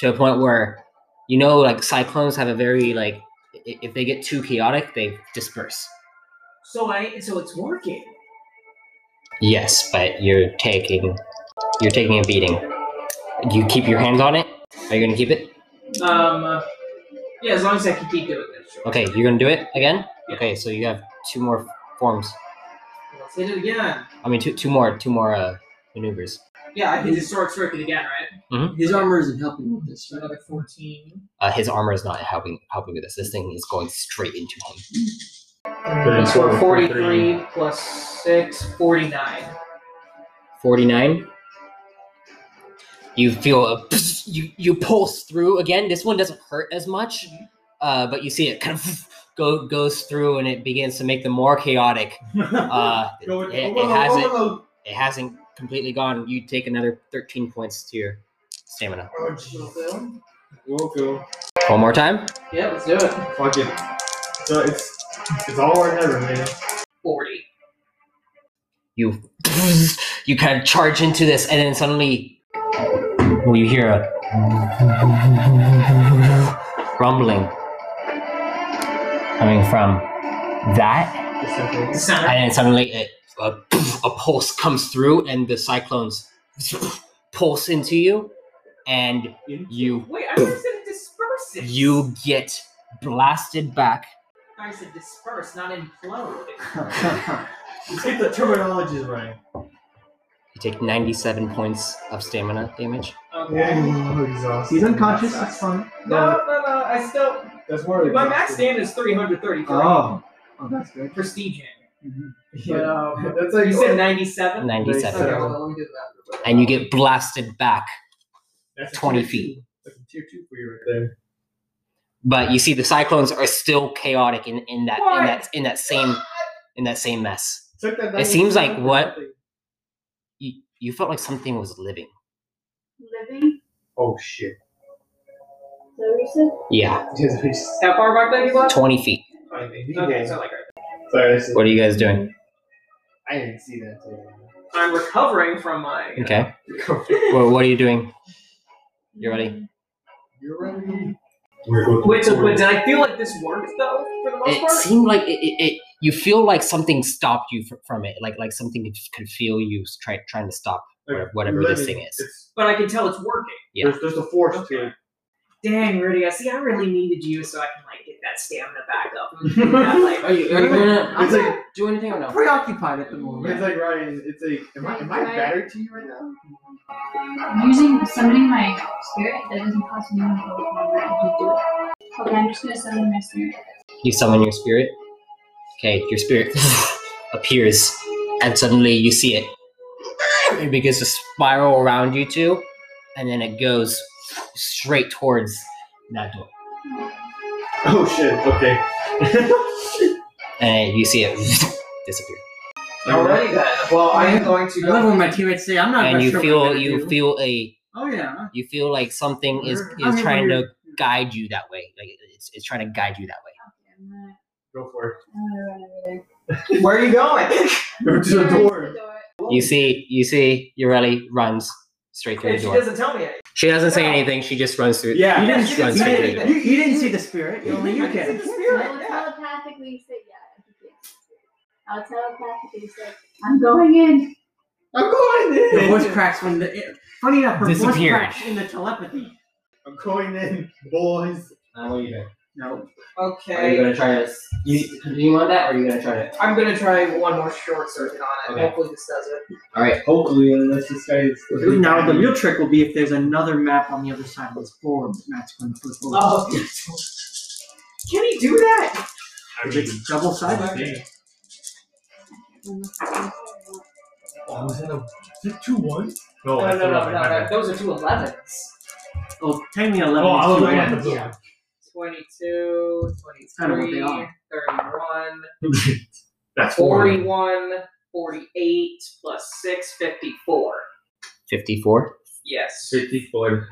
Speaker 1: to a point where, you know, like cyclones have a very like, i- if they get too chaotic, they disperse.
Speaker 2: So I so it's working.
Speaker 1: Yes, but you're taking, you're taking a beating. Do you keep your hands on it? Are you gonna keep it?
Speaker 2: Um, uh, yeah, as long as I can keep doing that. Sure.
Speaker 1: Okay, you're gonna do it again.
Speaker 2: Yeah.
Speaker 1: Okay, so you have two more forms.
Speaker 2: Let's hit it again.
Speaker 1: I mean, two two more two more uh, maneuvers.
Speaker 2: Yeah, I can do sword circuit again, right?
Speaker 3: His armor isn't helping with this.
Speaker 2: So another 14.
Speaker 1: Uh, his armor is not helping helping with this. This thing is going straight into him.
Speaker 4: Thirty,
Speaker 2: So
Speaker 4: 43.
Speaker 2: 43 plus 6, 49.
Speaker 1: 49 you feel a you you pulse through again this one doesn't hurt as much uh, but you see it kind of go goes through and it begins to make them more chaotic uh, it,
Speaker 4: Going
Speaker 1: it
Speaker 4: overload,
Speaker 1: hasn't
Speaker 4: overload.
Speaker 1: it hasn't completely gone you take another 13 points to your stamina
Speaker 2: Oh, jeez.
Speaker 4: Okay.
Speaker 1: one more time
Speaker 2: Yeah, let's do it.
Speaker 4: Fuck it. So it's it's all or never, man.
Speaker 2: 40.
Speaker 1: you you kind of charge into this and then suddenly well you hear a rumbling coming from that
Speaker 4: It's simple.
Speaker 2: It's not
Speaker 1: and then suddenly it, a, a pulse comes through and the cyclones pulse into you and you
Speaker 2: Wait, I said disperse it.
Speaker 1: you get blasted back
Speaker 2: I said disperse, not implode.
Speaker 4: Let's get the terminology right.
Speaker 1: you take 97 points of stamina damage
Speaker 2: Okay.
Speaker 3: He's unconscious. It's fine.
Speaker 2: No, no, no. I still.
Speaker 4: That's more
Speaker 2: My max stand is 333
Speaker 3: Oh, oh, that's good.
Speaker 2: prestige.
Speaker 3: Mhm.
Speaker 2: But, um,
Speaker 4: That's
Speaker 2: you
Speaker 4: like
Speaker 2: said 97?
Speaker 1: 97
Speaker 2: Okay, well, let me do that.
Speaker 1: and you get blasted back
Speaker 4: That's a
Speaker 1: 20
Speaker 4: tier
Speaker 1: feet.
Speaker 4: two. That's a tier two for you right there.
Speaker 1: but you see the cyclones are still chaotic in, in that in
Speaker 2: What?
Speaker 1: that in that same in that same mess
Speaker 4: Took that
Speaker 1: It seems
Speaker 4: 97
Speaker 1: like what-
Speaker 4: for nothing.
Speaker 1: you, you felt like something was living
Speaker 5: Living?
Speaker 4: Oh shit.
Speaker 5: Is that what you said?
Speaker 1: yeah
Speaker 2: How far back did you go?
Speaker 1: 20 feet
Speaker 2: Okay, so like right
Speaker 4: Sorry, this is,
Speaker 1: what are you guys doing
Speaker 4: I didn't see that.
Speaker 2: I'm recovering from my.
Speaker 1: okay well, what are you doing you ready
Speaker 4: You're ready.
Speaker 2: Wait, so but did I feel like this worked though for the most
Speaker 1: it
Speaker 2: part?
Speaker 1: seemed like it, it, it you feel like something stopped you fr- from it like like something could, could feel you s- try, trying to stop Whatever- whatever this thing is.
Speaker 4: It's,
Speaker 2: But I can tell it's working.
Speaker 1: Yeah.
Speaker 4: There's, there's a force to it.
Speaker 2: Dang, Rudy, I see I really needed you so I can like get that stamina back up. and do that, like-
Speaker 3: Are you, are you gonna I'm
Speaker 4: It's like
Speaker 3: do anything or no? Preoccupied at the moment.
Speaker 4: it's like Ryan. It's like am I am I
Speaker 5: Right.
Speaker 4: battered to you right now?
Speaker 5: Using summoning my spirit, that doesn't cost me anything. Okay, I'm just gonna summon my spirit.
Speaker 1: you summon your spirit okay your spirit appears and suddenly you see it it begins to spiral around you two and then it goes straight towards that door
Speaker 4: Oh shit. Okay.
Speaker 1: and you see it disappear
Speaker 2: Alrighty then. Well, I am going to
Speaker 3: I love
Speaker 2: go.
Speaker 3: when my teammates say, "I'm not."
Speaker 1: and you
Speaker 3: sure what I'm
Speaker 1: feel
Speaker 3: gonna
Speaker 1: you
Speaker 3: do."
Speaker 1: feel a
Speaker 3: Oh yeah.
Speaker 1: you feel like something is
Speaker 3: I
Speaker 1: is
Speaker 3: mean,
Speaker 1: trying to
Speaker 3: we're-
Speaker 1: guide you that way like it's, it's trying to guide you that way
Speaker 5: Okay, I'm gonna,
Speaker 4: Go for it.
Speaker 5: I'm gonna run over there.
Speaker 2: Where are you going?
Speaker 4: Go to the
Speaker 5: Run to
Speaker 4: door.
Speaker 1: You see, you see, Ureli runs straight through
Speaker 2: And
Speaker 1: the
Speaker 2: she
Speaker 1: door.
Speaker 2: doesn't tell me. yet.
Speaker 1: She doesn't say anything. She just runs through.
Speaker 4: Yeah.
Speaker 3: You didn't
Speaker 1: she
Speaker 3: see the
Speaker 1: runs
Speaker 2: didn't
Speaker 1: through
Speaker 2: say
Speaker 1: the
Speaker 2: anything.
Speaker 1: door.
Speaker 3: spirit. You, you didn't see the spirit. Only you
Speaker 2: I can see
Speaker 3: can.
Speaker 2: the
Speaker 5: I
Speaker 2: spirit.
Speaker 5: will
Speaker 2: yeah.
Speaker 5: telepathically say, yeah, I think yes. I'll telepathically say, I'm going in.
Speaker 2: I'm going
Speaker 3: Her
Speaker 2: in.
Speaker 3: voice cracks when the. It, funny enough, her voice
Speaker 1: Disappeared.
Speaker 3: cracks in the telepathy.
Speaker 4: I'm going in, boys.
Speaker 9: Uh, what are you doing?
Speaker 3: No.
Speaker 9: Are you
Speaker 2: Okay.
Speaker 9: gonna try to? s- You, do you want that, or are you gonna try to?
Speaker 2: I'm gonna try one more short circuit on it.
Speaker 9: Okay.
Speaker 2: Hopefully this does it.
Speaker 9: All right.
Speaker 4: Hopefully, uh, unless this guy is.
Speaker 3: Now the real trick will be if there's another map on the other side of this board. that Matt's going to flip over.
Speaker 2: Oh. Can he do that?
Speaker 4: I mean,
Speaker 3: It's double sided.
Speaker 4: oh, is that a is that two one? No,
Speaker 2: no,
Speaker 4: that's
Speaker 2: no, no, no,
Speaker 4: eleven. My
Speaker 2: no.
Speaker 4: bad.
Speaker 2: Those are two 11s.
Speaker 3: Oh, take me eleven.
Speaker 4: Oh, I was
Speaker 3: is two
Speaker 4: looking at
Speaker 3: ones.
Speaker 4: the
Speaker 2: Yeah. 22, 23,
Speaker 3: Kinda what they are.
Speaker 2: 31,
Speaker 4: That's four.
Speaker 2: 41, 48, plus 6, 54.
Speaker 1: Fifty-four.
Speaker 2: Yes.
Speaker 4: Fifty-four.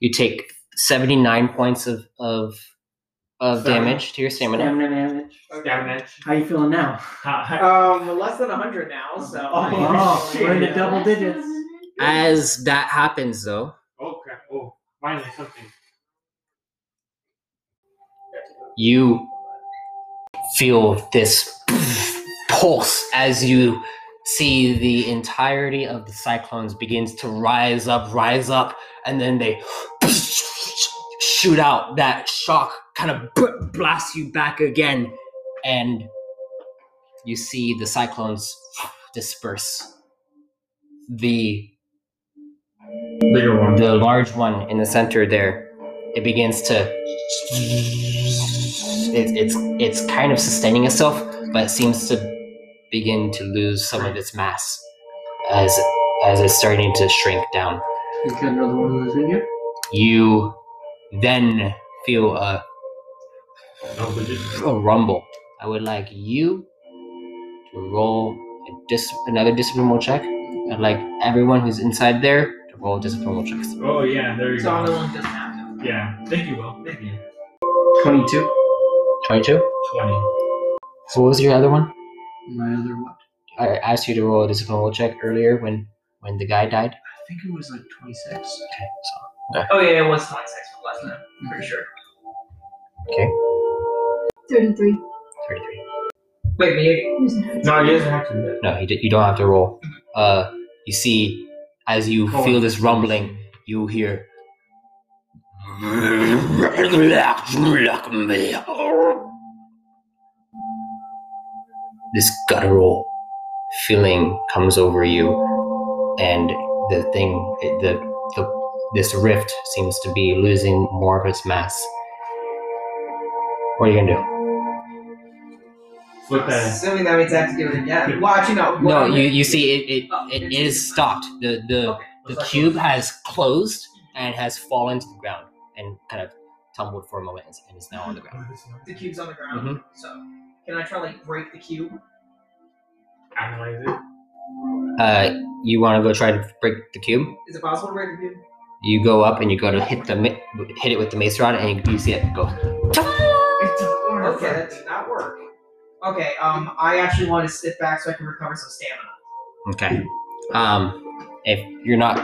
Speaker 1: You take seventy-nine points of of of
Speaker 4: Stamina.
Speaker 1: damage to your stamina.
Speaker 3: Stamina damage.
Speaker 4: Down edge.
Speaker 3: How you feeling now?
Speaker 4: Ha- ha-
Speaker 2: Um, less than 100 now, so. I-
Speaker 3: Oh,
Speaker 4: shit.
Speaker 3: we're in the double digits.
Speaker 1: As that happens, though,
Speaker 4: Oh crap! Oh, finally something.
Speaker 1: you feel this pulse as you see the entirety of the cyclones begins to rise up, rise up, and then they shoot out. That shock kind of b- blasts you back again, and you see the cyclones disperse. The
Speaker 4: Bigger one.
Speaker 1: the large one in the center there, it begins to. It, it's it's kind of sustaining itself, but it seems to begin to lose some of its mass as as it's starting to shrink down.
Speaker 3: He's got another one of those in here.
Speaker 1: You then feel a,
Speaker 4: No, but just-
Speaker 1: a rumble. I would like you to roll a dis- another discipline roll check. I'd like everyone who's inside there to roll discipline roll checks.
Speaker 4: oh yeah, there you
Speaker 7: So I'm the
Speaker 4: go.
Speaker 7: one who doesn't have them.
Speaker 4: Yeah, thank you, Will. Thank you.
Speaker 3: 22.
Speaker 1: 22?
Speaker 4: Twenty.
Speaker 1: So what was your other one?
Speaker 3: My other one.
Speaker 1: I asked you to roll a discipline roll check earlier when when the guy died.
Speaker 3: I think it was like 26.
Speaker 1: Okay, so
Speaker 7: Oh yeah, it was 26 for last time. I'm pretty sure.
Speaker 5: 33.
Speaker 1: 33.
Speaker 7: Wait, me?
Speaker 4: No, he doesn't have to admit.
Speaker 1: No, you, d- you don't have to roll. Uh, you see, as you feel this rumbling, you hear. This guttural feeling comes over you, and the thing, it- the, the this rift seems to be losing more of its mass. What are you gonna do?
Speaker 4: Flip that.
Speaker 7: Assuming that means I have to do it again. Well, actually, no.
Speaker 1: No,
Speaker 7: Well,
Speaker 1: you, you see it it,
Speaker 7: Oh,
Speaker 1: it
Speaker 7: it's-
Speaker 1: is stopped. The the
Speaker 7: Okay.
Speaker 1: the cube has closed and has fallen to the ground and kind of tumbled for a moment and- and is now on the ground.
Speaker 7: The cube's on the ground,
Speaker 3: Mm-hmm.
Speaker 7: so can I try like break the cube?
Speaker 4: Analyze it.
Speaker 1: Uh, you want to go try to break the cube?
Speaker 7: Is it possible to break the cube?
Speaker 1: You go up and you go to hit the ma- hit it with the mace rod and you, you see it go.
Speaker 7: Okay, that did not work. Okay, um, I actually want to sit back so I can recover some stamina.
Speaker 1: Okay. Um, if you're not,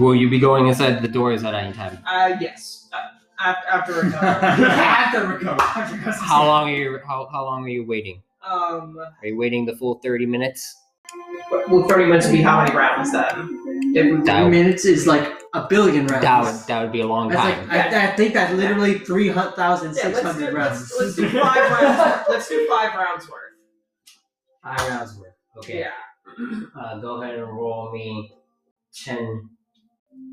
Speaker 1: will you be going inside the doors at any time?
Speaker 7: Uh, yes. Uh, after, after recover.
Speaker 6: After recover. After recover.
Speaker 1: How long are you? How, how long are you waiting?
Speaker 7: um,
Speaker 1: Are you waiting the full thirty minutes?
Speaker 7: but will 30 minutes be how many rounds then? If we-
Speaker 1: That,
Speaker 3: Three minutes is like a billion rounds.
Speaker 1: that would that would be a long
Speaker 3: That's
Speaker 1: time.
Speaker 3: like, I, I think that's literally
Speaker 7: Yeah, let's
Speaker 3: 3,600
Speaker 7: do,
Speaker 3: rounds.
Speaker 7: let's, let's do five rounds. Let's do five rounds worth.
Speaker 1: Five rounds worth. Okay.
Speaker 7: Yeah.
Speaker 1: Uh, go ahead and roll me 10.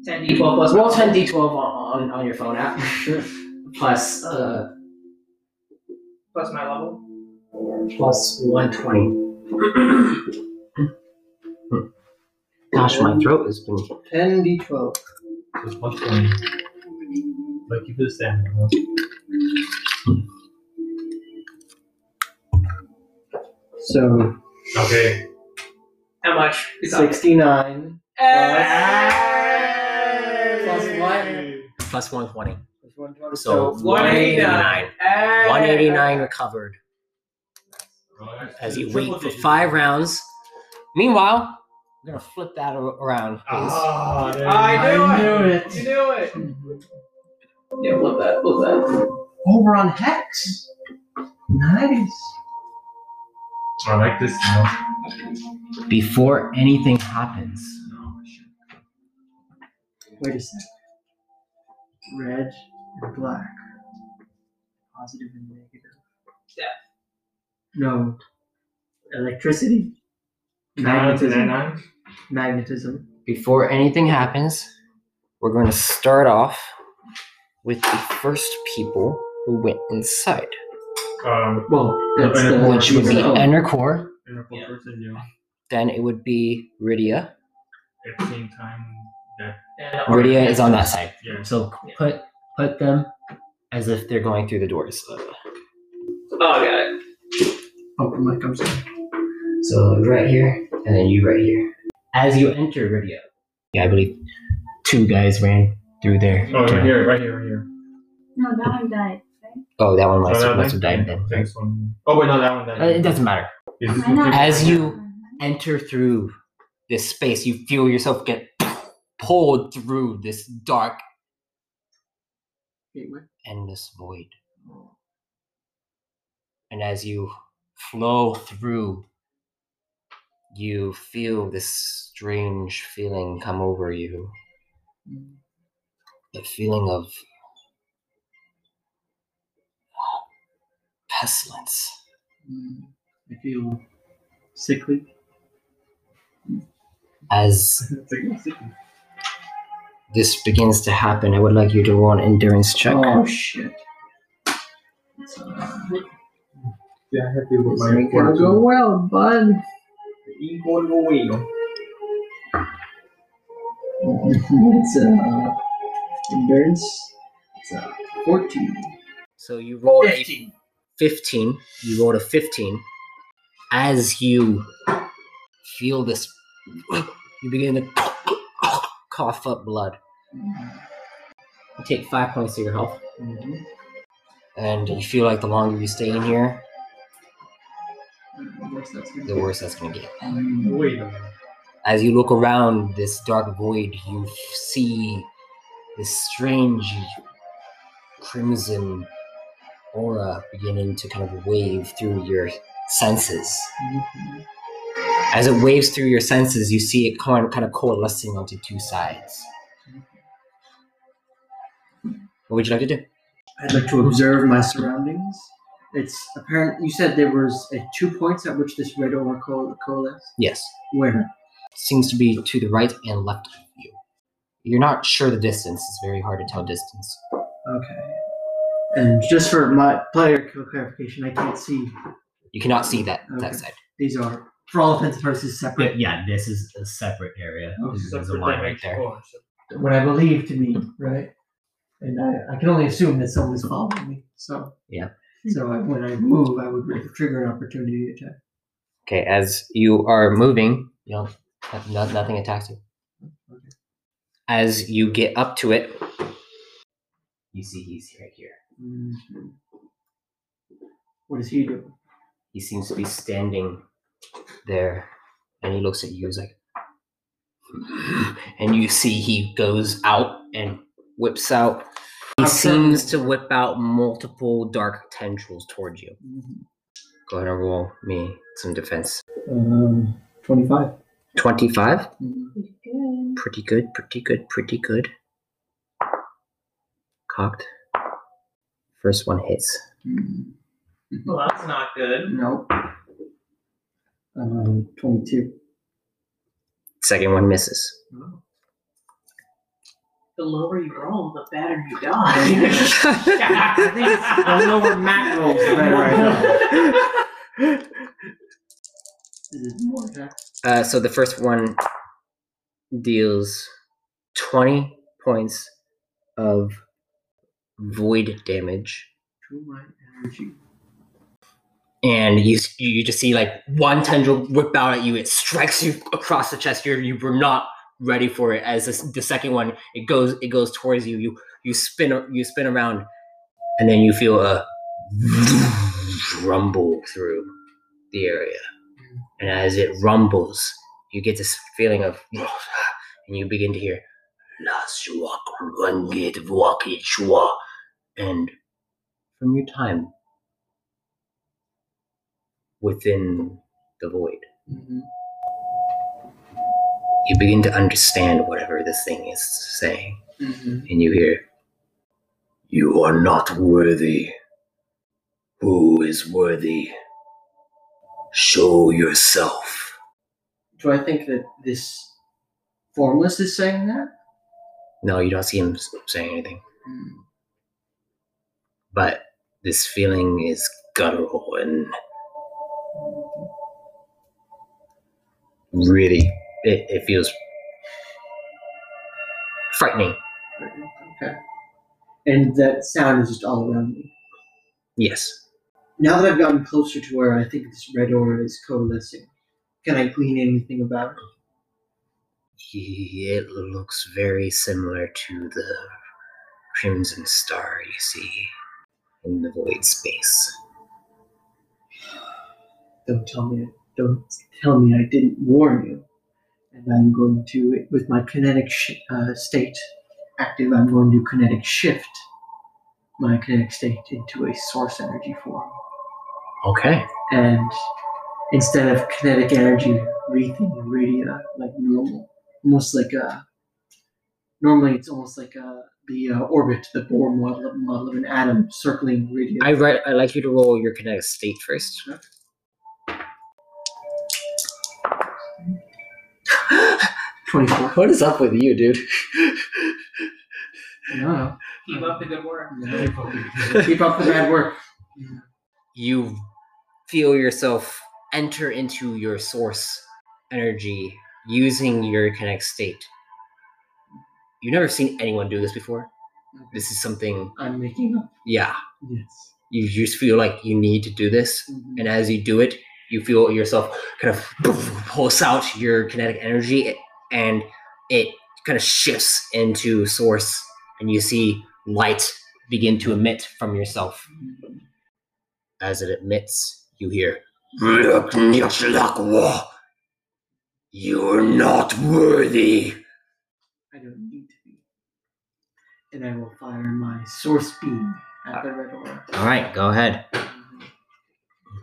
Speaker 7: 10 d12 plus.
Speaker 1: roll 10d12 on, on, on your phone app. plus, uh,
Speaker 7: Plus my level.
Speaker 1: plus 120. Gosh, my throat has been.
Speaker 3: 10d12.
Speaker 4: Just one twenty. Like you do stamina. huh?
Speaker 3: So
Speaker 4: Okay.
Speaker 7: How much? is up?
Speaker 3: 69
Speaker 7: Hey!
Speaker 3: Plus
Speaker 1: Plus 120.
Speaker 3: is 120.
Speaker 1: So,
Speaker 7: 189.
Speaker 1: 189.
Speaker 7: Hey!
Speaker 1: 189 recovered as you wait for five rounds. Meanwhile, I'm gonna flip that ar- around.
Speaker 4: Ah, there you
Speaker 7: I knew
Speaker 3: I
Speaker 7: it.
Speaker 3: knew it.
Speaker 7: You knew it. Yeah, love that. Love that.
Speaker 3: Oh, we're on Hex. Nice.
Speaker 4: go. I like this now.
Speaker 1: Before anything happens,
Speaker 3: Wait a sec. Red and black. Positive and negative.
Speaker 7: Yeah.
Speaker 3: No. Electricity.
Speaker 4: Nine to
Speaker 3: Magnetism.
Speaker 4: nine.
Speaker 3: Magnetism.
Speaker 1: before anything happens, we're going to start off with the first people who went inside,
Speaker 4: Um,
Speaker 3: Well, that's
Speaker 4: And
Speaker 3: the
Speaker 4: orange
Speaker 1: which would be
Speaker 3: oh,
Speaker 1: Enercor.
Speaker 4: and of course, you.
Speaker 1: Then it would be Rydia.
Speaker 4: At the same time, that
Speaker 7: And
Speaker 1: Rydia is on that side,
Speaker 4: yeah.
Speaker 1: so put put them as if they're going through the doors.
Speaker 7: Oh, got it.
Speaker 3: open mic. I'm sorry.
Speaker 1: So right here, and then you right here. As you enter Rydia, yeah, I believe two guys ran through there.
Speaker 4: Oh, right here, right here, right here.
Speaker 5: No, that one died. right?
Speaker 1: Oh, that one
Speaker 4: Oh,
Speaker 1: must
Speaker 4: that
Speaker 1: must have died
Speaker 4: one.
Speaker 1: then.
Speaker 4: Next one. Oh wait, no, that one. That
Speaker 1: Uh, It doesn't matter.
Speaker 4: Is this
Speaker 5: Why not?
Speaker 4: confusing?
Speaker 1: As you- enter through this space. You feel yourself get pulled through this dark,
Speaker 3: Gateway.
Speaker 1: endless void. And as you flow through, you feel this strange feeling come over you. The feeling of
Speaker 10: pestilence.
Speaker 3: Mm, I feel sickly.
Speaker 1: As
Speaker 4: It's like, yeah, see,
Speaker 1: this begins to happen, I would like you to roll an endurance check.
Speaker 3: Oh shit. It's, uh,
Speaker 4: yeah, I have to with
Speaker 3: it's
Speaker 4: my
Speaker 3: ain't gonna go well, bud.
Speaker 4: Equal to wheel.
Speaker 3: it's uh, endurance. It's uh, fourteen.
Speaker 1: So you rolled a 15. You rolled a 15. As you feel this, you begin to cough up blood. You take five points to your health. And you feel like the longer you stay in here, the worse that's going to get.
Speaker 4: Wait.
Speaker 1: As you look around this dark void, you f- see this strange crimson aura beginning to kind of wave through your senses. As it waves through your senses, you see it kind of, kind of coalescing onto two sides. What would you like to do?
Speaker 3: I'd like to observe my surroundings. It's apparent. You said there was uh, two points at which this red aura coal- coalesced.
Speaker 1: Yes.
Speaker 3: Where?
Speaker 1: Seems to be to the right and left of you. You're not sure the distance. It's very hard to tell distance.
Speaker 3: Okay. And just for my player clarification, I can't see.
Speaker 1: You cannot see that that
Speaker 3: Okay.
Speaker 1: side.
Speaker 3: These are, for all intents and purposes, separate.
Speaker 10: yeah, this is a separate area. This is- there's a
Speaker 4: Oh, Separate
Speaker 10: line right
Speaker 4: dimension.
Speaker 10: there.
Speaker 4: Oh, so-
Speaker 3: What I believe to be right, and I, I can only assume that someone's following me. So.
Speaker 1: Yeah.
Speaker 3: So I, when I move, I would trigger an opportunity attack.
Speaker 1: Okay. As you are moving, you know, no, nothing attacks you. As you get up to it, you see he's right here.
Speaker 3: Mhm. What does he do?
Speaker 1: He seems to be standing there and he looks at you. He's like, and you see he goes out and whips out. He seems to whip out multiple dark tendrils towards you.
Speaker 4: Mm-hmm.
Speaker 1: Go ahead and roll me some defense.
Speaker 3: Um, twenty-five.
Speaker 1: 25?
Speaker 3: Mhm.
Speaker 5: Good.
Speaker 1: Pretty good, pretty good, pretty good. Cocked. First one hits.
Speaker 3: Mhm.
Speaker 11: Well, that's not good.
Speaker 3: Nope. Um, twenty-two.
Speaker 1: Second one misses.
Speaker 2: The lower you roll, the better you die.
Speaker 3: I don't know where Matt rolls the better I know. Is it more attack?
Speaker 1: Uh, so the first one deals 20 points of void damage.
Speaker 3: Two my energy.
Speaker 1: And you s- you just see like one tendril whip out at you. It strikes you across the chest. You you were not ready for it. As this, the second one, it goes it goes towards you. You you spin a- you spin around, and then you feel a rumble through the area. And as it rumbles, you get this feeling of, and you begin to hear, "Las Juak Rungit Vuaki Chua," and from your time within the void.
Speaker 3: Mhm.
Speaker 1: You begin to understand whatever this thing is saying,
Speaker 3: mm-hmm.
Speaker 1: and you hear, You are not worthy. Who is worthy? Show yourself.
Speaker 3: Do I think that this formless is saying that?
Speaker 1: No, you don't see him s- saying anything, but this feeling is guttural and really, it, it feels frightening.
Speaker 3: Mm-hmm. Okay. And that sound is just all around me.
Speaker 1: Yes.
Speaker 3: Now that I've gotten closer to where I think this red aura is coalescing, can I glean anything about it?
Speaker 1: It looks very similar to the crimson star you see in the void space.
Speaker 3: Don't tell me. Don't tell me I didn't warn you. And I'm going to, with my kinetic sh- uh, state active, I'm going to kinetic shift my kinetic state into a source energy form.
Speaker 1: Okay.
Speaker 3: And instead of kinetic energy, rethinking radia like normal, almost like a. Normally, it's almost like a the uh, orbit, the Bohr model, model of an atom circling radius.
Speaker 1: I write. I'd like you to roll your kinetic state first.
Speaker 3: Twenty-four.
Speaker 1: What is up with you, dude?
Speaker 3: No,
Speaker 2: Keep up the good work.
Speaker 3: no. keep up the bad work.
Speaker 1: you feel yourself enter into your source energy using your kinetic state. You've never seen anyone do this before. This is something,
Speaker 3: I'm making up.
Speaker 1: yeah.
Speaker 3: Yes.
Speaker 1: You just feel like you need to do this.
Speaker 3: Mhm.
Speaker 1: And as you do it, you feel yourself kind of pulse out your kinetic energy and it kind of shifts into source and you see light begin to emit from yourself. As it emits, you hear You're not worthy.
Speaker 3: I don't need to be. And I will fire my source beam at the red orb.
Speaker 1: Alright, go ahead.
Speaker 3: Mm-hmm.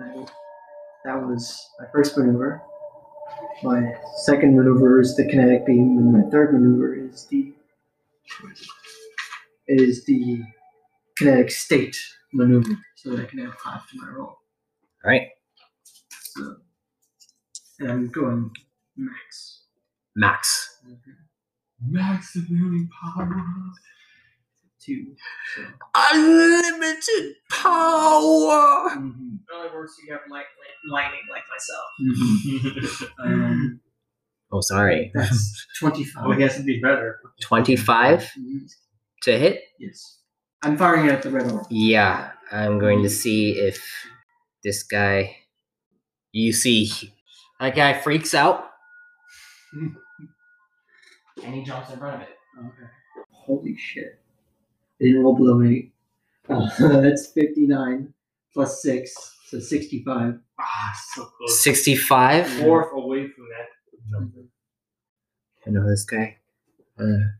Speaker 3: And I, that was my first maneuver. My second maneuver is the kinetic beam, and my third maneuver is the is the kinetic state maneuver, so that I can add five to my roll.
Speaker 1: Alright.
Speaker 3: So, and I'm going max.
Speaker 1: Max.
Speaker 4: Maximum power.
Speaker 3: Two. So.
Speaker 1: Unlimited power.
Speaker 3: Mhm.
Speaker 2: It only works if you have light, lightning like myself.
Speaker 3: Um,
Speaker 1: Oh, sorry.
Speaker 3: that's twenty-five.
Speaker 4: Oh, he has to be better.
Speaker 1: 25
Speaker 3: Mhm.
Speaker 1: to hit.
Speaker 3: Yes. I'm firing it at the red orb.
Speaker 1: Yeah, I'm going to see if this guy. You see, he- that guy freaks out. and he jumps in front of it.
Speaker 3: Okay. Holy shit. They didn't roll below eight. Uh, that's 59 plus six, so 65.
Speaker 4: Ah, so close.
Speaker 1: 65?
Speaker 4: Fourth away from that number.
Speaker 1: I know this guy. Uh,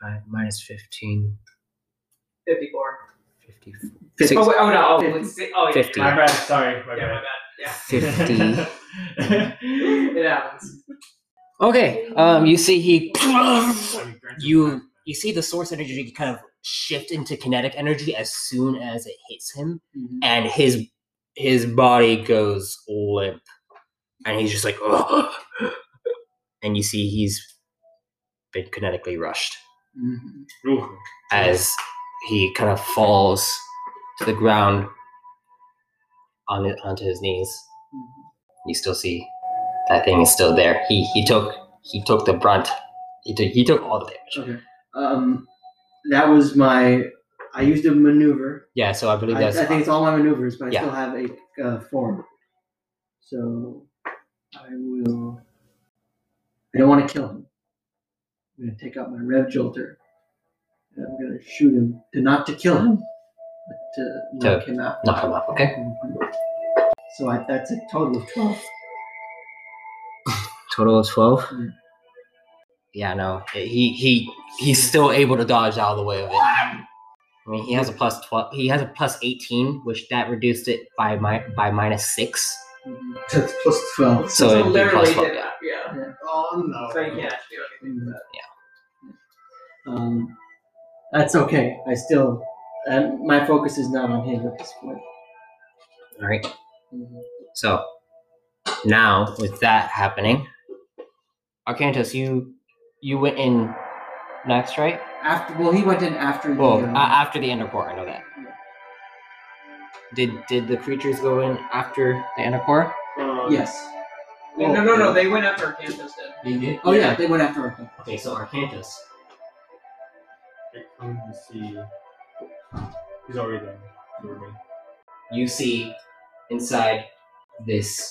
Speaker 1: 65 minus 15,
Speaker 2: 54.
Speaker 1: 50.
Speaker 3: Fifty.
Speaker 2: Oh, wait, oh no. Oh,
Speaker 3: Fifty.
Speaker 2: it's si- oh yeah,
Speaker 1: Fifty.
Speaker 2: My
Speaker 4: My
Speaker 2: bad.
Speaker 4: bad. Sorry. My
Speaker 2: Yeah, my
Speaker 4: bad.
Speaker 2: bad. Yeah.
Speaker 1: 50.
Speaker 2: It happens.
Speaker 1: Okay, um, you see he.
Speaker 4: Sorry, Grant.
Speaker 1: You you see the source energy kind of shift into kinetic energy as soon as it hits him.
Speaker 3: Mhm.
Speaker 1: and his his body goes limp and he's just like and you see he's been kinetically rushed
Speaker 3: Mhm.
Speaker 4: Ooh.
Speaker 1: as he kind of falls to the ground on it, onto his knees you still see that thing is still there he he took he took the brunt he took, he took all the damage
Speaker 3: Okay. Um, that was my. I used a maneuver.
Speaker 1: yeah so i believe
Speaker 3: I, I
Speaker 1: that's
Speaker 3: think it's all my maneuvers, but I
Speaker 1: Yeah.
Speaker 3: still have a uh, form. So I will. I don't want to kill him. I'm going to take out my rev jolter. And I'm going to shoot him. To not to kill him, but to knock him out.
Speaker 1: knock him up okay
Speaker 3: So I, that's a total of 12.
Speaker 1: total of 12
Speaker 3: Mm.
Speaker 1: yeah no he he he's still able to dodge out of the way of it i mean he has a plus 12 he has a plus 18 which that reduced it by my by minus 6
Speaker 7: Mm-hmm.
Speaker 3: That's plus 12.
Speaker 1: so it'd be plus
Speaker 2: literally
Speaker 1: 12
Speaker 2: did that. Yeah.
Speaker 7: Oh no.
Speaker 2: So you can't actually do it.
Speaker 3: Um, that's okay. I still. Um, my focus is not on him at this point.
Speaker 1: all right so now with that happening arcantus you you went in next right
Speaker 3: After, well, he went in after the.
Speaker 1: well a
Speaker 3: um,
Speaker 1: after the inner core Oh, i know that did did the creatures go in after the inner core
Speaker 4: Um,
Speaker 3: yes.
Speaker 2: No, no, no, no. They went after Campus did.
Speaker 1: they did
Speaker 3: Oh, yeah, they went after Arcanus.
Speaker 1: okay so arcantus
Speaker 4: I'm gonna see. He's already done. Never mind.
Speaker 1: you see inside this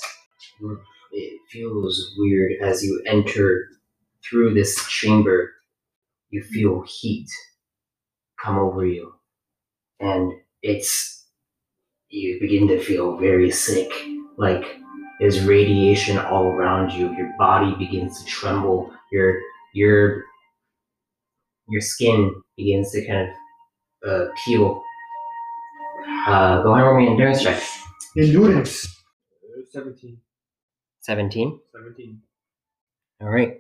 Speaker 1: it feels weird as you enter through this chamber you feel heat come over you and it's you begin to feel very sick like there's radiation all around you your body begins to tremble your your your skin begins to kind of uh, peel uh, go ahead and roll me an endurance check.
Speaker 4: Endurance. Uh, 17.
Speaker 1: 17.
Speaker 4: 17.
Speaker 1: All right.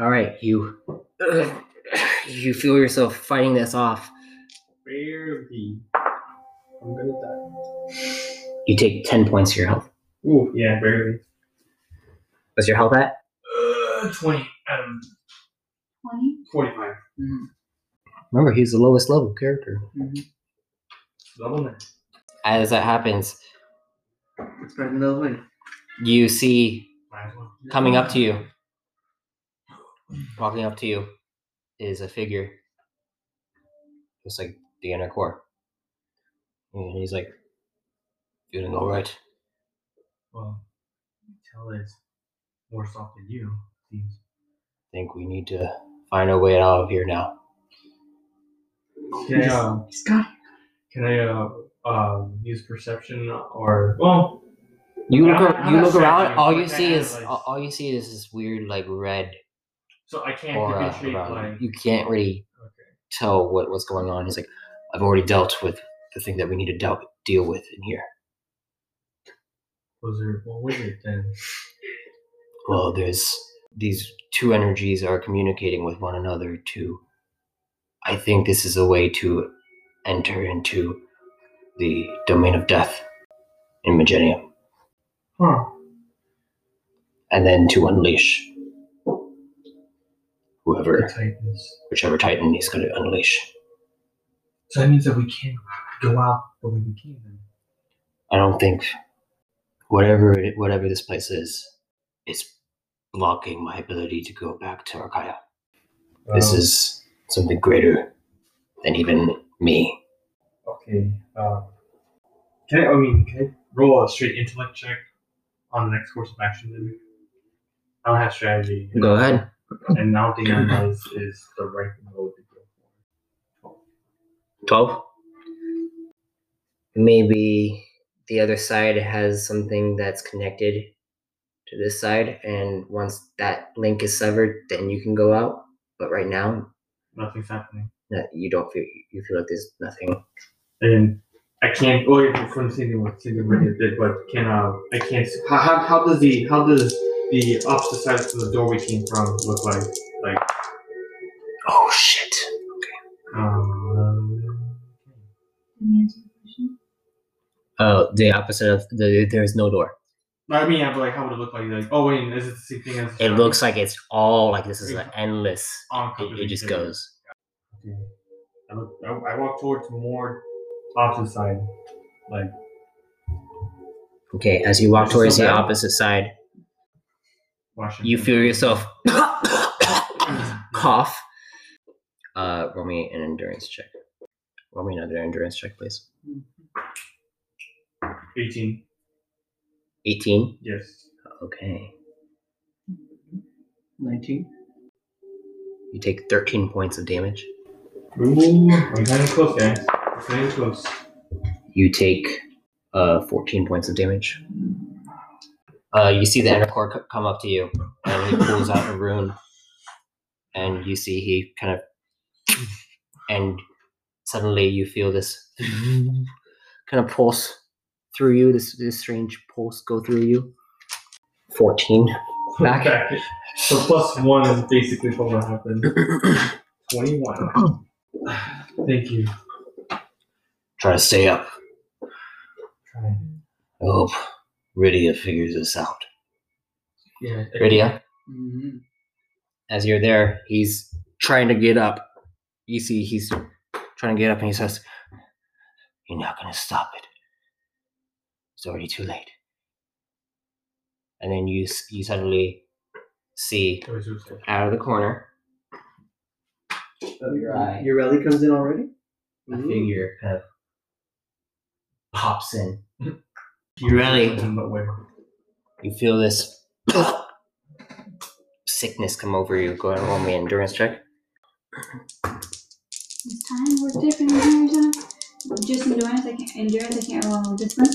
Speaker 1: All right, you you feel yourself fighting this off.
Speaker 4: Barely. I'm gonna die.
Speaker 1: You take ten points to your health.
Speaker 4: Ooh, yeah, barely.
Speaker 1: What's your health at?
Speaker 4: Uh, 20 out of
Speaker 5: 20?
Speaker 4: 45.
Speaker 1: Remember, he's the lowest level character.
Speaker 4: Level 9.
Speaker 1: As that happens,
Speaker 3: It's better than those wings.
Speaker 1: you see
Speaker 4: Might as well.
Speaker 1: coming up to you, walking up to you, is a figure. It's like the inner core. And he's like, feeling all right.
Speaker 4: Well, tell it's worse off than you. Seems.
Speaker 1: think we need to find a way out of here now.
Speaker 4: Can I, uh,
Speaker 3: He's got
Speaker 4: can I uh, uh, use perception or. Well,
Speaker 1: You look,
Speaker 4: Yeah,
Speaker 1: ar-
Speaker 4: I'm
Speaker 1: you
Speaker 4: not
Speaker 1: look
Speaker 4: sure,
Speaker 1: around.
Speaker 4: dude.
Speaker 1: All you
Speaker 4: Like, I
Speaker 1: see
Speaker 4: have,
Speaker 1: is
Speaker 4: like-
Speaker 1: all all you see is this weird, like red
Speaker 4: so I can't
Speaker 1: aura
Speaker 4: differentiate
Speaker 1: around.
Speaker 4: like.
Speaker 1: you. You can't really
Speaker 4: Okay.
Speaker 1: tell what what's going on. He's like, I've already dealt with the thing that we need to dealt, deal with in here.
Speaker 4: Was there, what was it then?
Speaker 1: Well, there's these two energies are communicating with one another to. I think this is a way to enter into the domain of death in Magenium,
Speaker 4: Huh.
Speaker 1: and then to unleash whoever.
Speaker 4: The Titans.
Speaker 1: whichever Titan he's going to unleash.
Speaker 4: So that means that we can't go out the way we came in.
Speaker 1: I don't think whatever it, whatever this place is, it's blocking my ability to go back to Arkaya. This
Speaker 4: Um,
Speaker 1: is something greater than even me.
Speaker 4: Okay. Uh, can I, I mean, can I roll a straight intellect check on the next course of action? Then? I don't have strategy,
Speaker 1: Go ahead.
Speaker 4: and I don't think analyze is the right mode to go for.
Speaker 1: Twelve. Maybe the other side has something that's connected to this side, and once that link is severed, then you can go out. But right now,
Speaker 4: Nothing's happening.
Speaker 1: no- you don't feel you feel like there's nothing.
Speaker 4: And I can't. Oh, yeah, from seeing what Cindy Rickett did, but can uh, I can't. s- How, how, how does the how does the opposite side from the door we came from look like?
Speaker 1: Oh shit!
Speaker 4: Um,
Speaker 5: Didn't answer the question.
Speaker 1: Oh, the opposite of the, there's no door.
Speaker 4: I mean, yeah, but like, how would it look like? Like, oh wait, is it the same thing as?
Speaker 1: It looks like it's all like this is an
Speaker 4: Great.
Speaker 1: endless.
Speaker 4: on
Speaker 1: It, it just goes.
Speaker 4: Okay. I, look, I, I walk towards more opposite side. Like,
Speaker 1: Okay, as you walk
Speaker 4: It's
Speaker 1: towards
Speaker 4: so
Speaker 1: the
Speaker 4: bad.
Speaker 1: opposite side,
Speaker 4: Washington.
Speaker 1: you feel yourself cough. Uh, roll me an endurance check. Roll me another endurance check, please.
Speaker 4: 18.
Speaker 1: Eighteen.
Speaker 4: Yes.
Speaker 1: Okay,
Speaker 3: 19.
Speaker 1: you take thirteen points of damage.
Speaker 4: Ooh, I'm getting close, guys. I'm getting close.
Speaker 1: You take uh fourteen points of damage. Uh, you see the inner core c- come up to you, and he pulls out a rune, and you see he kind of, and suddenly you feel this kind of pulse through you. This this strange pulse go through you. Fourteen back.
Speaker 4: Okay. So plus one is basically what will happen. 21. Thank you.
Speaker 1: Try to stay up.
Speaker 4: Try.
Speaker 1: I hope Rydia figures this out.
Speaker 4: Yeah.
Speaker 1: Rydia.
Speaker 3: Mm-hmm.
Speaker 1: as you're there, he's trying to get up. You see, he's trying to get up and he says, You're not going to stop it. It's already too late. And then you, s- you suddenly see
Speaker 4: That was yours.
Speaker 1: out of the corner of your eye
Speaker 3: Urelli comes in already?
Speaker 1: a
Speaker 3: Ooh.
Speaker 1: figure kind of pops in.
Speaker 4: You
Speaker 1: really-
Speaker 4: But wait.
Speaker 1: You feel this sickness come over you. Go ahead and roll me an endurance check.
Speaker 5: This time was different endurance. huh? Just endurance. I can't endurance. I can't roll this one.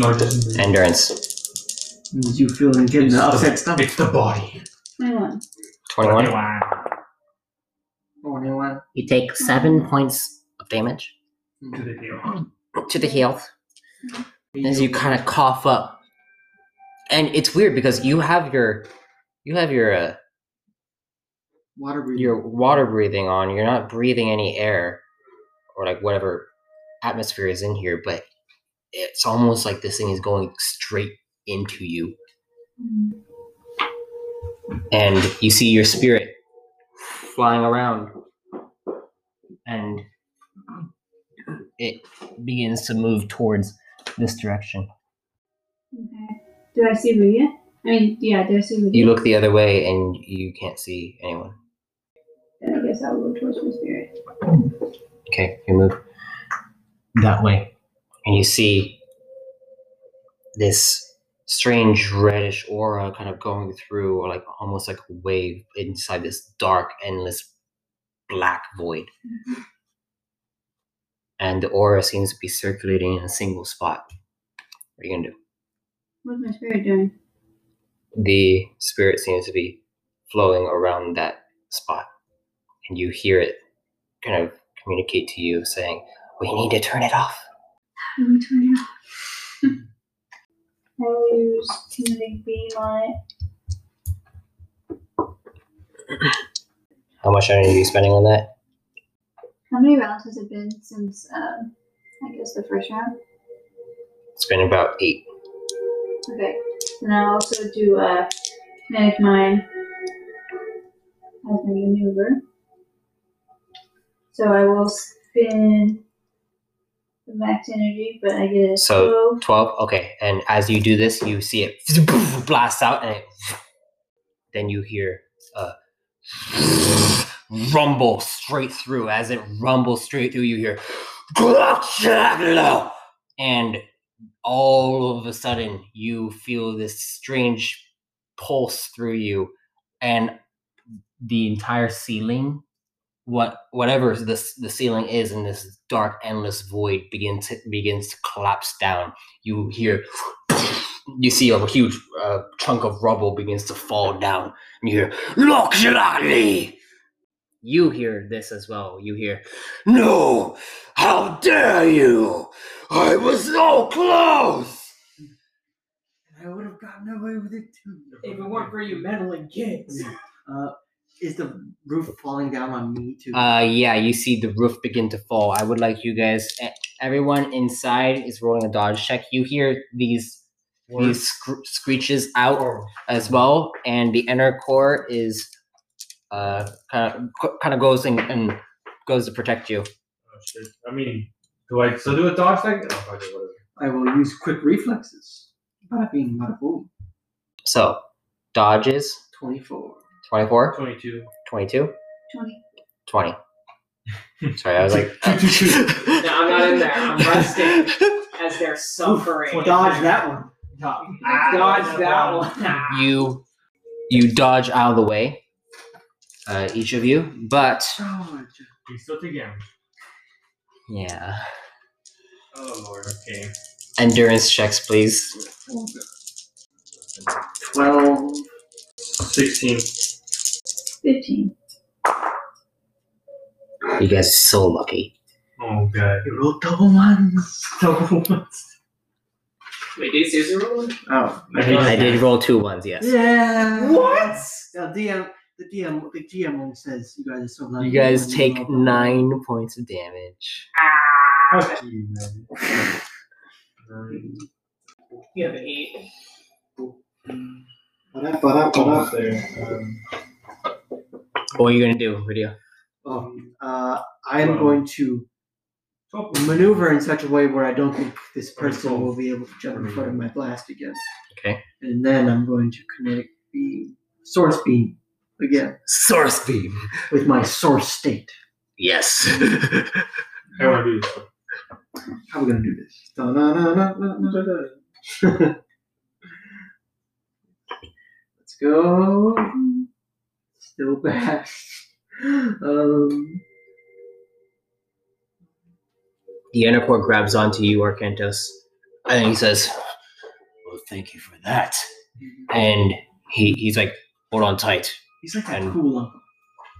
Speaker 4: No, it doesn't.
Speaker 1: Endurance
Speaker 3: Did you feel him getting
Speaker 4: It's
Speaker 3: the
Speaker 4: the-
Speaker 3: upset stuff?
Speaker 4: It's the body.
Speaker 5: 21.
Speaker 1: 21.
Speaker 4: Wow.
Speaker 3: Oh, no, I-
Speaker 1: You take seven points of damage
Speaker 4: To the heel.
Speaker 1: to the health as you kind of cough up. And it's weird because you have your you have your uh,
Speaker 3: water breathing.
Speaker 1: you're water breathing on. You're not breathing any air or like whatever atmosphere is in here, but it's almost like this thing is going straight into you.
Speaker 5: Mm-hmm,
Speaker 1: And you see your spirit flying around and it begins to move towards this direction.
Speaker 5: Okay. Do I see Ruya? I mean, yeah, do I see Ruya?
Speaker 1: You look the other way and you can't see anyone.
Speaker 5: Then I guess I'll go towards my spirit.
Speaker 1: Okay, you move that way, and you see this strange reddish aura kind of going through, or like almost like a wave inside this dark, endless black void. And the aura seems to be circulating in a single spot. What are you gonna do?
Speaker 5: What's my spirit doing?
Speaker 1: The spirit seems to be flowing around that spot, and you hear it kind of communicate to you saying, we need to turn it off.
Speaker 5: How do we turn it off? I will use kinetic beam on it.
Speaker 1: How much energy are you spending on that?
Speaker 5: How many rounds has it been since, um, I guess, the first round?
Speaker 1: It's been about eight.
Speaker 5: Okay. And I also do a kinetic mine as my maneuver. So I will spin the max energy, but I get a
Speaker 1: So-
Speaker 5: 12.
Speaker 1: Twelve. Okay. And as you do this, you see it blast out, and it, then you hear a rumble straight through. As it rumbles straight through, you hear and all of a sudden you feel this strange pulse through you, and the entire ceiling what whatever the s- the ceiling is in this dark endless void begins to, begins to collapse down. You hear you see a huge uh, chunk of rubble begins to fall down, and you hear "Look, Shirali!" You hear this as well. You hear, "No! How dare you! I was so close!"
Speaker 3: I would have gotten away with it too.
Speaker 2: If it weren't for you meddling kids.
Speaker 3: Uh, is the roof falling down on me too?
Speaker 1: Uh, yeah, you see the roof begin to fall. I would like you guys, e- everyone inside is rolling a dodge check. You hear these these scr- screeches out
Speaker 4: Oh.
Speaker 1: as well, and the inner core is uh kind of kind of goes and, and goes to protect you.
Speaker 4: Oh, shit. I mean, do I still do a dodge check? Oh, fuck it, whatever.
Speaker 3: I will use quick reflexes. Bada bing, bada boom.
Speaker 1: So dodges
Speaker 3: 24.
Speaker 1: 24,
Speaker 4: 22.
Speaker 1: 22,
Speaker 5: 20.
Speaker 1: 20. Sorry, I was like. no,
Speaker 2: I'm not in there. I'm resting. as they're suffering. Ah,
Speaker 3: Dodge that one. Dodge.
Speaker 2: Dodge that one.
Speaker 1: you you dodge out of the way, uh, each of you, but
Speaker 2: Oh,
Speaker 3: Dodge.
Speaker 4: We still take damage.
Speaker 1: yeah.
Speaker 4: Oh, Lord. Okay.
Speaker 1: endurance checks, please.
Speaker 3: 12.
Speaker 4: 16.
Speaker 5: 15.
Speaker 1: You guys are so lucky.
Speaker 4: Oh, God.
Speaker 3: You rolled double ones.
Speaker 4: So
Speaker 2: Wait, did you roll?
Speaker 3: Oh.
Speaker 4: I did-
Speaker 1: I did roll two ones, yes.
Speaker 3: Yeah.
Speaker 2: What?
Speaker 3: Now, DM, the DM, the GM one says you guys are so lucky.
Speaker 1: You guys
Speaker 3: when
Speaker 1: take
Speaker 3: roll double
Speaker 1: nine points of damage.
Speaker 4: Fuck you, man. Um,
Speaker 2: You have an eight.
Speaker 3: ones. Ba-da, ba-da, ba-da.
Speaker 4: almost there. Um,
Speaker 1: What are you gonna do, video?
Speaker 3: Um, uh, I am
Speaker 4: Wow.
Speaker 3: going to
Speaker 4: twelve.
Speaker 3: maneuver in such a way where I don't think this
Speaker 4: Cool.
Speaker 3: person will be able to jump in front of my blast again.
Speaker 1: Okay.
Speaker 3: And then I'm going to kinetic beam, source beam again
Speaker 1: Source beam.
Speaker 3: with my source state.
Speaker 1: Yes.
Speaker 4: I want to do this.
Speaker 3: How are we gonna do this? Da-na-na-na-na-na-na-na. Let's go. Still bad. Um,
Speaker 1: the inner core grabs onto you, Arcantos, and he says, "Well, thank you for that." And he, he's like, "Hold on tight."
Speaker 3: he's like that
Speaker 1: And-
Speaker 3: cool uncle.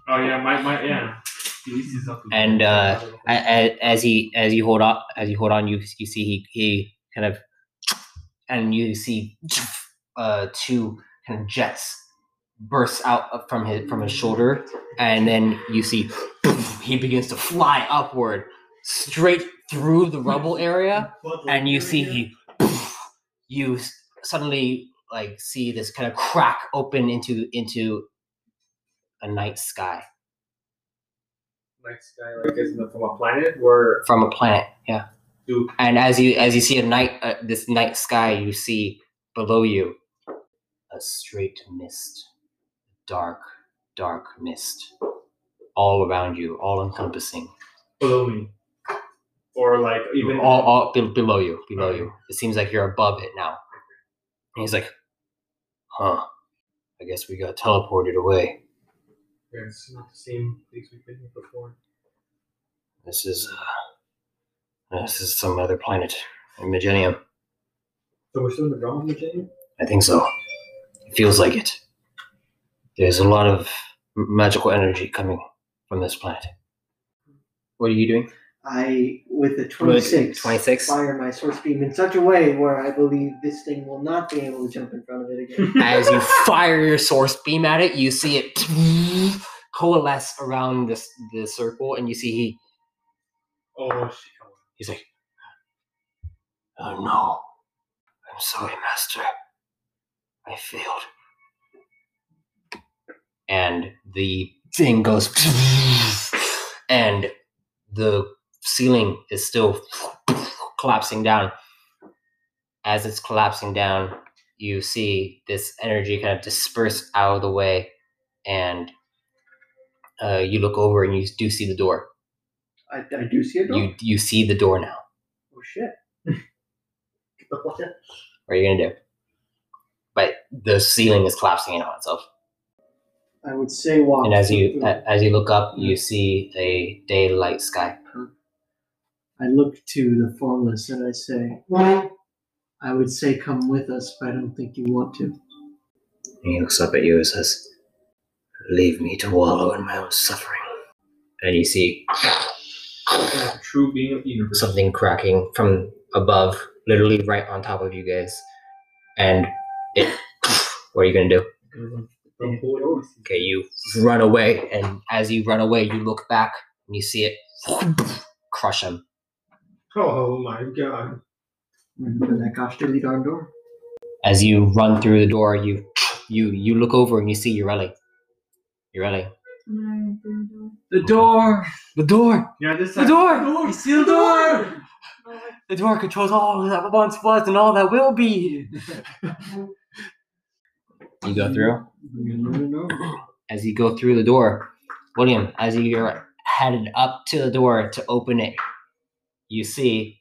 Speaker 4: Oh, yeah, my, my, yeah. This is up to-
Speaker 1: And, uh, A- a- As he as you hold on as you hold on, you you see he he kind of and you see uh, two kind of jets bursts out from his from his shoulder, and then you see he begins to fly upward straight through the rubble area, and you see he you s- suddenly like see this kind of crack open into into a night sky
Speaker 4: Night sky, like is from a planet where
Speaker 1: from a planet. Yeah.
Speaker 4: Dude.
Speaker 1: And as you as you see a night uh, this night sky, you see below you a straight mist, dark, dark mist, all around you, all encompassing,
Speaker 4: below me, or like even
Speaker 1: all all be- below you, below you. It seems like you're above it now. And he's like, huh. I guess we got teleported away.
Speaker 4: It's not the same place we've been here before.
Speaker 1: This is uh, this is some other planet, Imaginium.
Speaker 4: So we're still in the realm of Virginia?
Speaker 1: I think so. It feels like it. There's a lot of m- magical energy coming from this planet. What are you doing?
Speaker 3: I, with a 26,
Speaker 1: 26.
Speaker 3: fire my source beam in such a way where I believe this thing will not be able to jump in front of it again.
Speaker 1: As you fire your source beam at it, you see it coalesce around this the circle, and you see he
Speaker 4: Oh, shit.
Speaker 1: he's like, "Oh no, I'm sorry, Master. I failed." And the thing goes, and the ceiling is still collapsing down. As it's collapsing down, you see this energy kind of disperse out of the way, and uh, you look over and you do see the door.
Speaker 3: I, I do see it. though.
Speaker 1: You you see the door now.
Speaker 3: oh shit!
Speaker 1: What are you gonna do? But the ceiling is collapsing in on itself.
Speaker 3: I would say walk.
Speaker 1: And as you uh,
Speaker 3: through.
Speaker 1: a- as you look up, you see a daylight sky.
Speaker 3: I look to the formless and I say, I would say come with us, but I don't think you want to.
Speaker 1: And he looks up at you and says, "Leave me to wallow in my own suffering." And you see
Speaker 4: Like a true being of the universe.
Speaker 1: something cracking from above, literally right on top of you guys. And it, what are you gonna do?
Speaker 4: From who it always
Speaker 1: Okay, you run away, and as you run away, you look back and you see it crush him.
Speaker 4: Oh my god.
Speaker 3: Remember that gosh dilly darn door.
Speaker 1: as you run through the door, you you you look over and you see Ureli. Ureli.
Speaker 5: I'm gonna do the door.
Speaker 3: The
Speaker 1: The
Speaker 3: door!
Speaker 1: door!
Speaker 4: Yeah, this
Speaker 1: The
Speaker 4: time.
Speaker 1: door! You see the door! The door controls all that once was and all that will be. you go through? As you go through the door, William, as you're headed up to the door to open it, you see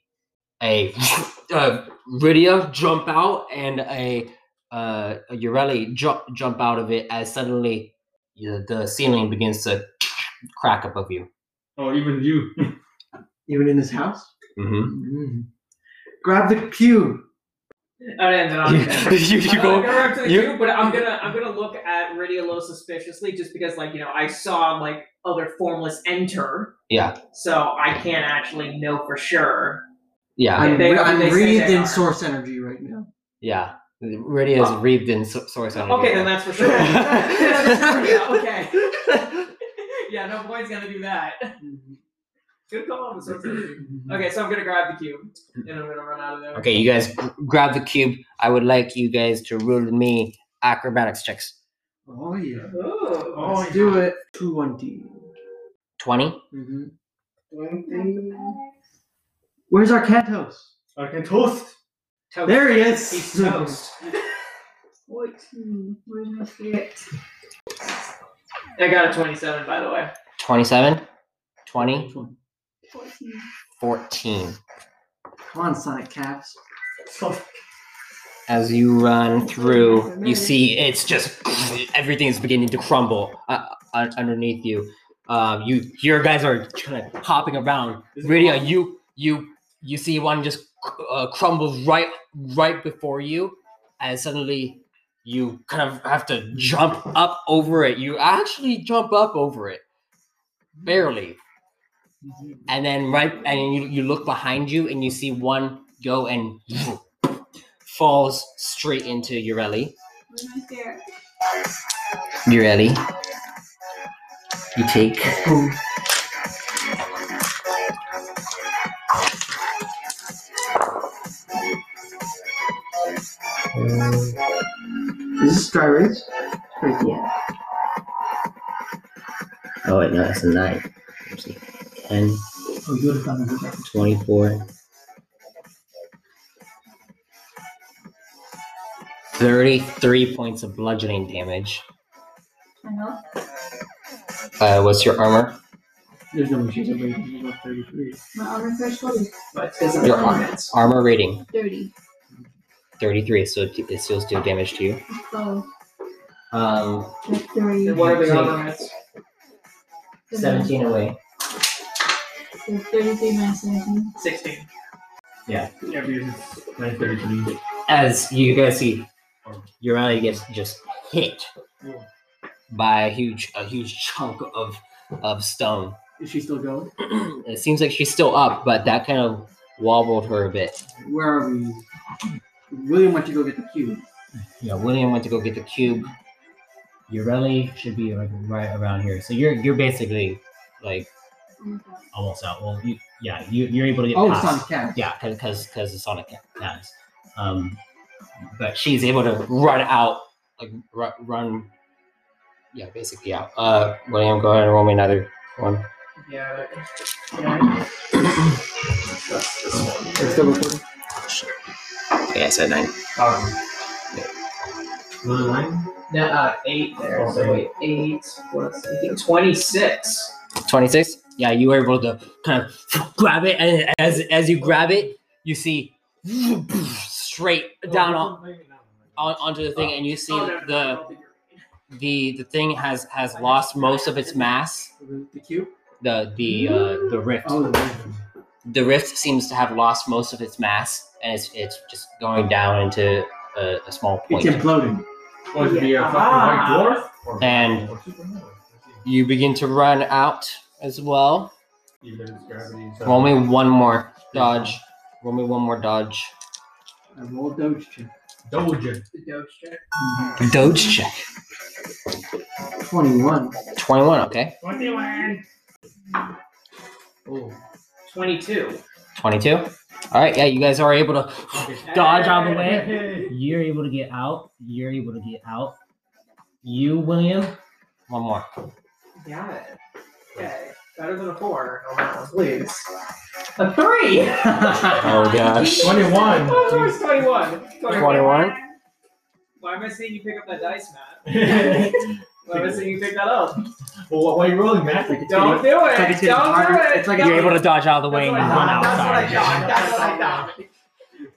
Speaker 1: a uh, Rydia jump out and a uh, Ureli jump jump out of it as suddenly the the ceiling begins to crack above you.
Speaker 4: Oh, even you.
Speaker 3: Even in this house?
Speaker 1: Mm-hmm.
Speaker 3: Mm. Grab the pew.
Speaker 2: That ends it on that.
Speaker 1: you, you
Speaker 2: Oh, I'm
Speaker 1: go.
Speaker 2: gonna go up to the
Speaker 1: you-
Speaker 2: queue, but I'm gonna I'm gonna look at Ridiolo suspiciously just because like you know I saw like other formless enter.
Speaker 1: Yeah.
Speaker 2: So I can't actually know for sure.
Speaker 1: Yeah,
Speaker 3: I'm,
Speaker 2: They-
Speaker 3: re- I'm
Speaker 2: they say
Speaker 3: breathed
Speaker 2: they
Speaker 3: in
Speaker 2: are.
Speaker 3: source energy right now.
Speaker 1: yeah. Rydia's
Speaker 2: Oh.
Speaker 1: wreathed in so- source energy.
Speaker 2: Okay, then that's for sure. Yeah, that's for sure. Yeah, okay. yeah, no boy's gonna do that. Mm-hmm. Good call on the source energy. Okay, so I'm gonna grab the cube and I'm gonna run out of there.
Speaker 1: Okay, you guys g- grab the cube. I would like you guys to roll me acrobatics checks.
Speaker 3: Oh, yeah.
Speaker 2: Ooh.
Speaker 4: Oh,
Speaker 3: Let's do it. 220.
Speaker 1: Twenty.
Speaker 3: Mm-hmm.
Speaker 5: Acrobatics.
Speaker 3: Where's our Cantos?
Speaker 4: I can toast.
Speaker 2: Toast.
Speaker 3: There he is.
Speaker 2: He's toast.
Speaker 5: 14. Where's my spirit?
Speaker 2: I got a 27, by the way.
Speaker 1: 27, 20,
Speaker 5: 14.
Speaker 1: 14.
Speaker 3: Come on, Sonic Caps.
Speaker 1: As you run through, you see it's just everything's beginning to crumble uh, uh, underneath you. Um, you your guys are kind of hopping around. Radio, you you you see one just uh, crumbles right right before you, and suddenly you kind of have to jump up over it. You actually jump up over it, barely. And then right, and you, you look behind you, and you see one go and falls straight into Ureli.
Speaker 5: Where's my spirit?
Speaker 1: You ready? You take.
Speaker 3: Is this dry erase? Right, yeah.
Speaker 1: Oh, wait, no, that's a 9. Let's see. 10,
Speaker 3: Oh, you would have done it.
Speaker 1: 24, 33 points of bludgeoning damage.
Speaker 5: Uh-huh.
Speaker 1: Uh, what's your armor?
Speaker 3: There's no machines that bring you above 33.
Speaker 5: My armor threshold is
Speaker 7: But it doesn't
Speaker 1: Your
Speaker 7: matter.
Speaker 1: armor, armor rating
Speaker 5: 30.
Speaker 1: 33, so it, it still deal damage to you.
Speaker 5: Oh,
Speaker 1: Um,
Speaker 5: that's 30.
Speaker 7: And what are the other ones?
Speaker 5: That's
Speaker 1: 17 away.
Speaker 5: 33 minus 17.
Speaker 2: 16.
Speaker 4: Yeah, because it's 933.
Speaker 1: As you guys see, Uriah gets just hit by a huge, a huge chunk of of stone.
Speaker 3: Is she still going?
Speaker 1: it seems like she's still up, but that kind of wobbled her a bit.
Speaker 3: Where are we? William went to go get the cube.
Speaker 1: Yeah, William went to go get the cube. Urelli should be like right around here. So you're you're basically like almost out. Well, you, yeah, you, you're able to get
Speaker 3: Oh, it's
Speaker 1: past.
Speaker 3: on cat.
Speaker 1: Yeah, because because it's Sonic Cats. Um, but she's able to run out, like run, run yeah, basically out. Uh, William, go ahead and roll me another one.
Speaker 7: Yeah. yeah.
Speaker 3: It's still recording.
Speaker 1: Yeah, I said nine.
Speaker 4: Um,
Speaker 7: No, uh, eight there. So wait, eight plus I think twenty-six.
Speaker 1: 26 yeah you were able to kind of grab it and as as you grab it you see straight down on, on onto the thing and you see
Speaker 2: Oh, no, no, I
Speaker 1: the
Speaker 2: don't think you're-
Speaker 1: the the thing has has lost most of its mass
Speaker 3: The- The cube?
Speaker 1: the the uh, the rift
Speaker 3: Oh, the
Speaker 1: the rift seems to have lost most of its mass and it's it's just going down into a, a small
Speaker 3: It's
Speaker 1: point
Speaker 3: imploding.
Speaker 4: what is it, the uh, fucking
Speaker 7: Ah.
Speaker 4: White Dwarf? Or-
Speaker 1: And-
Speaker 4: or Superman?
Speaker 1: you begin to run out as well
Speaker 4: Even if it's gravity, so-
Speaker 1: roll me one more dodge roll me one more dodge
Speaker 3: I rolled Doge check.
Speaker 4: Double jib.
Speaker 7: The doge check.
Speaker 1: dodge check
Speaker 3: 21.
Speaker 1: 21 okay
Speaker 4: Oh,
Speaker 2: 22.
Speaker 1: 22. All right, yeah, you guys are able to dodge out of the way.
Speaker 4: Hey.
Speaker 1: You're able to get out. You're able to get out. You, William. One more.
Speaker 7: Got it. Okay. Better than a four.
Speaker 2: Oh,
Speaker 7: on that one, Please.
Speaker 2: A 3!
Speaker 1: Oh, gosh.
Speaker 4: 21.
Speaker 2: Oh, of course, 21.
Speaker 1: 21.
Speaker 2: Why am I saying you pick up that dice, Matt?
Speaker 4: well,
Speaker 2: Why am I saying you pick that up?
Speaker 4: why are you rolling, Matt?
Speaker 3: Like it's
Speaker 2: Don't
Speaker 3: getting-
Speaker 2: do it!
Speaker 3: it's like it's getting
Speaker 2: Don't do
Speaker 3: harder.
Speaker 2: it!
Speaker 3: It's like it's
Speaker 1: You're able to dodge out of the way and
Speaker 2: That's what
Speaker 1: run
Speaker 2: I thought. That's what I
Speaker 1: outside.
Speaker 2: thought. That's what I thought.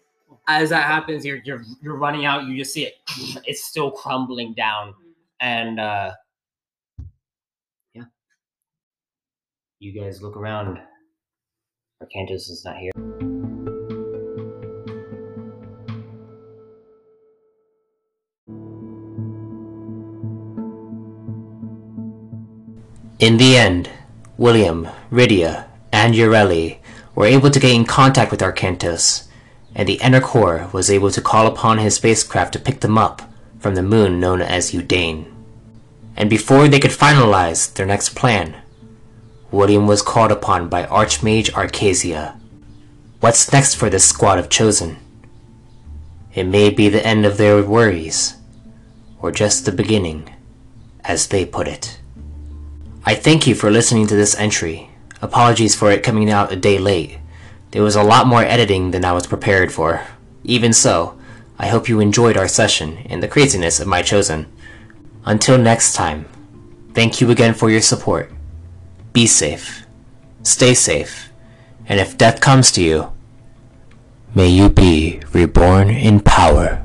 Speaker 1: As that happens, you're, you're you're running out. You just see it. It's still crumbling down, and uh, yeah. You guys look around. Arcantus is not here. In the end, William, Rydia, and Urelli were able to get in contact with Arcantus, and the Inner Core was able to call upon his spacecraft to pick them up from the moon known as Udane. And before they could finalize their next plan, William was called upon by Archmage Arcasia. What's next for this squad of Chosen? It may be the end of their worries, or just the beginning, as they put it. I thank you for listening to this entry. Apologies for it coming out a day late. There was a lot more editing than I was prepared for. Even so, I hope you enjoyed our session and the craziness of my chosen. Until next time, thank you again for your support. Be safe, stay safe, and if death comes to you, may you be reborn in power.